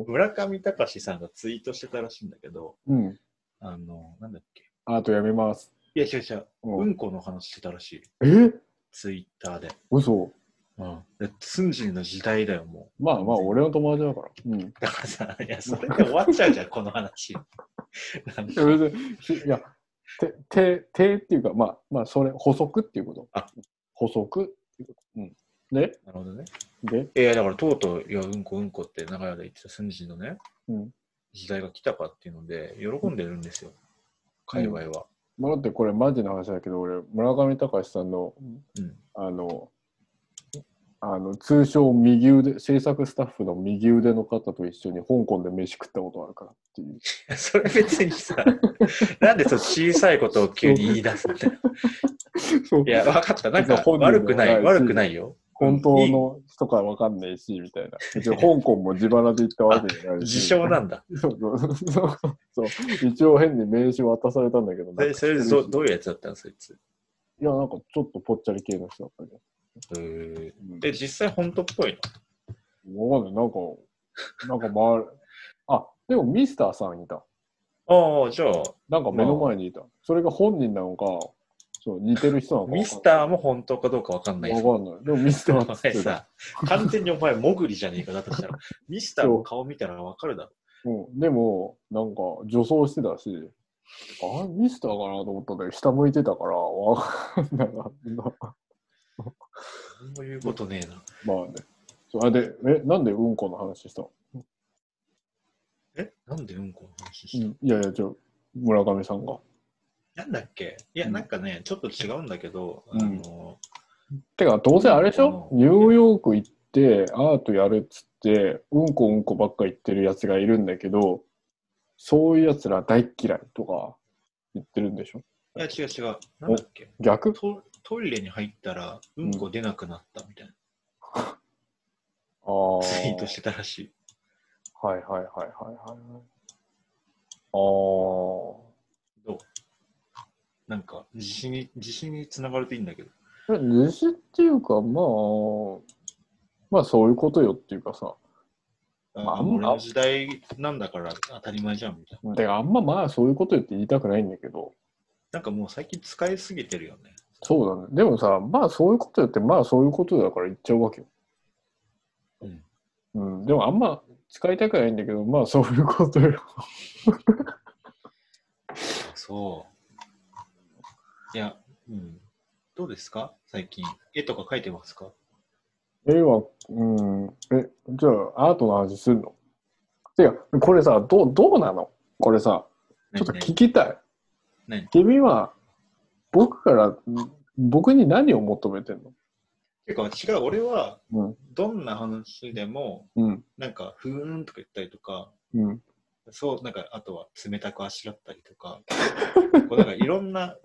Speaker 2: 村上隆さんがツイートしてたらしいんだけど、
Speaker 1: うん。
Speaker 2: あの、なんだっけ
Speaker 1: アートやめます。
Speaker 2: いや違う違う、
Speaker 1: う、
Speaker 2: うんんこの話してたらしい。
Speaker 1: え
Speaker 2: ツイッターで。
Speaker 1: 嘘
Speaker 2: うん。で寸人の時代だよ、もう。
Speaker 1: まあまあ、俺の友達だから。うん。い
Speaker 2: だからさ、いや、それで終わっちゃうじゃん、この話。なんか
Speaker 1: や、別にひいや、て、て、てっていうか、まあ、まあ、それ、補足っていうこと。
Speaker 2: あ
Speaker 1: 補足っていうこと。うん。で、
Speaker 2: なるほどね。
Speaker 1: で、
Speaker 2: いや、だからとうとう、いや、うんこうんこって長い間言ってた寸人のね、
Speaker 1: うん。
Speaker 2: 時代が来たかっていうので、喜んでるんですよ、界隈は。
Speaker 1: まあ、だってこれマジな話だけど、俺、村上隆さんの、
Speaker 2: うん。
Speaker 1: あの、あの通称右腕、制作スタッフの右腕の方と一緒に香港で飯食ったことあるからっていう。
Speaker 2: それ別にさ、なんでその小さいことを急に言い出すんだよ。
Speaker 1: そう
Speaker 2: いや、分かった。なんか
Speaker 1: 本人でも
Speaker 2: 悪くない、
Speaker 1: ないし
Speaker 2: 悪くないよ。
Speaker 1: 本当の人かわかんないし、みたいな。別に香港も自腹で行ったわけじゃないし。
Speaker 2: 自称なんだ。
Speaker 1: そうそうそうそう。一応変に名刺渡されたんだけど、なんか
Speaker 2: で、それでどどういうやつだったの、そいつ。
Speaker 1: いや、なんかちょっとぽっちゃり系の人だったけど。
Speaker 2: え、
Speaker 1: うん
Speaker 2: で実際本当っぽいの。
Speaker 1: わかんない。なんか、なんか周り、あ、でもミスターさんいた。
Speaker 2: ああ、じゃあ、
Speaker 1: なんか目の前にいた。それが本人なのか、そう、似てる人なのかわかんない。
Speaker 2: ミスターも本当かどうか分かんないし
Speaker 1: わかんない。でもミスター
Speaker 2: お
Speaker 1: っつってた。
Speaker 2: 前さ、完全にお前、もぐりじゃねえかだとした ら、ミスターの顔見たらわかるだろ。
Speaker 1: うん、でも、なんか、女装してたし、あミスターかなと思ったんだけど、下向いてたから、わかんなかった。
Speaker 2: そういうことねえな。
Speaker 1: まあね。そうあで、え、なんでうんこの話したの
Speaker 2: えなんでうんこの話
Speaker 1: う
Speaker 2: し
Speaker 1: ん
Speaker 2: た、
Speaker 1: いやいや、じゃあ、村上さんが。
Speaker 2: なんだっけいや、なんかね、ちょっと違うんだけど、
Speaker 1: うん
Speaker 2: あの、
Speaker 1: てか、どうせあれでしょ
Speaker 2: うん
Speaker 1: ニューヨーク行って、アートやるっつって、うんこうんこばっか言ってるやつがいるんだけど、そういうやつら大っ嫌いとか言ってるんでしょ
Speaker 2: いや、違う違う。なんだっけ
Speaker 1: 逆
Speaker 2: トトイレに入ったら、うんこ出なくなったみたいな、
Speaker 1: ああ。
Speaker 2: ツイートしてたらしい。
Speaker 1: はいはいはいはいはい。あー
Speaker 2: どうなんか、自信に、自信につながるといいんだけど。
Speaker 1: え自信っていうか、まあ、まあそういうことよっていうかさ、
Speaker 2: あ
Speaker 1: まああんま
Speaker 2: 俺の時代なんだから当たり前じゃんみたいな。
Speaker 1: てかあんままあそういうことよって言いたくないんだけど、
Speaker 2: なんかもう最近使いすぎてるよね。
Speaker 1: そうだね。でもさ、まあそういうことよって、まあそういうことだから言っちゃうわけよ。
Speaker 2: うん。
Speaker 1: うん、でもあんま使いたくないんだけど、まあそういうことよ。
Speaker 2: そう。いや、うん。どうですか最近。絵とか描いてますか
Speaker 1: 絵は、うん、え、じゃあアートの話すんのてか、これさ、どう、どうなのこれさ、ちょっと聞きたい。
Speaker 2: 何
Speaker 1: 君は、僕から、ん僕に何を求めてんの
Speaker 2: 結構違う。俺は
Speaker 1: うん、
Speaker 2: どんな話でも、
Speaker 1: うん、
Speaker 2: なんか、ふーんとか言ったりとか、
Speaker 1: うん。
Speaker 2: そう、なんか、あとは冷たくあしらったりとか、こうなんかいろんな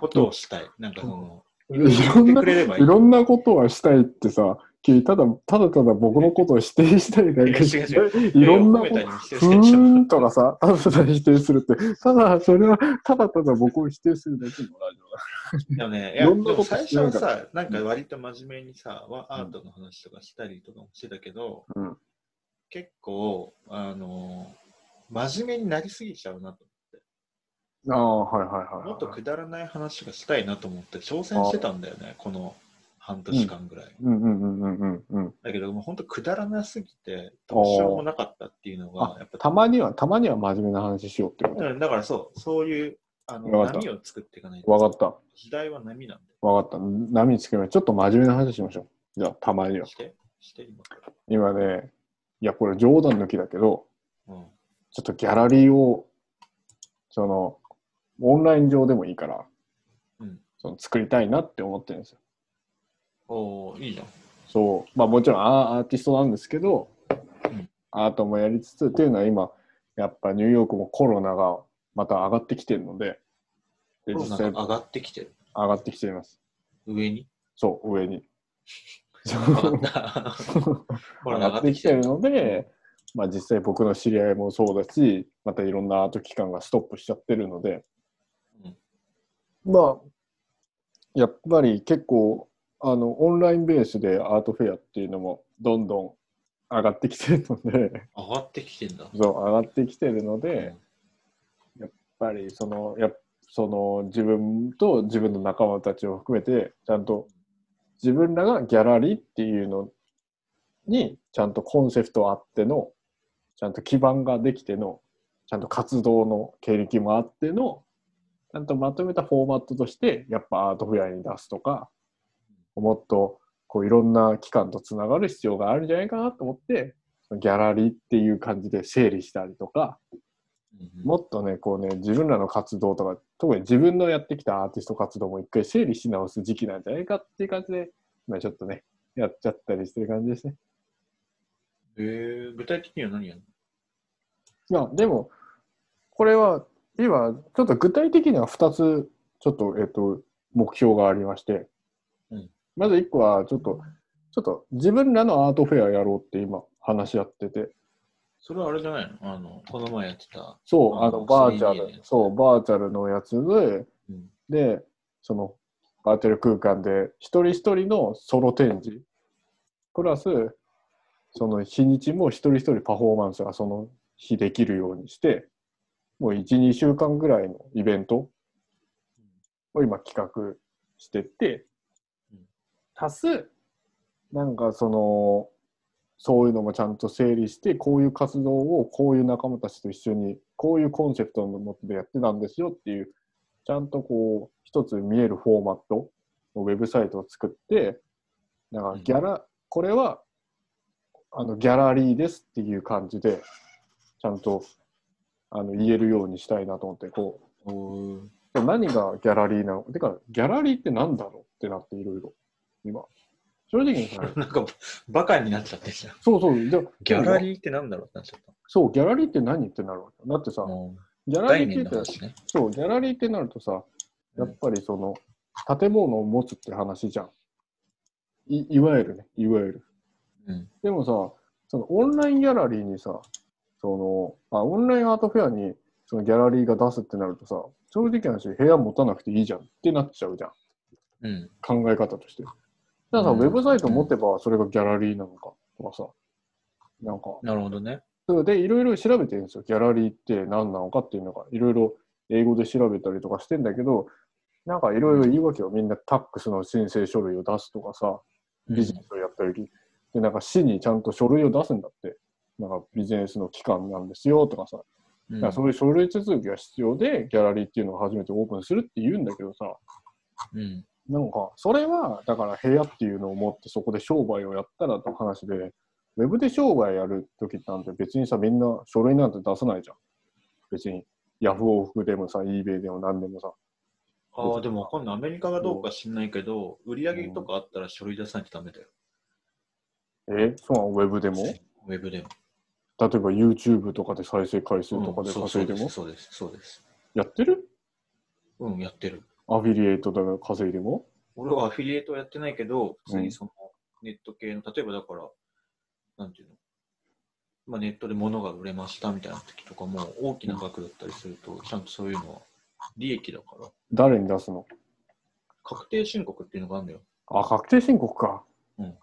Speaker 2: ことをしたい。なんかその、
Speaker 1: いろん
Speaker 2: 言って
Speaker 1: な
Speaker 2: く、れれば
Speaker 1: い
Speaker 2: いい。
Speaker 1: ろんなことはしたいってさ、君、ただ、ただただ僕のことを否定したりなんかし
Speaker 2: いや
Speaker 1: て
Speaker 2: 違う、
Speaker 1: いろんな
Speaker 2: 褒
Speaker 1: こ
Speaker 2: め
Speaker 1: と
Speaker 2: たりもしてる
Speaker 1: ふーんとかさ、ただただ否定するって、ただそれはただただ僕を否定するだけのラジオだ。
Speaker 2: でもね、い
Speaker 1: い
Speaker 2: や、
Speaker 1: ろんな
Speaker 2: で
Speaker 1: こと
Speaker 2: も最
Speaker 1: して
Speaker 2: 初
Speaker 1: る
Speaker 2: は
Speaker 1: から
Speaker 2: さ、なんか割と真面目にさ、わアートの話とかしたりとかもしてたけど、
Speaker 1: うん
Speaker 2: 結構、あのー真面目になりすぎちゃうなと。
Speaker 1: ああ、はいはいはい。
Speaker 2: もっとくだらない話がしたいなと思って挑戦してたんだよね、この半年間ぐらい。
Speaker 1: うんうんうんうんうんうん。
Speaker 2: だけど、もう本当くだらなすぎて、どうしようもなかったっていうのが
Speaker 1: あ、
Speaker 2: やっぱ
Speaker 1: たまには、たまには真面目な話しようってこ
Speaker 2: うんだからそう、そういう、あの、
Speaker 1: わかった
Speaker 2: 波を作っていかない
Speaker 1: と。
Speaker 2: と。
Speaker 1: わかった。
Speaker 2: 時代は波なん
Speaker 1: わかった。波つけない。ちょっと真面目な話しましょう。じゃあ、たまに
Speaker 2: で。
Speaker 1: は。
Speaker 2: して、して、今から。
Speaker 1: 今ね、いや、これ冗談抜きだけど、
Speaker 2: うん。
Speaker 1: ちょっとギャラリーを、その、オンライン上でもいいから、
Speaker 2: うん
Speaker 1: その作りたいなって思ってるんですよ。
Speaker 2: おー、いいじゃん。
Speaker 1: そう。まあもちろんアーアーティストなんですけど、
Speaker 2: ん
Speaker 1: アートもやりつつ、っていうのは今、やっぱニューヨークもコロナがまた上がってきてるので、で、
Speaker 2: コロ
Speaker 1: 実
Speaker 2: ナ
Speaker 1: 際
Speaker 2: が
Speaker 1: 上
Speaker 2: 上がってきてる。
Speaker 1: がってきています。
Speaker 2: 上に
Speaker 1: そう、上 に。
Speaker 2: 上が った。コロ
Speaker 1: 上
Speaker 2: ナ
Speaker 1: がってきてる。ので、まあ、実際僕の知り合いもそうだしまたいろんなアート機関がストップしちゃってるので、まあやっぱり結構あのオンラインベースでアートフェアっていうのもどんどん上がってきてるので
Speaker 2: 上がってきてんだ。
Speaker 1: そう上がってきてるのでやっぱりそのやっその自分と自分の仲間たちを含めてちゃんと自分らがギャラリーっていうのにちゃんとコンセプトあってのちゃんと基盤ができてのちゃんと活動の経歴もあってのちゃんとまとめたフォーマットとしてやっぱアートフェアに出すとかもっとこういろんな機関とつながる必要があるんじゃないかなと思ってギャラリーっていう感じで整理したりとか
Speaker 2: うん
Speaker 1: もっとね、こうね、自分らの活動とか、特に自分のやってきたアーティスト活動も一回整理し直す時期なんじゃないかっていう感じで、今ちょっとね、やっちゃったりしてる感じですね。
Speaker 2: えー、具体的には何やる
Speaker 1: いや、でも、これは、今、ちょっと具体的には2つ、ちょっと、えっと、目標がありまして、
Speaker 2: うん
Speaker 1: まず1個は、ちょっと、ちょっと自分らのアートフェアやろうって今、話し合ってて、
Speaker 2: それはあれじゃないのあの、この前やってた。
Speaker 1: そう、あ
Speaker 2: う
Speaker 1: の、
Speaker 2: ん
Speaker 1: バーチャ
Speaker 2: 3D のや
Speaker 1: ル、
Speaker 2: つ
Speaker 1: そう、バーチャルのやつで、
Speaker 2: うん。
Speaker 1: で、そのバーチャル空間で一人一人のソロ展示、プラス、その日にちも一人一人パフォーマンスがその日できるようにして、もう1、2週間ぐらいのイベントを今企画してって
Speaker 2: うん、
Speaker 1: 足す、なんかその、そういうのもちゃんと整理して、こういう活動をこういう仲間たちと一緒に、こういうコンセプトのもとでやってたんですよっていうちゃんとこう、一つ見えるフォーマットのウェブサイトを作って、なんかギャラ、これは、あの、ギャラリーですっていう感じで、ちゃんとあの言えるようにしたいなと思って、こ
Speaker 2: おー
Speaker 1: う、何がギャラリーなのてか、ギャラリーってなんだろうってなって、いろいろ、今。正直にさ、
Speaker 2: なんか、バカになっちゃってんじゃん。
Speaker 1: そうそう、で
Speaker 2: ギャラリーってなんだろうってなっちゃった。
Speaker 1: そう、ギャラリーって何ってなるわけよだってさ、
Speaker 2: うん
Speaker 1: ギャラリ
Speaker 2: 概
Speaker 1: ー
Speaker 2: 念
Speaker 1: っ
Speaker 2: の
Speaker 1: て言っ
Speaker 2: 話ね。
Speaker 1: たら、そう、ギャラリーってなるとさ、やっぱりその、建物を持つって話じゃん。いいわゆるね、いわゆる。
Speaker 2: うん。
Speaker 1: でもさ、そのオンラインギャラリーにさ、その、あ、オンラインアートフェアにそのギャラリーが出すってなるとさ、正直な話、部屋持たなくていいじゃんってなっちゃうじゃん。
Speaker 2: うん。
Speaker 1: 考え方として。だからさ、
Speaker 2: うん
Speaker 1: ウェブサイト持てばそれがギャラリーなのかとかさ、なんか、
Speaker 2: なるほどね。
Speaker 1: そうで、いろいろ調べてるんですよ。ギャラリーって何なのかっていうのが、いろいろ英語で調べたりとかしてんだけど、なんかいろいろ言い訳をみんなタックスの申請書類を出すとかさ、ビジネスをやったり、で、なんか市にちゃんと書類を出すんだって、なんかビジネスの機関なんですよとかさ、
Speaker 2: うん
Speaker 1: だからそういう書類手続きが必要で、ギャラリーっていうのを初めてオープンするって言うんだけどさ、
Speaker 2: うん。
Speaker 1: なんか、それは、だから部屋っていうのを持ってそこで商売をやったらと話で、ウェブで商売やるときなんて別にさ、みんな書類なんて出さないじゃん。別に。ヤフオクでもさ、eBay でも何でもさ。
Speaker 2: ああ、でもわかんない。アメリカがどうか知んないけど、売り上げとかあったら書類出さないとダメだよ。
Speaker 1: えそうなのウェブでも例え
Speaker 2: ウェブでも。
Speaker 1: ば YouTube とかで再生回数とかで
Speaker 2: うん
Speaker 1: 稼いでも、
Speaker 2: そうそうです、そうです。
Speaker 1: やってる
Speaker 2: そうですうん、やってる。
Speaker 1: アフィリエイトだから稼いでも
Speaker 2: 俺はアフィリエイトはやってないけど、普通にそのネット系の、例えばだから、なんていうの、まあ、ネットで物が売れましたみたいな時とかも、大きな額だったりすると、ちゃんとそういうのは利益だから、
Speaker 1: 誰に出すの
Speaker 2: 確定申告っていうのがあるんだよ。
Speaker 1: あ、確定申告か。
Speaker 2: うん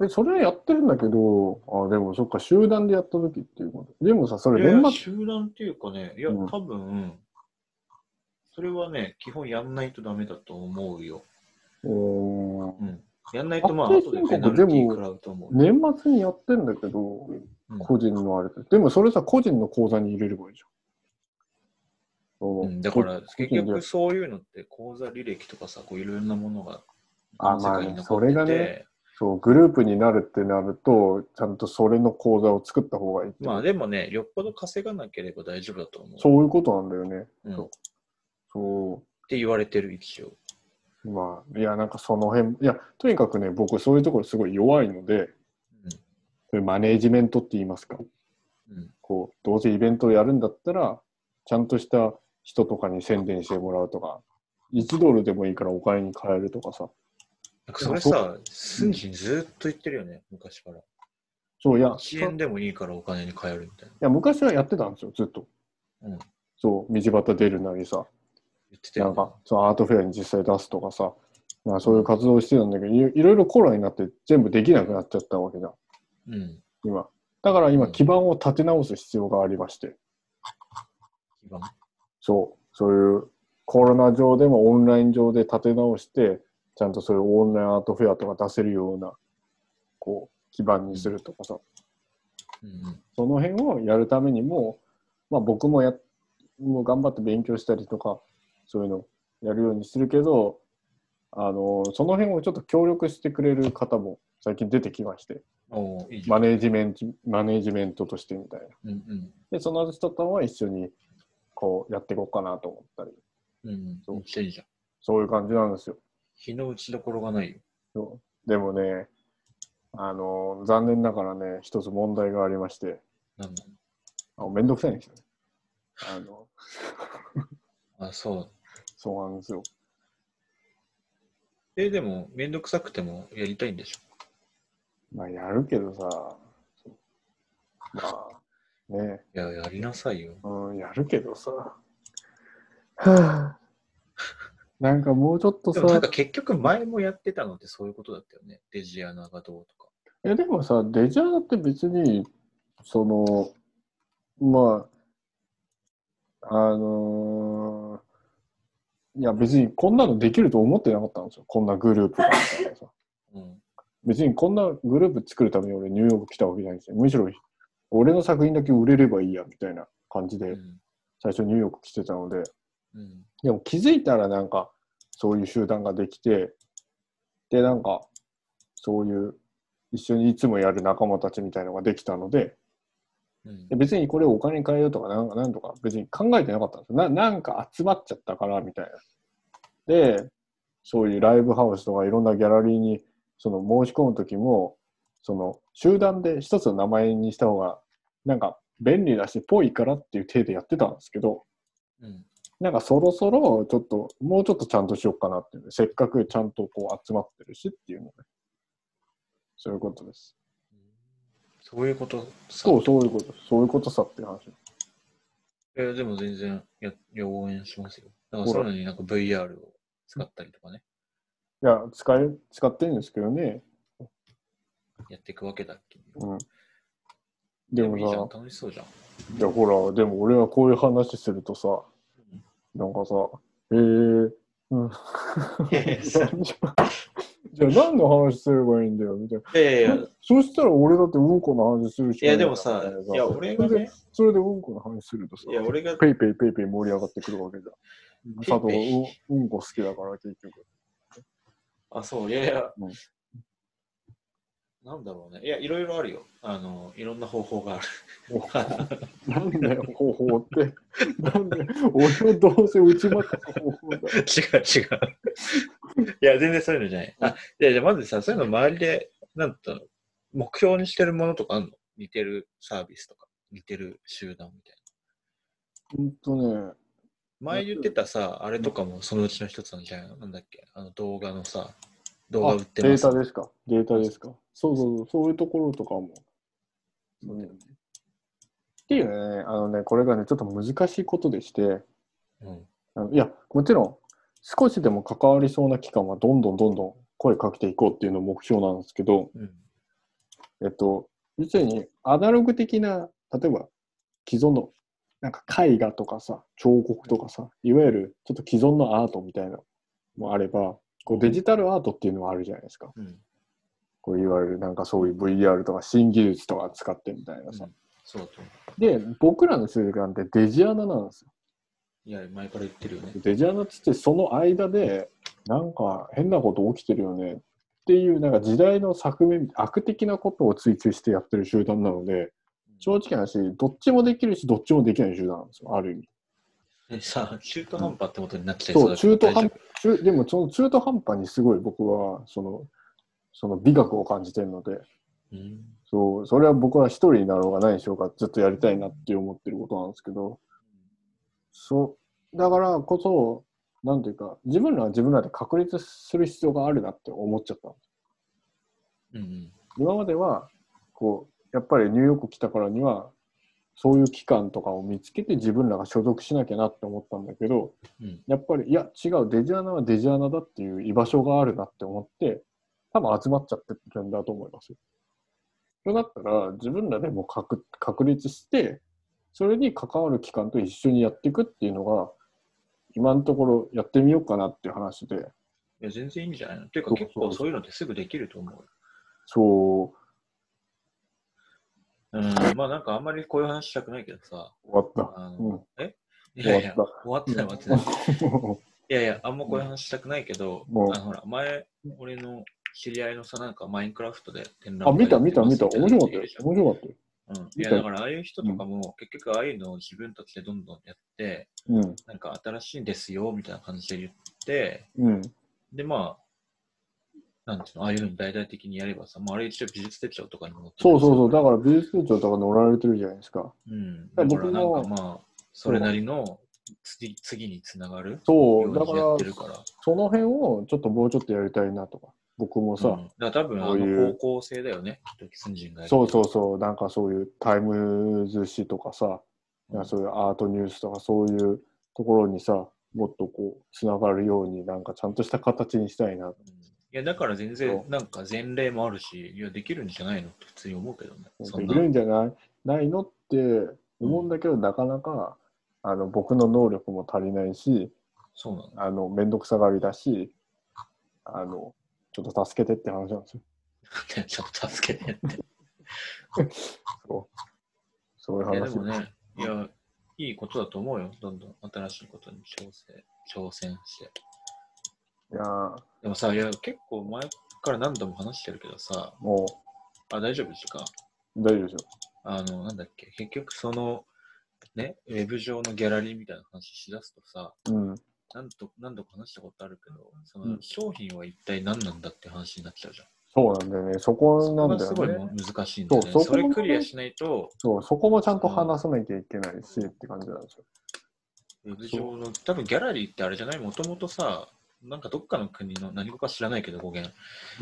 Speaker 1: えそれはやってるんだけど、あ、でもそっか、集団でやったときっていうこと。でもさ、そ
Speaker 2: い
Speaker 1: れ
Speaker 2: やい
Speaker 1: 年
Speaker 2: や
Speaker 1: 末
Speaker 2: 集団っていうかね、いや、
Speaker 1: うん
Speaker 2: 多分、それはね、基本やんないとダメだと思うよ。
Speaker 1: うーん
Speaker 2: うん。やんないと、まあ、
Speaker 1: 確定
Speaker 2: 後で
Speaker 1: 申告
Speaker 2: ペナルテ
Speaker 1: で
Speaker 2: ィ
Speaker 1: も
Speaker 2: ー食らうと思う。
Speaker 1: 年末にやってんだけど、
Speaker 2: うん
Speaker 1: 個人のあれで。でもそれさ、個人の口座に入れればいいじゃん。そう
Speaker 2: うん、だか、
Speaker 1: こ
Speaker 2: ら結
Speaker 1: 個人で
Speaker 2: 局そういうのって口座履歴とかさこういろんなものが
Speaker 1: あ
Speaker 2: 世界に残ってて
Speaker 1: まあねそれがそう、グループになるってなると、ちゃんとそれの口座を作った方がいいって。
Speaker 2: まあでもねよっぽど稼がなければ大丈夫だと思う
Speaker 1: そういうことなんだよね。
Speaker 2: うん
Speaker 1: そう
Speaker 2: っ
Speaker 1: そ
Speaker 2: て言われてる一応
Speaker 1: う。まあ、いや、なんかその辺、いや、とにかくね、僕そういうところすごい弱いので、そういうマネージメントって言いますか。
Speaker 2: うん、うん、
Speaker 1: こう、どうせイベントをやるんだったら、ちゃんとした人とかに宣伝してもらうとか、1ドルでもいいからお金に変えるとかさ。
Speaker 2: なんかそれさスンジンずっと言ってるよね昔から
Speaker 1: そう、いや、
Speaker 2: 1円でもいいからお金に変えるみたいない
Speaker 1: や、昔はやってたんですよ、ずっと。
Speaker 2: うん
Speaker 1: そう、道端出るなりさ、
Speaker 2: 言ってた
Speaker 1: なん
Speaker 2: よ、
Speaker 1: か、そのアートフェアに実際出すとかさ、まあ、そういう活動をしてたんだけど、いいろいろコロナになって全部できなくなっちゃったわけじゃん、
Speaker 2: ね、うん
Speaker 1: 今。だから今、
Speaker 2: うん
Speaker 1: 基盤を立て直す必要がありまして、
Speaker 2: 基盤
Speaker 1: そう、そういうコロナ上でもオンライン上で立て直して、ちゃんとそういうオンラインアートフェアとか出せるような、こう、基盤にするとかさ、
Speaker 2: うんうん
Speaker 1: その辺をやるためにも、まあ、僕もやもう頑張って勉強したりとかそういうのやるようにするけどあのその辺をちょっと協力してくれる方も最近出てきまして
Speaker 2: おーいいじゃ
Speaker 1: マ
Speaker 2: ん
Speaker 1: ネージメントマネージメントとしてみたいな
Speaker 2: うん
Speaker 1: でその人とは一緒にこうやっていこうかなと思ったり
Speaker 2: うんうん
Speaker 1: そう
Speaker 2: めっちゃいいじゃん
Speaker 1: そういう感じなんですよ
Speaker 2: 日の打ちどころがないよ
Speaker 1: そうでもねあの残念ながらね一つ問題がありまして
Speaker 2: なんな
Speaker 1: あめんどくさいんですよねあの
Speaker 2: のあそう
Speaker 1: そうなんですよ
Speaker 2: えでもめんどくさくてもやりたいんでしょ
Speaker 1: まあ、やるけどさ、まあ、ね
Speaker 2: いややりなさいよ
Speaker 1: うん、やるけどさ、はあ、なんかもうちょっと
Speaker 2: で
Speaker 1: さ
Speaker 2: も、なんか結局前もやってたのってそういうことだったよね。デジアナがどうとか。
Speaker 1: え、でもさ、デジャーだって別に、その、まあ、あのーいや別にこんなのできると思ってなかったんですよ。こんなグループがみたい なさ。
Speaker 2: うん。
Speaker 1: 別にこんなグループ作るために俺ニューヨーク来たわけじゃないんですよ。むしろ俺の作品だけ売れればいいやみたいな感じ
Speaker 2: う
Speaker 1: で
Speaker 2: ん。
Speaker 1: 最初ニューヨーク来てたので、
Speaker 2: うん。
Speaker 1: でも気づいたらなんかそういう集団ができて、でなんかそういう一緒にいつもやる仲間たちみたいのができたので、
Speaker 2: うん
Speaker 1: で別にこれをお金に変えようとかなんかなんとか別に考えてなかったんですよななんか集まっちゃったからみたいな。でそういうライブハウスとかいろんなギャラリーにその申し込む時もその集団で一つの名前にした方がなんか便利だしぽいからっていう体でやってたんですけど
Speaker 2: うん
Speaker 1: なんかそろそろちょっともうちょっとちゃんとしようかなっていうねせっかくちゃんとこう集まってるしっていうのねそういうことです。
Speaker 2: そういうことさ
Speaker 1: そうそういうことそういうことさっていう話。
Speaker 2: いやでも全然やいや応援しますよ。だからさらになんか VR を使ったりとかね、
Speaker 1: いや、使え、使ってるんですけどね。
Speaker 2: やっていくわけだっけ。
Speaker 1: うん。で
Speaker 2: いいじゃん、
Speaker 1: も
Speaker 2: 楽しそうじゃん。
Speaker 1: さ、いや、ほら、でも俺はこういう話するとさ、なんかさ、えー、うん。
Speaker 2: いやいや
Speaker 1: じゃあ、何の話すればいいんだよ、みたい
Speaker 2: いやいや
Speaker 1: な。そしたら俺だってうんこの話するし
Speaker 2: いやでもさ、いや俺がね、
Speaker 1: それでうんこの話するとさ
Speaker 2: い、や俺が、
Speaker 1: ペイペイペイペイ盛り上がってくるわけじゃん。
Speaker 2: ペイ
Speaker 1: 佐藤がうんうんこ好きだから結局。
Speaker 2: あ、そう、いやいや、
Speaker 1: うん
Speaker 2: なんだろうね。いや、いろいろあるよ。あの、いろんな方法がある。
Speaker 1: なんだよ、方法って。 なんだよ、俺をどうせ打ち負かす方法だ。
Speaker 2: 違う違う。いや、全然そういうのじゃない。あ、いや、じゃあまずさ、そういうの周りで、なんだろう目標にしてるものとかあるの似てるサービスとか、似てる集団みたいな。
Speaker 1: ほんとね、
Speaker 2: 前言ってたさ、あれとかもそのうちの一つなんじゃないのなんだっけあの動画のさ、動画売ってます。
Speaker 1: あデータですか。データですか。そうそうそう、そういうところとかも。
Speaker 2: そうだよ
Speaker 1: っ
Speaker 2: ね
Speaker 1: ていうね、あのね、これがね、ちょっと難しいことでして、
Speaker 2: うん。
Speaker 1: あのいや、もちろん、少しでも関わりそうな期間はどんどんどんどん声かけていこうっていうのが目標なんですけど、
Speaker 2: うん。
Speaker 1: えっと、実にアナログ的な、例えば既存のなんか絵画とかさ、彫刻とかさ、いわゆるちょっと既存のアートみたいなのもあれば、こうデジタルアートっていうのはあるじゃないですか。
Speaker 2: うん。
Speaker 1: こういわゆるなんかそういう VR とか新技術とか使ってみたいなさ。
Speaker 2: そうだと思
Speaker 1: で、僕らの習慣ってデジアナなんですよ。
Speaker 2: う。いや、前から言ってるよね。
Speaker 1: デジアナっつってその間でなんか変なこと起きてるよねっていうなんか時代の作目、悪的なことを追求してやってる集団なので、正直な話、どっちもできるし、どっちもできない集団なんですよ、ある意味。
Speaker 2: でさ、中途半端ってことになっちゃい
Speaker 1: そう、中途半
Speaker 2: 端。
Speaker 1: 中でもその中途半端にすごい僕はそのその美学を感じてるので、
Speaker 2: うん。
Speaker 1: そう、それは僕は一人になろうが何しようかずっとやりたいなって思ってることなんですけど、そう、だからこそ、なんていうか、自分らは自分らで確立する必要があるなって思っちゃった。
Speaker 2: うん。
Speaker 1: 今までは、こう、やっぱりニューヨーク来たからには、そういう機関とかを見つけて自分らが所属しなきゃなって思ったんだけど、
Speaker 2: うん。
Speaker 1: やっぱり、いや、違う、デジアナはデジアナだっていう居場所があるなって思って、多分集まっちゃってるんだと思いますよ。そうなったら、自分らでも確確立して、それに関わる機関と一緒にやっていくっていうのが、今のところやってみようかなっていう話で、
Speaker 2: いや、全然いいんじゃないのっていうか、
Speaker 1: そうそう
Speaker 2: 結構そういうのってすぐできると思うよ。
Speaker 1: そう、
Speaker 2: うん。まあなんかあんまりこういう話したくないけどさ。
Speaker 1: 終わった。
Speaker 2: あの
Speaker 1: うん。
Speaker 2: いやい
Speaker 1: 終
Speaker 2: や、終
Speaker 1: わ
Speaker 2: わってない終わってない。
Speaker 1: も
Speaker 2: いやいや、あんまこういう話したくないけど、
Speaker 1: うん
Speaker 2: あのほら、前、俺の知り合いのさ、なんかマインクラフトで展
Speaker 1: うあ、見た見た見た。
Speaker 2: やってま
Speaker 1: 面白
Speaker 2: す
Speaker 1: かっ
Speaker 2: み
Speaker 1: たよ
Speaker 2: いな人いるじ。ゃん
Speaker 1: 面白かったよ。
Speaker 2: うん。
Speaker 1: 見
Speaker 2: い
Speaker 1: た
Speaker 2: や、だからああいう人とかも、結局ああいうのを自分たちでどんどんやって、
Speaker 1: うん。
Speaker 2: なんか新しいんですよ、みたいな感じで言って、
Speaker 1: うん。
Speaker 2: で、まあ、なんていうの、ああいうふうに大々的にやればさ、もうあれ一応美術手帳とかにも載ってる
Speaker 1: そうそうそう。だから、美術部長とか乗られてるじゃないですか。
Speaker 2: うん。
Speaker 1: だ
Speaker 2: だ
Speaker 1: か
Speaker 2: から
Speaker 1: 僕
Speaker 2: らな
Speaker 1: も
Speaker 2: んかまあ、それなりの次次につながるよ
Speaker 1: そう。だ
Speaker 2: う
Speaker 1: か
Speaker 2: にやって
Speaker 1: ら
Speaker 2: る、から。
Speaker 1: その辺をちょっともうちょっとやりたいなとか、僕もさ、
Speaker 2: うんだから多分、あ
Speaker 1: こういう
Speaker 2: の、方向性だよね。きっとキスンジンがやる
Speaker 1: そうそうそう、なんかそういうタイムズ誌とかさ、なんかそういうアートニュースとかそういうところにさ、もっとこう、つながるように、なんかちゃんとした形にしたいな。
Speaker 2: うんいや、だから全
Speaker 1: そ
Speaker 2: 然、なんか前例もあるし、いや、できるんじゃないのって普通に思うけどね。そ
Speaker 1: で
Speaker 2: んな
Speaker 1: き。るんじゃないないのって思うんだけど、なかなか、あの、僕の能力も足りないし、
Speaker 2: そうなの。
Speaker 1: あの、めんどくさがりだし、あの、ちょっと助けてって話なんですよ。
Speaker 2: ちょっと助けてって。
Speaker 1: そうそういう
Speaker 2: いや、
Speaker 1: 話
Speaker 2: でもね、いや、いいことだと思うよ。どんどん新しいことに挑戦、挑戦して。
Speaker 1: いやー
Speaker 2: でもさ、いや、結構前から何度も話してるけどさ、
Speaker 1: も
Speaker 2: あ、大丈夫ですか
Speaker 1: う、大丈夫ですよ。
Speaker 2: あの、なんだっけ、結局その、ね、ウェブ上のギャラリーみたいな話しだすとさ、
Speaker 1: うん。
Speaker 2: なんと、何度か話したことあるけど、そうの
Speaker 1: ん
Speaker 2: 商品は一体何なんだって話になっちゃうじゃん。
Speaker 1: そうなんだよね。そこ
Speaker 2: そ
Speaker 1: な
Speaker 2: こ
Speaker 1: ん
Speaker 2: が
Speaker 1: だ
Speaker 2: すごい
Speaker 1: よ
Speaker 2: も
Speaker 1: ね。
Speaker 2: 難しいんだよね。
Speaker 1: そう
Speaker 2: そ
Speaker 1: そこもね
Speaker 2: れクリアしないと、
Speaker 1: そう、そこもちゃんと話さなきゃいけないし、って感じなんですよ。
Speaker 2: ウェブ上の、多分ギャラリーってあれじゃないもともとさ、なんかどっかの国の、何語か知らないけど語源、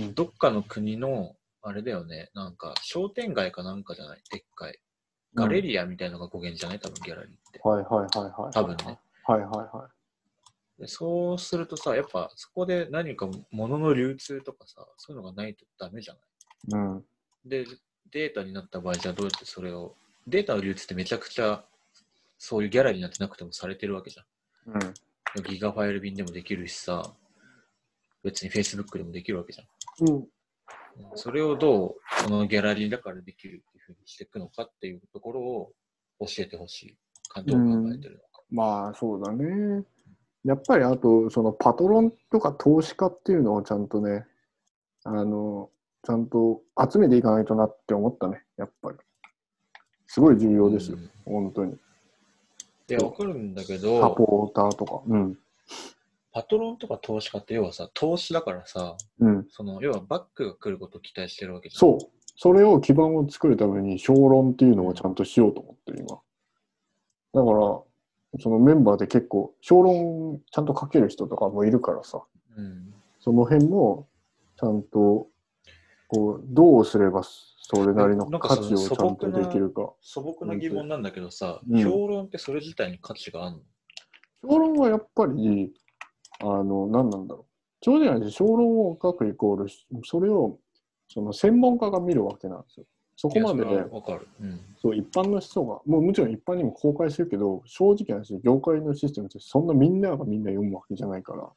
Speaker 1: うん
Speaker 2: どっかの国の、あれだよね、なんか商店街かなんかじゃないでっかい。ガレリアみたいなのが語源じゃない多分ギャラリーって。
Speaker 1: はいはいはいはい。
Speaker 2: 多分ね。
Speaker 1: はいはいは
Speaker 2: でそうするとさ、やっぱそこで何か物の流通とかさ、そういうのがないとダメじゃない
Speaker 1: い。うん。
Speaker 2: で、データになった場合じゃあどうやってそれを、データの流通ってめちゃくちゃそういうギャラリーになってなくてもされてるわけじゃ
Speaker 1: うん。
Speaker 2: ん。ギガファイル便でもできるしさ、別に Facebook でもできるわけじゃん。
Speaker 1: うん。
Speaker 2: それをどう、このギャラリーだからできるっていうふうにしていくのかっていうところを教えてほしい。どう考えてるのか。
Speaker 1: まあそうだね。やっぱりあと、そのパトロンとか投資家っていうのをちゃんとね、あの、ちゃんと集めていかないとなって思ったね、やっぱり。すごい重要ですよ
Speaker 2: う、ん
Speaker 1: 本当に。
Speaker 2: いや、わかるんだけ
Speaker 1: サ
Speaker 2: ど、
Speaker 1: ポーターとか。うん。
Speaker 2: パトロンとか投資家って要はさ、投資だからさ、
Speaker 1: うん。
Speaker 2: その、要はバックが来ることを期待してるわけじゃん。
Speaker 1: そう。それを基盤を作るために、小論っていうのをちゃんとしようと思ってる、今。だから、そのメンバーで結構、小論ちゃんと書ける人とかもいるからさ。
Speaker 2: うん。
Speaker 1: その辺も、ちゃんと、こう、どうすればそれなりの
Speaker 2: なん
Speaker 1: 価
Speaker 2: かそ
Speaker 1: 値を
Speaker 2: の
Speaker 1: ちゃんとできるか。
Speaker 2: 素朴な疑問なんだけどさ、
Speaker 1: うん
Speaker 2: 評論ってそれ自体に価値があるの
Speaker 1: 評論はやっぱり、あの、何なんだろう。そうじゃないし、評論を書くイコール、それを、その専門家が見るわけなんですよ。そこまで
Speaker 2: いやそれはわかる。うん。
Speaker 1: そう一般の人が、もうもちろん一般にも公開してるけど、正直な話、業界のシステムってそんなみんながみんな読むわけじゃないから。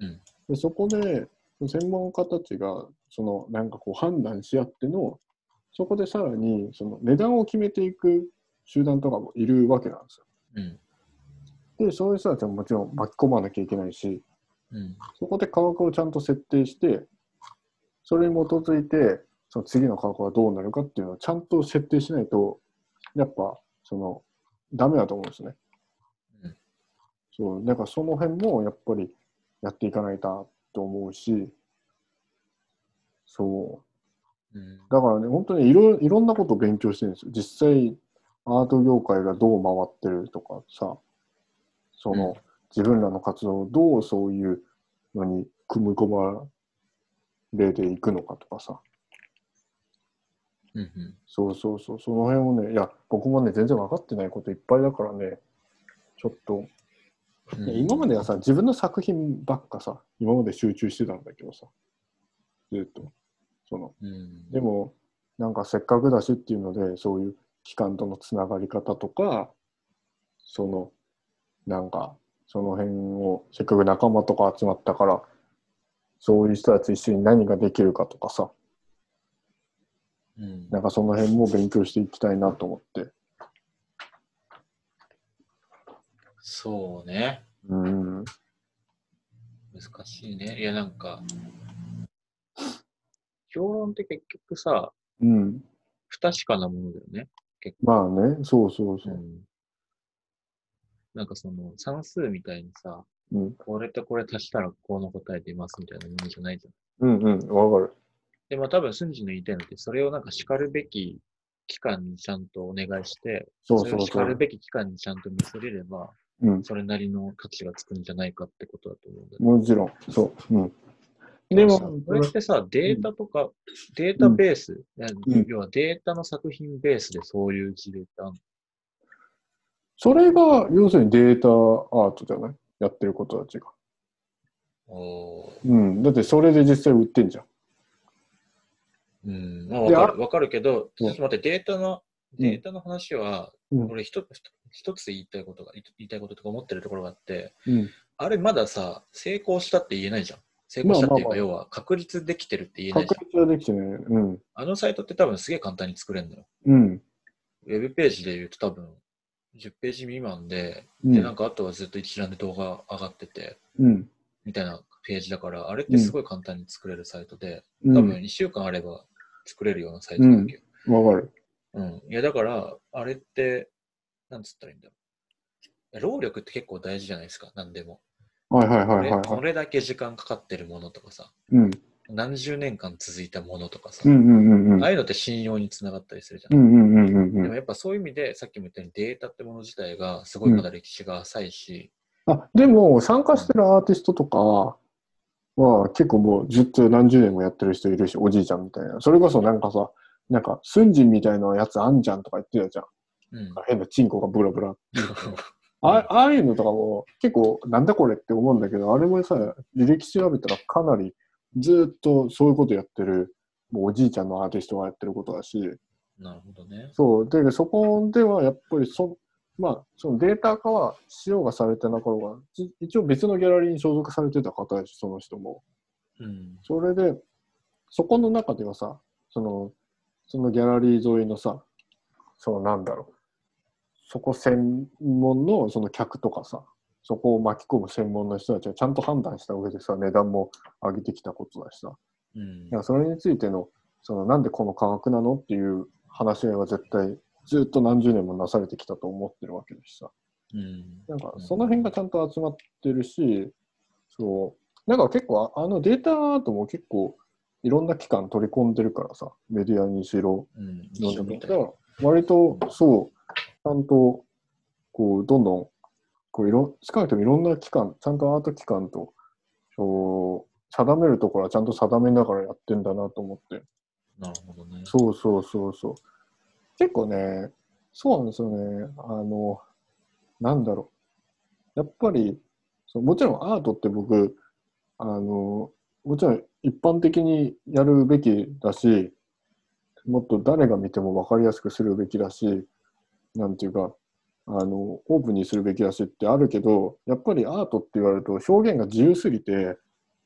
Speaker 2: うん
Speaker 1: でそこで、専門家たちが、そのなんかこう判断し合っての、そこでさらにその値段を決めていく集団とかもいるわけなんです
Speaker 2: うん。
Speaker 1: よ。で、そういう人たちももちろん巻き込まなきゃいけないし、
Speaker 2: うん。
Speaker 1: そこで価格をちゃんと設定して、それに基づいて、その次の価格はどうなるかっていうのをちゃんと設定しないと、やっぱ、その、ダメだと思うんですね
Speaker 2: うん。
Speaker 1: そう、だからその辺もやっぱりやっていかないとと思うし、そう、
Speaker 2: うん。
Speaker 1: だからね、本当にいろいろんなことを勉強してるんですよ。実際、アート業界がどう回ってるとかさ、その、
Speaker 2: うん
Speaker 1: 自分らの活動をどうそういうのに組み込まれていくのかとかさ、
Speaker 2: うん。うん
Speaker 1: そうそうそう、その辺をね、いや、僕もね、全然分かってないこといっぱいだからね、ちょっと、
Speaker 2: うん
Speaker 1: 今まではさ、自分の作品ばっかさ、今まで集中してたんだけどさ、ずっと、その、
Speaker 2: うん。
Speaker 1: でも、なんかせっかくだしっていうので、そういう機関とのつながり方とか、その、なんか、その辺を、せっかく仲間とか集まったから、そういう人たち一緒に何ができるかとかさ、
Speaker 2: うん
Speaker 1: なんかその辺も勉強していきたいなと思って。
Speaker 2: そうね。
Speaker 1: うん。
Speaker 2: 難しいね。いや、なんか、評論って結局さ、
Speaker 1: うん。
Speaker 2: 不確かなものだよね。
Speaker 1: まあね、そうそうそう。
Speaker 2: ん。なんかその、算数みたいにさ、
Speaker 1: うん。
Speaker 2: これとこれ足したらこの答え出ますみたいなものじゃないじゃん。
Speaker 1: うんうん、わかる。
Speaker 2: で、まあ多分、スンジの言いたいのって、それをなんか叱るべき機関にちゃんとお願いして、
Speaker 1: そう
Speaker 2: れ
Speaker 1: そ
Speaker 2: を
Speaker 1: うそ
Speaker 2: 叱る
Speaker 1: う。
Speaker 2: べき機関にちゃんと見せれれば、
Speaker 1: うん。
Speaker 2: それなりの価値がつくんじゃないかってことだと思うんだよね。
Speaker 1: もちろん、そう。うん。でも
Speaker 2: さ、それってさ、データとか、データベース、
Speaker 1: うん
Speaker 2: 要はデータの作品ベースでそういう事例ってあるの
Speaker 1: それが、要するにデータアートじゃないやってる子たちが。うん、だってそれで実際売ってんじゃん。
Speaker 2: うん、まあ
Speaker 1: い
Speaker 2: わ
Speaker 1: や
Speaker 2: かる、わかるけど、ちょっと待って、データ
Speaker 1: う
Speaker 2: の、
Speaker 1: ん
Speaker 2: データの話は、
Speaker 1: うん
Speaker 2: 俺一つ、一つ言いたいことが、言いたいこととか思ってるところがあって、
Speaker 1: うん、
Speaker 2: あれまださ、成功したって言えないじゃん。成功したっていうか、
Speaker 1: まあまあまあ
Speaker 2: 要は確立できてるって言えないじ
Speaker 1: 確立はできてないよね。うん。
Speaker 2: ゃん。あのサイトって多分すげえ簡単に作れるのよ。
Speaker 1: うん。
Speaker 2: ウェブページで言うと多分10ページ未満で、
Speaker 1: う。
Speaker 2: で、なんんかあとはずっと一覧で動画上がってて、
Speaker 1: うん。
Speaker 2: みたいなページだから、あれってすごい簡単に作れるサイトで、
Speaker 1: う
Speaker 2: 多
Speaker 1: ん
Speaker 2: 分1週間あれば作れるようなサイトだけど、
Speaker 1: わかる。
Speaker 2: うん。いや、だから、あれって、なんつったらいいんだろう。労力って結構大事じゃないですか、何でも。
Speaker 1: はいはいはいはい、
Speaker 2: これこ
Speaker 1: はい。
Speaker 2: れだけ時間かかってるものとかさ、
Speaker 1: うん。
Speaker 2: 何十年間続いたものとかさ、
Speaker 1: うんうんうんうん。
Speaker 2: ああいうのって信用につながったりするじゃ。
Speaker 1: うんんうんうんうん
Speaker 2: で
Speaker 1: う
Speaker 2: も
Speaker 1: ん。
Speaker 2: やっぱそういう意味で、さっきも言ったようにデータってもの自体がすごいまだ歴史が浅いし、
Speaker 1: あ、でも、参加してるアーティストとかは、結構もうずっと何十年もやってる人いるし、おじいちゃんみたいな。それこそなんかさ、なんか、スンジンみたいなやつあんじゃんとか言ってたじゃん。
Speaker 2: うん。
Speaker 1: 変なチンコがブラブラ。あああいうのとかも結構なんだこれって思うんだけど、あれもさ、履歴調べたらかなりずっとそういうことやってる、もうおじいちゃんのアーティストがやってることだし、
Speaker 2: なるほどね。
Speaker 1: そう、で、そこではやっぱりそ、まあ、そのデータ化は使用がされてなかろうが、じ一応別のギャラリーに所属されてた方だし、その人も。
Speaker 2: うん。
Speaker 1: それで、そこの中ではさ、その、そのギャラリー沿いのさ、そのなんだろう、そこ専門のその客とかさ、そこを巻き込む専門の人たちがちゃんと判断した上でさ、値段も上げてきたことだしさ、
Speaker 2: うん
Speaker 1: いやそれについての、そのなんでこの価格なのっていう話し合いは絶対ずっと何十年もなされてきたと思ってるわけだしさ、
Speaker 2: うん。
Speaker 1: なんかその辺がちゃんと集まってるし、そう、なんか結構ああのデータアートも結構いろんな機関取り込んでるからさ、メディアにしろ、
Speaker 2: うん。
Speaker 1: いろん
Speaker 2: 一緒
Speaker 1: な
Speaker 2: み
Speaker 1: だ
Speaker 2: た
Speaker 1: か
Speaker 2: いな
Speaker 1: ら割とそう、ちゃんとこうどんどんこういろ少なくともいろんな機関、ちゃんとアート機関とそう定めるところはちゃんと定めながらやってんだなと思って。
Speaker 2: なるほどね。
Speaker 1: そうそうそうそう。結構ね、そうなんですよね。あの、なんだろう。やっぱり、そうもちろんアートって僕、あの、もちろん一般的にやるべきだし、もっと誰が見ても分かりやすくするべきだし、なんていうか、あの、オープンにするべきだしってあるけど、やっぱりアートって言われると表現が自由すぎて、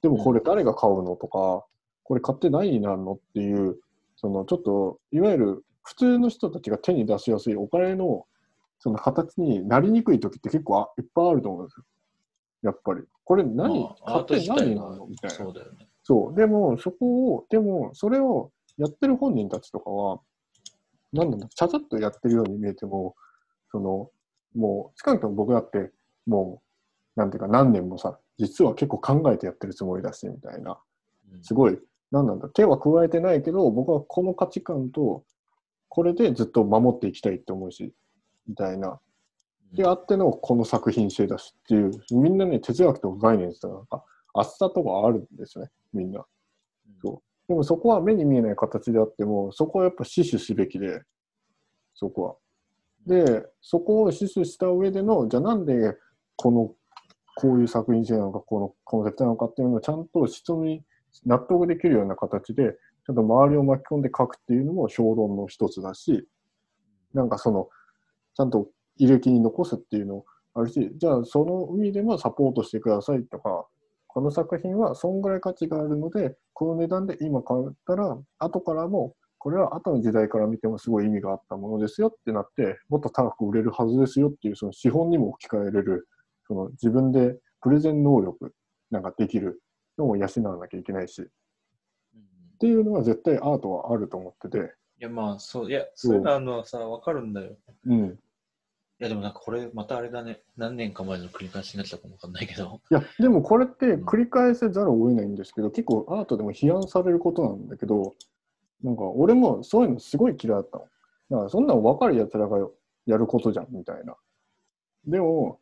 Speaker 1: でもこれ誰が買うのとか、これ買って何になるのっていう、そのちょっといわゆる普通の人たちが手に出しやすいお金のその形になりにくい時って結構あいっぱいあると思うんですよ。やっぱり。これ何、
Speaker 2: まあア
Speaker 1: 買っ
Speaker 2: ート
Speaker 1: て
Speaker 2: 自体
Speaker 1: 何なのみた
Speaker 2: が
Speaker 1: いな。
Speaker 2: そうだよね。
Speaker 1: そう。でも、そこを、でも、それをやってる本人たちとかは、なんだろう、ちゃちゃっとやってるように見えても、その、もう、少なくとも僕だって、もう、なんていうか、何年もさ、実は結構考えてやってるつもりだし、みたいな。
Speaker 2: うん
Speaker 1: すごい、なんなんだ、手は加えてないけど、僕はこの価値観と、これでずっと守っていきたいって思うし、みたいな。であってのこの作品性だしっていう、みんなね、哲学とか概念とか、なんか、厚さとかあるんですよね、みんな。そうでもそこは目に見えない形であっても、そこはやっぱ死守すべきで、そこは。で、そこを死守した上での、じゃあなんでこの、こういう作品性なのか、このコンセプトなのかっていうのをちゃんと質に納得できるような形で、ちゃんと周りを巻き込んで書くっていうのも評論の一つだし、なんかその、ちゃんと履歴に残すっていうのもあるし、じゃあその意味でもサポートしてくださいとか、この作品はそんぐらい価値があるので、この値段で今買ったら、後からも、これは後の時代から見てもすごい意味があったものですよってなって、もっと高く売れるはずですよっていう、その資本にも置き換えれる、その自分でプレゼン能力なんかできるのを養わなきゃいけないし、っ
Speaker 2: うんうん
Speaker 1: ていうのは絶対アートはあると思ってて、
Speaker 2: いや、まあ、そう、いや、そういうのあるのはさ、わかるんだよ。
Speaker 1: うん。
Speaker 2: いや、でもなんかこれ、またあれだね。何年か前の繰り返しになっちゃうかもわかんないけど。
Speaker 1: いや、でもこれって繰り返せざるを得ないんですけど、結構アートでも批判されることなんだけど、なんか俺もそういうのすごい嫌いだったの。だからそんなの分かるやつらがやることじゃんみたいな。でも、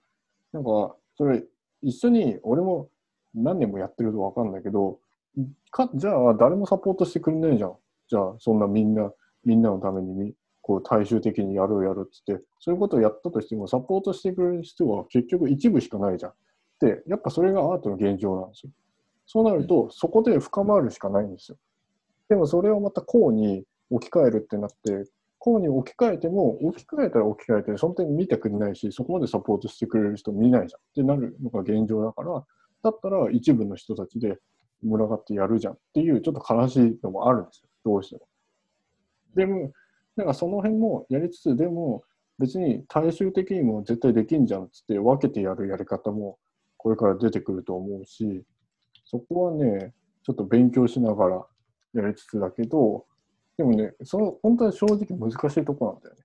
Speaker 1: なんかそれ一緒に俺も何年もやってると分かるんだけど、かじゃあ誰もサポートしてくれないじゃん。じゃあそんなみんな、みんなのためにみこう大衆的にやろうやろうっつって、そういうことをやったとしてもサポートしてくれる人は結局一部しかないじゃん。で、やっぱそれがアートの現状なんですよ。そうなると、そこで深まるしかないんですよ。でもそれをまたこうに置き換えるってなって、こうに置き換えても、置き換えたら置き換えて、その点見てくれないし、そこまでサポートしてくれる人見ないじゃんってなるのが現状だから、だったら一部の人たちで群がってやるじゃんっていう、ちょっと悲しいのもあるんですよ、どうしても。でも、なんかその辺もやりつつ、でも別に大衆的にも絶対できんじゃんっつって分けてやるやり方もこれから出てくると思うし、そこはね、ちょっと勉強しながらやりつつだけど、でもね、その本当は正直難しいとこなんだよね。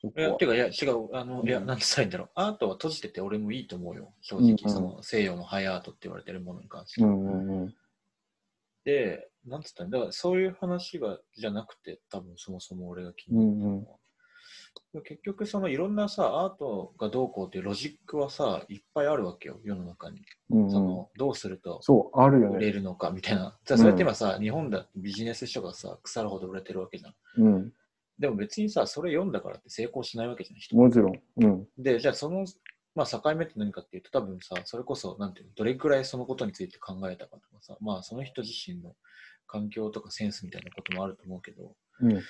Speaker 1: そ
Speaker 2: い
Speaker 1: こ
Speaker 2: や、
Speaker 1: は
Speaker 2: てか、いや、違う、あの、いや、
Speaker 1: うん
Speaker 2: なんて言ったらいいんだろう。アートは閉じてて俺もいいと思うよ。正直、
Speaker 1: うん
Speaker 2: その西洋のハイアートって言われてるものに関して。
Speaker 1: うんうんうん。
Speaker 2: で、なんつったらいいんだ、だからそういう話が、じゃなくて、多分そもそも俺が気
Speaker 1: う
Speaker 2: に
Speaker 1: んうん。
Speaker 2: 結局、そのいろんなさ、アートがどうこうっていうロジックはさ、いっぱいあるわけよ、世の中に。
Speaker 1: うん
Speaker 2: そ
Speaker 1: うん、
Speaker 2: の、どうすると
Speaker 1: そう、あるよ
Speaker 2: 売
Speaker 1: ね。
Speaker 2: れるのかみたいな。じゃあ、それって今さ、日本だってビジネス書がさ、腐るほど売れてるわけじゃん。
Speaker 1: うん。
Speaker 2: でも別にさ、それ読んだからって成功しないわけじゃん、人。
Speaker 1: もちろん。うん。
Speaker 2: で、じゃあその、まあ境目って何かっていうと、多分さ、それこそ、なんていうの、どれくらいそのことについて考えたかとかさ、まあその人自身の環境とかセンスみたいなこともあると思うけど、
Speaker 1: うん。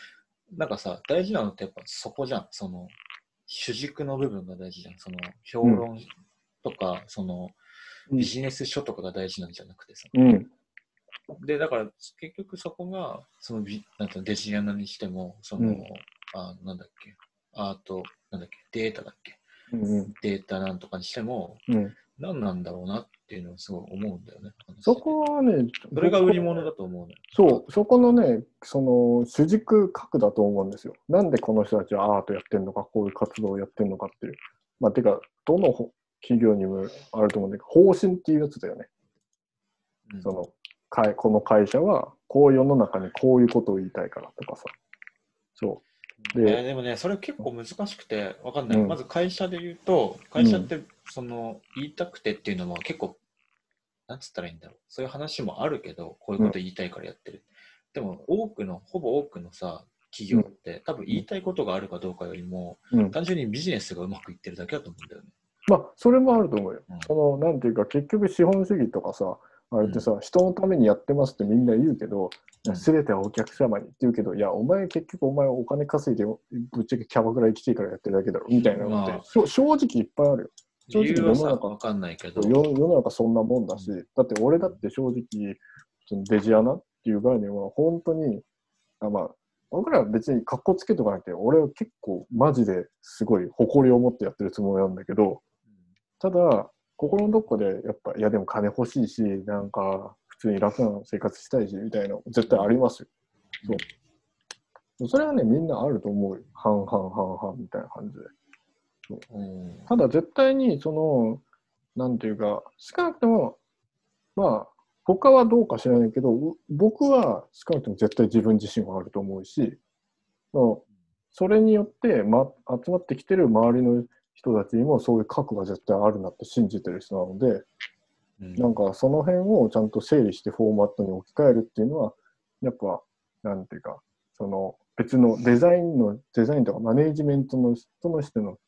Speaker 2: なんかさ、大事なのってやっぱそこじゃん。その、主軸の部分が大事じゃん。その、評論とか、その、
Speaker 1: うん
Speaker 2: ビジネス書とかが大事なんじゃなくてさ。
Speaker 1: うん。
Speaker 2: で、だから、結局そこが、そのビ、なんていうの、デジアナにしても、その、
Speaker 1: うん
Speaker 2: あ、なんだっけ、アート、なんだっけ、データだっけ、
Speaker 1: うん。
Speaker 2: データなんとかにしても、
Speaker 1: うん。
Speaker 2: 何なんだろうなっていうのをすごい思うんだよね。
Speaker 1: そこはね、
Speaker 2: それが売り物だと思うのよ。
Speaker 1: そう、そこのね、その主軸核だと思うんですよ。なんでこの人たちはアートやってるのか、こういう活動をやってるのかっていう。まあ、てか、どのほ企業にもあると思うんだけど、方針っていうやつだよね。
Speaker 2: うん
Speaker 1: そのかいこの会社は、こう世の中にこういうことを言いたいからとかさ。そ
Speaker 2: うん
Speaker 1: で
Speaker 2: えーでもね、それ結構難しくて、わかんない、
Speaker 1: うん
Speaker 2: まず会社で言うと、会社って、その、言いたくてっていうのも結構、なんつったらいいんだろう。そういう話もあるけど、こういうこと言いたいからやってる。でも、多くの、ほぼ多くのさ、企業って、多分言いたいことがあるかどうかよりも、
Speaker 1: う。うん。
Speaker 2: 単純にビジネスがうまくいってるだけだと思うんだよね。
Speaker 1: まあ、それもあると思うよ
Speaker 2: うん。
Speaker 1: その、なんていうか、結局資本主義とかさ、あれってさ、人のためにやってますってみんな言うけど、
Speaker 2: うん
Speaker 1: すべてはお客様にって言うけど、いや、お前結局お前お金稼いで、ぶっちゃけキャバクラ生きていいからやってるだけだろ、みたいなのって、
Speaker 2: まあ
Speaker 1: しょ正直いっぱいある正直
Speaker 2: 理由はさ、
Speaker 1: 世の中
Speaker 2: わかんないけど
Speaker 1: よ。。世世の中そんなもんだし、だって俺だって正直、そのデジアナっていう概念は本当に、あまあ、僕らは別に格好つけとかなくて、俺は結構マジですごい誇りを持ってやってるつもりなんだけど、ただ、心のどこかで、やっぱ、いや、でも金欲しいし、なんか、普通に楽な生活したいし、みたいな、絶対ありますよ。そう。それはね、みんなあると思うよ。半々、半々、みたいな感じで。
Speaker 2: うん
Speaker 1: ただ、絶対に、その、なんていうか、少なくとも、まあ、他はどうか知らないけど、う僕は少なくとも絶対自分自身はあると思うし、そのそれによって、ま、集まってきてる周りの人たちにもそういう覚悟が絶対あるなって信じてる人なので、
Speaker 2: うん
Speaker 1: なんかその辺をちゃんと整理してフォーマットに置き換えるっていうのは、やっぱ、なんていうか、その別のデザインの、デザインとかマネージメントの人のしての、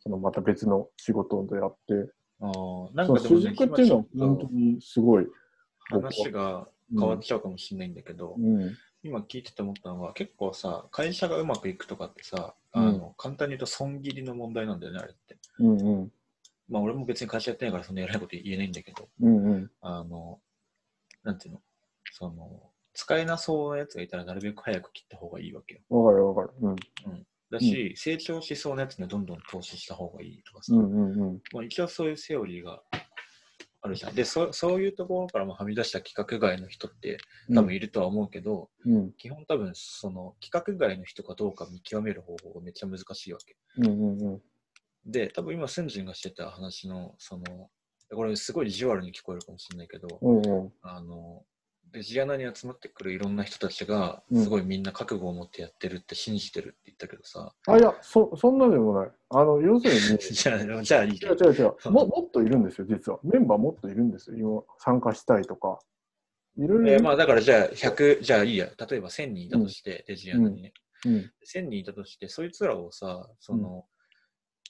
Speaker 1: そのまた別の仕事であって、
Speaker 2: あーなん
Speaker 1: そ
Speaker 2: か
Speaker 1: の
Speaker 2: で
Speaker 1: 主
Speaker 2: もね、
Speaker 1: 軸っていうのは
Speaker 2: 今ちょっ
Speaker 1: 本
Speaker 2: と
Speaker 1: 当にすごい。
Speaker 2: 話が変わっちゃうかもしれないんだけど、
Speaker 1: うん。
Speaker 2: 今聞いてて思ったのは結構さ会社がうまくいくとかってさ、あの簡単に言うと損切りの問題なんだよねあれって
Speaker 1: うんうん。
Speaker 2: まあ俺も別に会社やってないからそんな偉いこと言えないんだけど
Speaker 1: うんうん。
Speaker 2: あのなんていうのその使えなそうなやつがいたらなるべく早く切った方がいいわけよ
Speaker 1: わかるわかる。うん。
Speaker 2: だし、成長しそうなやつにはどんどん投資した方がいいとかさ、
Speaker 1: うんうんうん。
Speaker 2: まあ、一応そういうセオリーがあるじゃんでそそういうところからもはみ出した規格外の人って多分いるとは思うけど、
Speaker 1: うん
Speaker 2: 基本多分その規格外の人かどうか見極める方法がめっちゃ難しいわけ。
Speaker 1: うんうんうん。
Speaker 2: で、多分今、スンジンがしてた話の、その、これすごいビジュアルに聞こえるかもしれないけど、
Speaker 1: うんうん。
Speaker 2: あの、デジアナに集まってくるいろんな人たちが、
Speaker 1: うん
Speaker 2: すごいみんな覚悟を持ってやってるって信じてるって言ったけどさ、
Speaker 1: あ、いや、そ、そんなでもない。あの、要するに、
Speaker 2: じゃあ、じゃあいい
Speaker 1: 違
Speaker 2: け
Speaker 1: う違
Speaker 2: ど。
Speaker 1: う違うも。もっといるんですよ、実は。メンバーもっといるんですよ。今、参加したいとか。いろいろ。
Speaker 2: えーまあだからじゃあ100、じゃあいいや、例えば1000人いたとして、デジアナにね、
Speaker 1: うん、
Speaker 2: 1000人いたとして、そいつらをさ、その、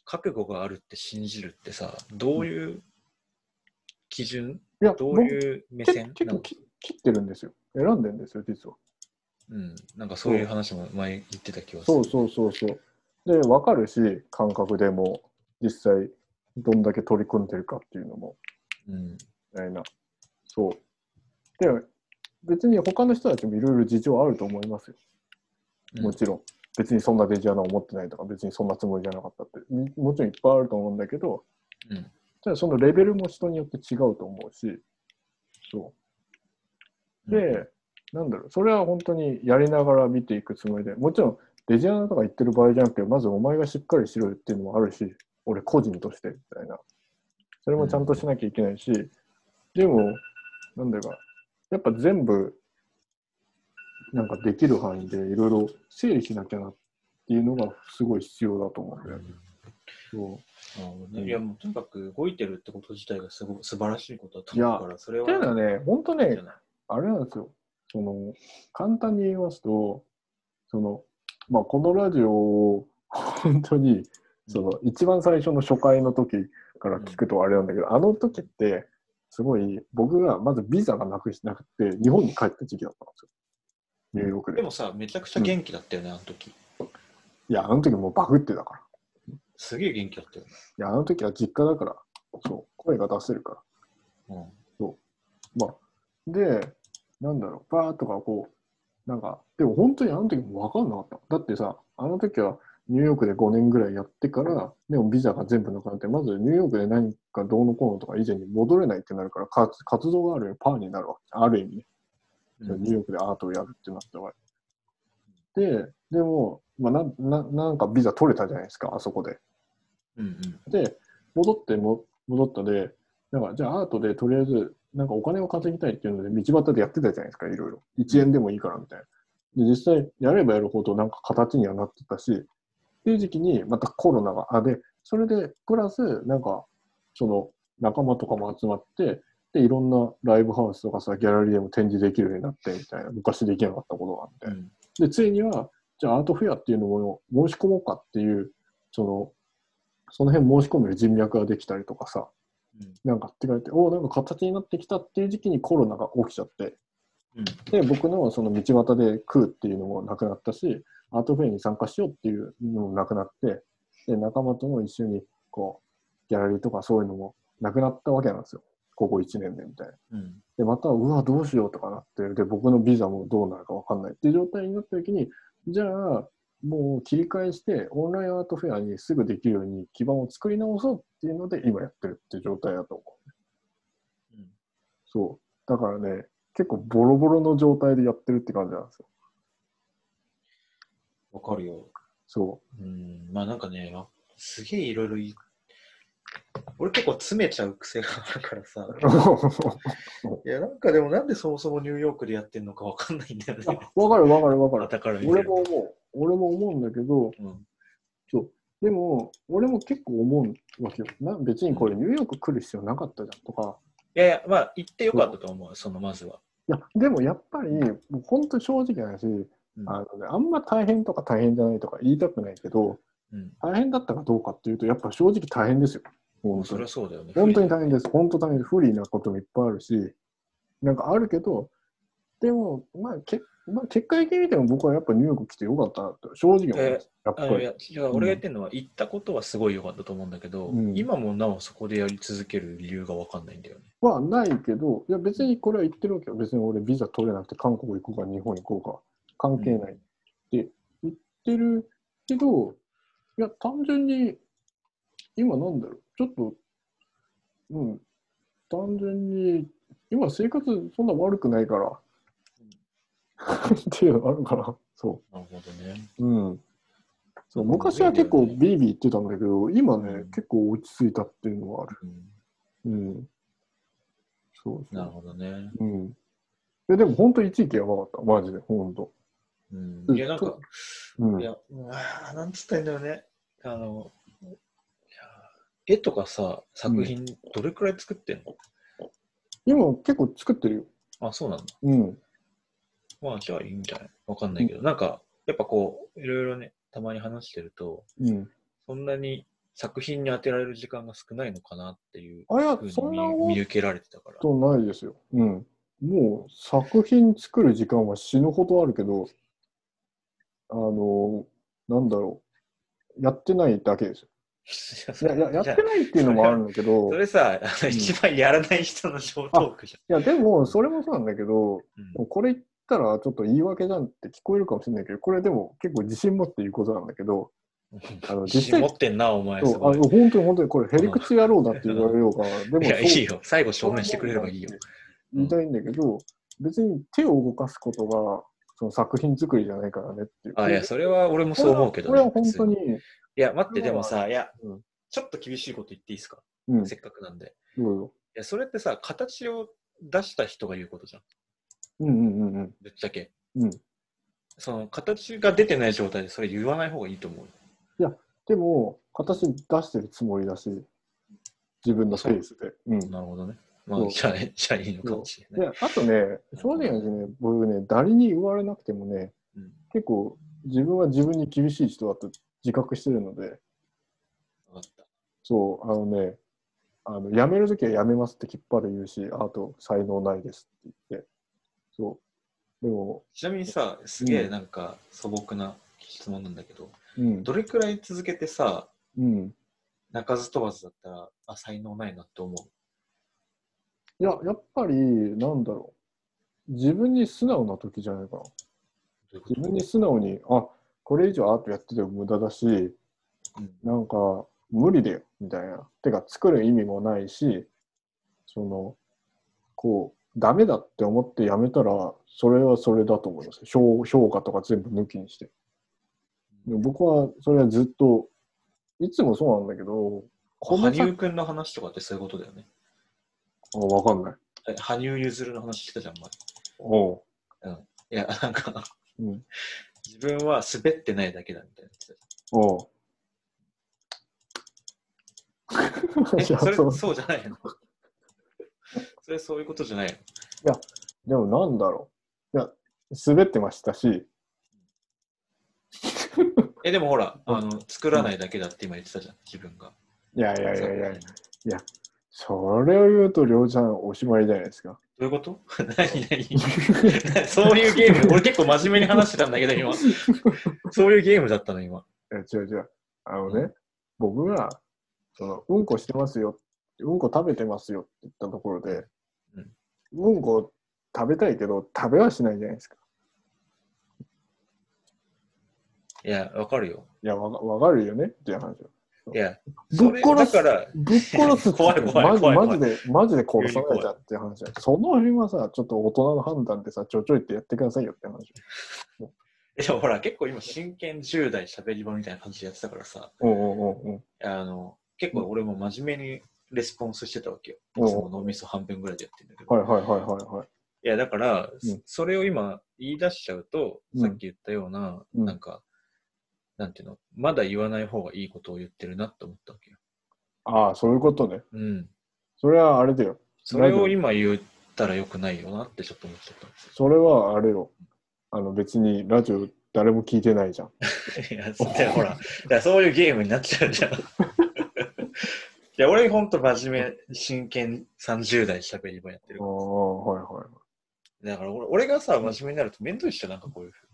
Speaker 2: 覚悟があるって信じるってさ、どういう基準、
Speaker 1: いや、
Speaker 2: どういう目
Speaker 1: 僕
Speaker 2: 線
Speaker 1: 結結
Speaker 2: なん
Speaker 1: 構
Speaker 2: か
Speaker 1: き切ってるんですよ。選んでんですよ、実は。
Speaker 2: うん、なんかそういう話も前言ってた気がす
Speaker 1: そ
Speaker 2: る
Speaker 1: う。そうそうそう。で、わかるし、感覚でも、実際、どんだけ取り組んでるかっていうのも、
Speaker 2: うん、
Speaker 1: みたいな。そう。で、別に他の人たちもいろいろ事情あると思いますよ。もちろん。別にそんなデジアナ思ってないとか、別にそんなつもりじゃなかったって、みもちろんいっぱいあると思うんだけど、
Speaker 2: うん。うん
Speaker 1: ただそのレベルも人によって違うと思うし、そう。で、、なんだろう、それは本当にやりながら見ていくつもりで、もちろんデジアナとか言ってる場合じゃなくて、まずお前がしっかりしろよっていうのもあるし、俺個人としてみたいな。それもちゃんとしなきゃいけないし、でも、なんだか、やっぱ全部、なんかできる範囲でいろいろ整理しなきゃなっていうのがすごい必要だと思うんだよね。そう
Speaker 2: うんいや、もうとにかく動いてるってこと自体がすごく素晴らしいことだと思うから、それは。
Speaker 1: っていうのはね、本当
Speaker 2: いいんじ
Speaker 1: ね
Speaker 2: ゃ、ない
Speaker 1: あれなんですよ。その、簡単に言いますと、その、まあ、このラジオを、本当に、その、一番最初の初回の時から聞くとあれなんだけど、あの時って、すごい、僕がまずビザがなくしなくて、日本に帰った時期だったんですよ。ニューヨーク
Speaker 2: で
Speaker 1: で。
Speaker 2: もさ、めちゃくちゃ元気だったよね、あの時。
Speaker 1: いや、あの時もうバグってたから。
Speaker 2: すげえ元気だったよね。
Speaker 1: いや、あの時は実家だから、そう、声が出せるから。
Speaker 2: うん
Speaker 1: まあ、で、なんだろう、バーッとかこう、なんか、でも本当にあの時も分かんなかった。だってさ、あの時はニューヨークで5年ぐらいやってから、でもビザが全部なくなって、まずニューヨークで何かどうのこうのとか以前に戻れないってなるから、活活動がある意味パーになるわけ。ある意味ね。
Speaker 2: うん
Speaker 1: ニューヨークでアートをやるってなったわけ。で、でも、まあ、なななんかビザ取れたじゃないですか、あそこで。
Speaker 2: うん
Speaker 1: で、戻っても、戻ったで、なんか、じゃあアートでとりあえず、なんかお金を稼ぎたいっていうので、道端でやってたじゃないですか、いろいろ。1円でもいいからみたいな。で、実際、やればやるほど、なんか形にはなってたし、っていう時期に、またコロナが、あ、で、それで、プラス、なんか、その、仲間とかも集まって、で、いろんなライブハウスとかさ、ギャラリーでも展示できるようになって、みたいな、昔できなかったことがあって
Speaker 2: う。ん。
Speaker 1: で、ついには、じゃあアートフェアっていうのを申し込もうかっていう、その、その辺申し込める人脈ができたりとかさ、
Speaker 2: うん
Speaker 1: なんかって書いて、おお、なんか形になってきたっていう時期にコロナが起きちゃって、
Speaker 2: うん。
Speaker 1: で、僕のその道端で食うっていうのもなくなったし、アートフェアに参加しようっていうのもなくなって、で、仲間とも一緒に、こう、ギャラリーとかそういうのもなくなったわけなんですよ。ここ1年でみたいな。
Speaker 2: うん。
Speaker 1: で、また、うわ、どうしようとかなって、で、僕のビザもどうなるかわかんないっていう状態になった時に、じゃあ、もう切り替えして、オンラインアートフェアにすぐできるように基盤を作り直そうっていうので、今やってるっていう状態だと思う。
Speaker 2: うん
Speaker 1: そう。だからね、結構ボロボロの状態でやってるって感じなんですよ。
Speaker 2: わかるよ。
Speaker 1: そ
Speaker 2: うん。まあなんかね、あすげえいろいろいい。俺結構詰めちゃう癖があるか らさ。
Speaker 1: う。
Speaker 2: いや、なんかでもなんでそもそもニューヨークでやってんのかわかんないんだよね。
Speaker 1: わかるわかるわかる。
Speaker 2: だから見て
Speaker 1: 俺
Speaker 2: る
Speaker 1: も
Speaker 2: と。
Speaker 1: 思う。俺も思うんだけど、
Speaker 2: うん。
Speaker 1: そう。でも、俺も結構思うわけよ。な別にこれニューヨーク来る必要なかったじゃんとか、
Speaker 2: いやいや、まあ行ってよかったと思う、そのまずは。
Speaker 1: いや、でもやっぱり、もう本当正直な話、
Speaker 2: うん
Speaker 1: あのね、あんま大変とか大変じゃないとか言いたくないけど、
Speaker 2: うん。
Speaker 1: 大変だったかどうかっていうと、やっぱ正直大変ですよ。本当
Speaker 2: そり
Speaker 1: に
Speaker 2: ゃ。そうだよね。
Speaker 1: 本当に大変です。本当大変です。不利なこともいっぱいあるし、なんかあるけど、でも、まあ、けまあ、結果的に見ても僕はやっぱニューヨーク来てよかったなって、正直思います。やっぱ
Speaker 2: あのい
Speaker 1: り。
Speaker 2: や違う俺が言ってるのは、行ったことはすごい良かったと思うんだけど、
Speaker 1: うん
Speaker 2: 今もなおそこでやり続ける理由が分かんないんだよね。
Speaker 1: はないけど、いや別にこれは言ってるわけよ。別に俺ビザ取れなくて韓国行こうか日本行こうか関係ないって言ってるけど、いや単純に今なんだろう、ちょっと、うん、単純に今生活そんな悪くないから、っていうのがあるから、そ
Speaker 2: なるほどね。
Speaker 1: う。うん。そう昔は結構ビービー言ってたんだけど、今ね、
Speaker 2: うん
Speaker 1: 結構落ち着いたっていうのはある。
Speaker 2: うん
Speaker 1: うん。そうそう
Speaker 2: なるほどね。
Speaker 1: うん。いや、でも本当一時期やばかった。マジで、本当。
Speaker 2: うん
Speaker 1: う、ん
Speaker 2: いや、なんか、
Speaker 1: うん。
Speaker 2: いや、うわーなんつったらいいんだよね。あの、いや絵とかさ、作品、どれくらい作ってんの、
Speaker 1: 今結構作ってるよ。
Speaker 2: あ、そうなんだ。
Speaker 1: うん。
Speaker 2: まあ、じゃあいいんじゃない分かんないけど、なんか、やっぱこう、いろいろね、たまに話してると、
Speaker 1: うん。
Speaker 2: そんなに作品に当てられる時間が少ないのかなっていう
Speaker 1: あいや
Speaker 2: ふう、に
Speaker 1: そん
Speaker 2: 見
Speaker 1: な
Speaker 2: 見
Speaker 1: こ
Speaker 2: 受けられてたから。
Speaker 1: とないですよ。うん。もう作品作る時間は死ぬほどあるけど、あの、なんだろう。やってないだけです
Speaker 2: い
Speaker 1: よ。いや、ややってないっていうのもあるんだけど、
Speaker 2: そ
Speaker 1: い
Speaker 2: れさ、あの
Speaker 1: ん
Speaker 2: 一番やらない人のショートークじ
Speaker 1: や、でも、それもそうなんだけど、
Speaker 2: ゃん。うん
Speaker 1: これ言ったらちょっと言い訳じゃんって聞こえるかもしれないけど、これでも結構自信持って言うことなんだけ ど、あの
Speaker 2: 自信持ってんな、お前。す
Speaker 1: そうあ
Speaker 2: ごい
Speaker 1: の本当に本当にこれ、へりくち野郎だって言われようが、でも
Speaker 2: いや、い
Speaker 1: そう
Speaker 2: いよ。最後証明してくれればいいよ。
Speaker 1: 言いたいんだけど、別に手を動かすことがその作品作りじゃないからねっていう。
Speaker 2: あ、いや、それは俺も
Speaker 1: こ
Speaker 2: そう
Speaker 1: れは
Speaker 2: 思うけど、
Speaker 1: これは本当に
Speaker 2: 別、いや、待って、
Speaker 1: これ
Speaker 2: で
Speaker 1: は
Speaker 2: もさ、いや、
Speaker 1: うん
Speaker 2: ちょっと厳しいこと言っていいですか、
Speaker 1: うん、
Speaker 2: せっかくなんで。い
Speaker 1: どうぞ。
Speaker 2: や、それってさ、形を出した人が言うことじゃん。
Speaker 1: うんうんうんうん。
Speaker 2: ぶっちゃけ。
Speaker 1: うん
Speaker 2: その、形が出てない状態でそれ言わない方がいいと思う。
Speaker 1: でも、形出してるつもりだし、自分のペースで。うん。
Speaker 2: なるほどね。ま
Speaker 1: そ
Speaker 2: あ、
Speaker 1: う
Speaker 2: じゃあ、じゃあいいのかもしれない。
Speaker 1: で、あとね、正直な話ね、僕ね、誰に言われなくてもね、
Speaker 2: うん
Speaker 1: 結構自分は自分に厳しい人だと自覚してるので、
Speaker 2: わかった。
Speaker 1: そう、あのね、あの辞めるときは辞めますってきっぱり言うし、あと才能ないですって言って、そう。でも、
Speaker 2: ちなみにさ、すげ
Speaker 1: う
Speaker 2: え
Speaker 1: ん
Speaker 2: なんか素朴な質問なんだけど、
Speaker 1: うん
Speaker 2: ど、れくらい続けてさ、
Speaker 1: うん。
Speaker 2: 泣かず飛ばずだったら、あ、才能ないなって思う。
Speaker 1: いや、やっぱり、なんだろう。自分に素直な時じゃないかな。
Speaker 2: どういうこと
Speaker 1: 自分に素直に、あ、これ以上アートやってても無駄だし、
Speaker 2: うん
Speaker 1: なんか、無理だよ、みたいな。てか、作る意味もないし、その、こう、ダメだって思ってやめたら、それはそれだと思います。評評価とか全部抜きにして。で僕は、それはずっと、いつもそうなんだけど、この
Speaker 2: 羽生
Speaker 1: 先、
Speaker 2: くんの話とかってそういうことだよね。
Speaker 1: あ、わかんない。
Speaker 2: え羽生結弦の話してたじゃん、前。
Speaker 1: おう。
Speaker 2: いや、なんか、
Speaker 1: うん。
Speaker 2: 自分は滑ってないだけだみたいなやつ。
Speaker 1: おう。
Speaker 2: え、
Speaker 1: いや
Speaker 2: それ、
Speaker 1: そ
Speaker 2: そううじゃないのそれ、そういうことじゃないの
Speaker 1: でもなんだろう。いや、滑ってましたし、
Speaker 2: え、でもほら、
Speaker 1: うん
Speaker 2: あの、作らないだけだって今言ってたじゃん、自分が。
Speaker 1: いやいやいやいや
Speaker 2: ど、
Speaker 1: それを言うと、りょうちゃんおしまいじゃないです か。
Speaker 2: ういうこと 何何 そういうゲーム、俺結構真面目に話してたんだけど、今。そういうゲームだったの、今。
Speaker 1: いや違う違う。あのね、僕が、その、うんこしてますよ、うんこ食べてますよって言ったところで、
Speaker 2: うん
Speaker 1: うんこ食べたいけど、食べはしないじゃないですか。
Speaker 2: いや、わかるよ。
Speaker 1: いや、わかわかるよねっていう話を。
Speaker 2: いや、
Speaker 1: ぶっ
Speaker 2: それ
Speaker 1: 殺す
Speaker 2: だから、
Speaker 1: ぶっ殺すっつって
Speaker 2: 怖い怖い
Speaker 1: マジ
Speaker 2: 怖い怖い
Speaker 1: マジで、マジで殺さないじゃんっていう話だよその辺はさ、ちょっと大人の判断でさ、ちょちょいってやってくださいよって話。
Speaker 2: でもほら、結構今、真剣10代喋り場みたいな感じでやってたからさ、
Speaker 1: おうんうんうん
Speaker 2: あの、結構俺も真面目にレスポンスしてたわけよ。い
Speaker 1: うん
Speaker 2: つも脳みそ半分ぐらいでやってんだけど。
Speaker 1: はいはいはいはいはい。
Speaker 2: いや、だから、
Speaker 1: うん
Speaker 2: そそれを今言い出しちゃうと、
Speaker 1: うん
Speaker 2: さっき言ったような、
Speaker 1: うん
Speaker 2: なんか、なんていうの、まだ言わない方がいいことを言ってるなって思ったわけよ。
Speaker 1: ああ、そういうことね。
Speaker 2: うん。
Speaker 1: それはあれだよ。
Speaker 2: それを今言ったらよくないよなってちょっと思っちゃったんです
Speaker 1: それはあれよ。あの別にラジオ誰も聞いてないじゃん。
Speaker 2: よ。いや、そほら、だからそういうゲームになっちゃう じゃん。いや、俺ほんと真面目、真剣30代喋り場やってる
Speaker 1: あ。あ、はいはい。
Speaker 2: だから俺俺がさ、真面目になると面倒いっしょ、なんかこういうふう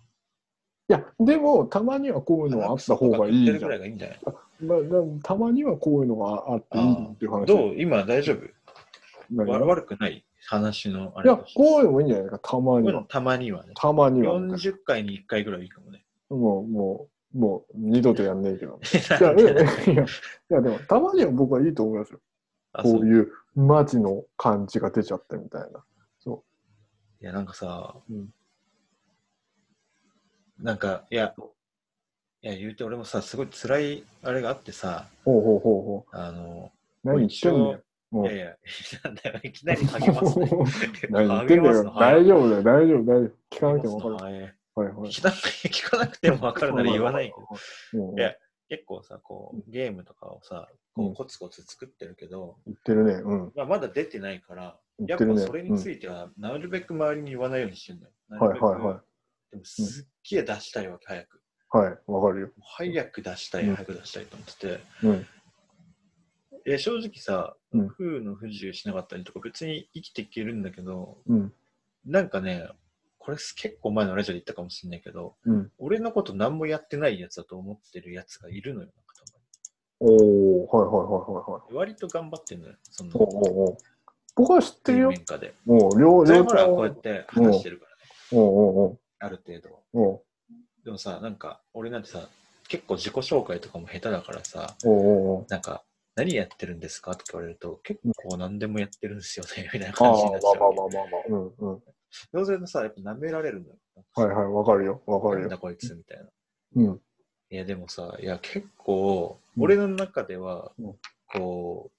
Speaker 1: いや、でもたまにはこういうのがあった方がいいじ
Speaker 2: 言
Speaker 1: ゃ
Speaker 2: ってるぐらい
Speaker 1: ん。
Speaker 2: がいいんじゃない
Speaker 1: まあ、でもたまにはこういうのがあっていいっていう話。
Speaker 2: どう今大丈夫
Speaker 1: 何
Speaker 2: わ悪くない話のあ
Speaker 1: い
Speaker 2: れ
Speaker 1: や、
Speaker 2: として。
Speaker 1: こういうのもいいんじゃないか。たま
Speaker 2: こう
Speaker 1: に
Speaker 2: いう
Speaker 1: は
Speaker 2: の。たまにはね。
Speaker 1: たまには。
Speaker 2: 40回に1回ぐらいいいかもね。
Speaker 1: もう、もう、もう二度とやんねえけ ど。いや、
Speaker 2: なん
Speaker 1: いや、い
Speaker 2: で
Speaker 1: や、いやいやでも、たまには僕はいいと思いますよ。
Speaker 2: あそ
Speaker 1: こう
Speaker 2: うい
Speaker 1: いう、マジの感じが出ちゃったみたいな。
Speaker 2: や、なんかさ、
Speaker 1: うん
Speaker 2: なんか、いや、いや、言うて俺もさ、すごい辛いあれがあってさ、
Speaker 1: ほうほうほうほ
Speaker 2: あの、
Speaker 1: う。何言ってんのよ。。
Speaker 2: いやい や、なんだよ、いきなり励ますね
Speaker 1: 何言ってんだ
Speaker 2: 励ます
Speaker 1: よ
Speaker 2: の。早い
Speaker 1: 大丈夫だよ、大丈夫、大丈夫。聞かなくても
Speaker 2: 励
Speaker 1: 分
Speaker 2: ますの
Speaker 1: か
Speaker 2: 早い
Speaker 1: る。はいはい。
Speaker 2: 聞かなくて聞かなくても分かるなら言わないけど、
Speaker 1: うんうん。
Speaker 2: いや結構さ、こう、ゲームとかをさ、こ
Speaker 1: うん
Speaker 2: うコツコツ作ってるけど、
Speaker 1: 言ってるね。うん。
Speaker 2: まあ、まだ出てないから、
Speaker 1: 言
Speaker 2: や
Speaker 1: っ
Speaker 2: ってぱ
Speaker 1: るね。
Speaker 2: それについては、なるべく周りに言わないようにしてるんだよ。
Speaker 1: う
Speaker 2: なんる
Speaker 1: は
Speaker 2: べ
Speaker 1: い
Speaker 2: く
Speaker 1: はいは
Speaker 2: でもすっげえ出したいわけ、早く。
Speaker 1: い。はい、わかるよ。
Speaker 2: 早く出したい、
Speaker 1: うん
Speaker 2: 早く出したいと思って
Speaker 1: うん。
Speaker 2: て。え正直さ、
Speaker 1: うん
Speaker 2: 不の不自由しなかったりとか、別に生きていけるんだけど、
Speaker 1: うん。
Speaker 2: なんかね、これ結構前のラジオで言ったかもしれないけど、
Speaker 1: うん。
Speaker 2: 俺のこと何もやってないやつだと思ってるやつがいるのよ。なんかた
Speaker 1: おー、はいはいはいはいはい。
Speaker 2: まに割と頑張ってんのよ。その
Speaker 1: おうおうおう僕は知ってる
Speaker 2: 水
Speaker 1: よ。
Speaker 2: 面下で。
Speaker 1: もう、両、
Speaker 2: それ
Speaker 1: 両
Speaker 2: もほら、こう
Speaker 1: お
Speaker 2: やっ
Speaker 1: う
Speaker 2: て話してるからね、
Speaker 1: おう
Speaker 2: ある程度。
Speaker 1: おうおう
Speaker 2: でもさ、なんか、俺なんてさ、結構自己紹介とかも下手だからさ、
Speaker 1: おうおう
Speaker 2: なんか、何やってるんですかとか言われると、結構何でもやってるんですよね、みたいな
Speaker 1: ああ
Speaker 2: 感じになっちゃう。
Speaker 1: まあまあまあまあまあ。うんうん。
Speaker 2: どうせさ、やっぱ舐められるんだよ。
Speaker 1: はいはい、わかるよ、わか
Speaker 2: な
Speaker 1: る
Speaker 2: んだ
Speaker 1: よ。
Speaker 2: こいつみたいな。
Speaker 1: うん。
Speaker 2: いや、でもさ、いや、結
Speaker 1: う
Speaker 2: 構、
Speaker 1: ん
Speaker 2: 俺の中では
Speaker 1: うん、
Speaker 2: こ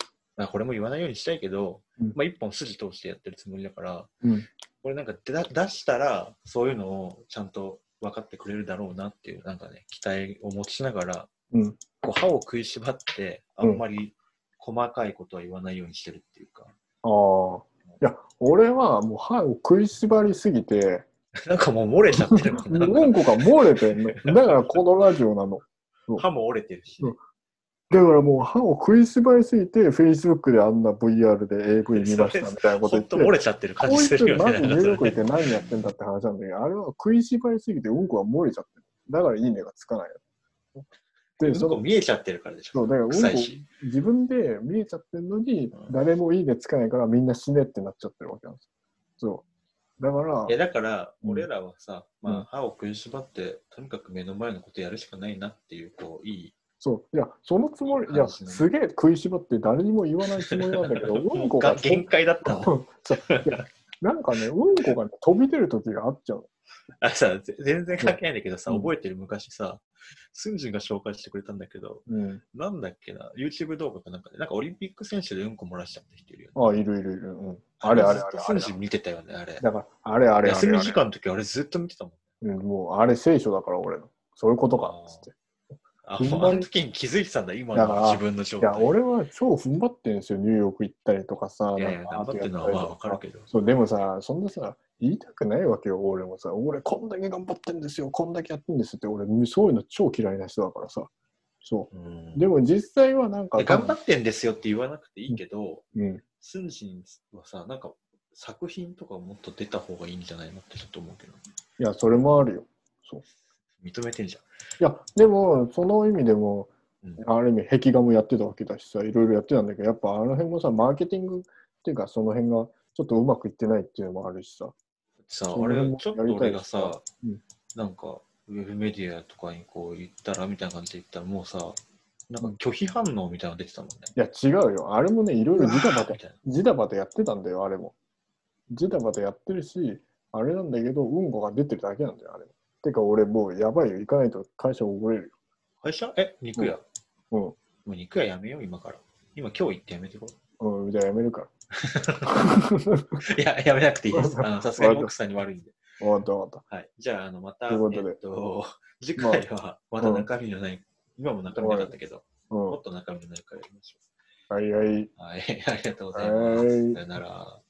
Speaker 2: う、まあ、これも言わないようにしたいけど、
Speaker 1: うん
Speaker 2: まあ、一本筋通してやってるつもりだから、
Speaker 1: うん。
Speaker 2: これなんか出だ出したら、そういうのをちゃんと分かってくれるだろうなっていう、なんかね、期待を持ちながら、
Speaker 1: うん。
Speaker 2: こう歯を食いしばって、あ
Speaker 1: うん
Speaker 2: んまり細かいことは言わないようにしてるっていうか、
Speaker 1: ああ。いや、俺はもう歯を食いしばりすぎて、
Speaker 2: なんかもう漏れちゃってるもんねなんか
Speaker 1: 何個か漏れてんね。だからこのラジオなの。
Speaker 2: 歯も折れてるし、
Speaker 1: うんだからもう歯を食いしばりすぎて、Facebook であんな VR で AV 見ましたみたいなこと
Speaker 2: ほ
Speaker 1: 言っ
Speaker 2: ん
Speaker 1: て
Speaker 2: と。漏れちゃってる感
Speaker 1: こ
Speaker 2: じ
Speaker 1: い
Speaker 2: す
Speaker 1: つ
Speaker 2: るよ
Speaker 1: マジ
Speaker 2: ね。
Speaker 1: 入力 行って何やってんだって話なんだけど、あれは食いしばりすぎてうんこが漏れちゃってる。だからいいねがつかないよ。で、
Speaker 2: うん
Speaker 1: そ
Speaker 2: こ
Speaker 1: の、
Speaker 2: 見えちゃってるからでし
Speaker 1: そ
Speaker 2: ょ。
Speaker 1: う、だからうんこ
Speaker 2: 臭いし。
Speaker 1: 自分で見えちゃってるのに
Speaker 2: う、ん
Speaker 1: 誰もいいねつかないからみんな死ねってなっちゃってるわけなんですよ。そう。だから
Speaker 2: い、やだから、
Speaker 1: うん
Speaker 2: 俺らはさ、
Speaker 1: うん
Speaker 2: まあ、歯を食いしばって、とにかく目の前のことやるしかないなっていう、こう、いい。
Speaker 1: そう、いや、そのつもり、いや、
Speaker 2: 話ね
Speaker 1: すげえ食いしばって誰にも言わないつもりなんだ けど、うんこ
Speaker 2: が
Speaker 1: が、
Speaker 2: 限界だったんだ
Speaker 1: そういやなんかね、うんこが飛び出る時があっちゃう。
Speaker 2: あさ、ぜ全然関係ないんだけどさ、
Speaker 1: うん
Speaker 2: 覚えてる昔さ、スンジンが紹介してくれたんだけど、
Speaker 1: うん。
Speaker 2: なんだっけな、YouTube 動画かなんかで、なんかオリンピック選手でうんこ漏らしちゃった人いるよね。
Speaker 1: あ、いるいるいる。うん。あれあれあれ
Speaker 2: ずっと
Speaker 1: あれ
Speaker 2: スンジン見てたよね、あれ。
Speaker 1: だから、あれあれあれあれ。
Speaker 2: 休み時間の時あれずっと見てたもん。
Speaker 1: うん、もうあれ聖書だから俺の。そういうことか
Speaker 2: あー
Speaker 1: つって。
Speaker 2: あ、
Speaker 1: ほんまに
Speaker 2: もうあの時に気づいてたんだ、今
Speaker 1: だか
Speaker 2: の
Speaker 1: ら
Speaker 2: 自分の状
Speaker 1: いや、
Speaker 2: 態。
Speaker 1: 俺は超踏ん張ってんですよ。ニューヨーク行ったりとかさ。
Speaker 2: いやいや、
Speaker 1: なんか
Speaker 2: 頑張ってるのはまあわかるけど。
Speaker 1: そう、でもさ、そんなさ、言いたくないわけよ、俺もさ。俺、こんだけ頑張ってんですよ。こんだけやってんですって。俺、そういうの超嫌いな人だからさ。そうう。
Speaker 2: ん
Speaker 1: でも実際はなんか、
Speaker 2: で頑張ってんですよって言わなくていいけど、
Speaker 1: うん。
Speaker 2: スンジンはさ、なんか作品とかもっと出た方がいいんじゃないのってちょっと思うけど、
Speaker 1: いや、それもあるよ。
Speaker 2: 認めてんじ
Speaker 1: いや、でも、その意味でも、
Speaker 2: ゃん。うん
Speaker 1: ある意味、壁画もやってたわけだしさ、いろいろやってたんだけど、やっぱあの辺もさ、マーケティングっていうか、その辺がちょっとうまくいってないっていうのもあるしさ。
Speaker 2: さ
Speaker 1: そ
Speaker 2: あ
Speaker 1: れ
Speaker 2: れ
Speaker 1: も
Speaker 2: ちょっと俺が
Speaker 1: やり
Speaker 2: さ、
Speaker 1: いです
Speaker 2: なんかウェブメディアとかにこう言ったらみたいな感じで言ったらもうさなんか拒否反応みたいなの出てたもんね。
Speaker 1: いや、違うよ。あれもね、いろいろジタ バタ
Speaker 2: み、たいな
Speaker 1: ジタバタやってたんだよ、あれも。ジタバタやってるし、あれなんだけど、うんこが出てるだけなんだよ、あれも。てか、俺もうやばいよ。行かないと会社溺れる
Speaker 2: 会社え肉屋、
Speaker 1: うん
Speaker 2: もう肉屋やめよう今から。今今日行ってやめてこい。
Speaker 1: よ。うん、じゃあやめるから。
Speaker 2: いややめなくていいです。あのさすがに奥さんに悪いんで。
Speaker 1: わかったわかっ
Speaker 2: はい。じゃああのまた
Speaker 1: ということで
Speaker 2: えっと次回はまた中身のない、今も中身なかったけど、
Speaker 1: た。う
Speaker 2: も
Speaker 1: ん
Speaker 2: っ。と中身のないからやりましょ
Speaker 1: はいはい。
Speaker 2: う。はいありがとうございま
Speaker 1: は
Speaker 2: す。
Speaker 1: い
Speaker 2: さ。よなら。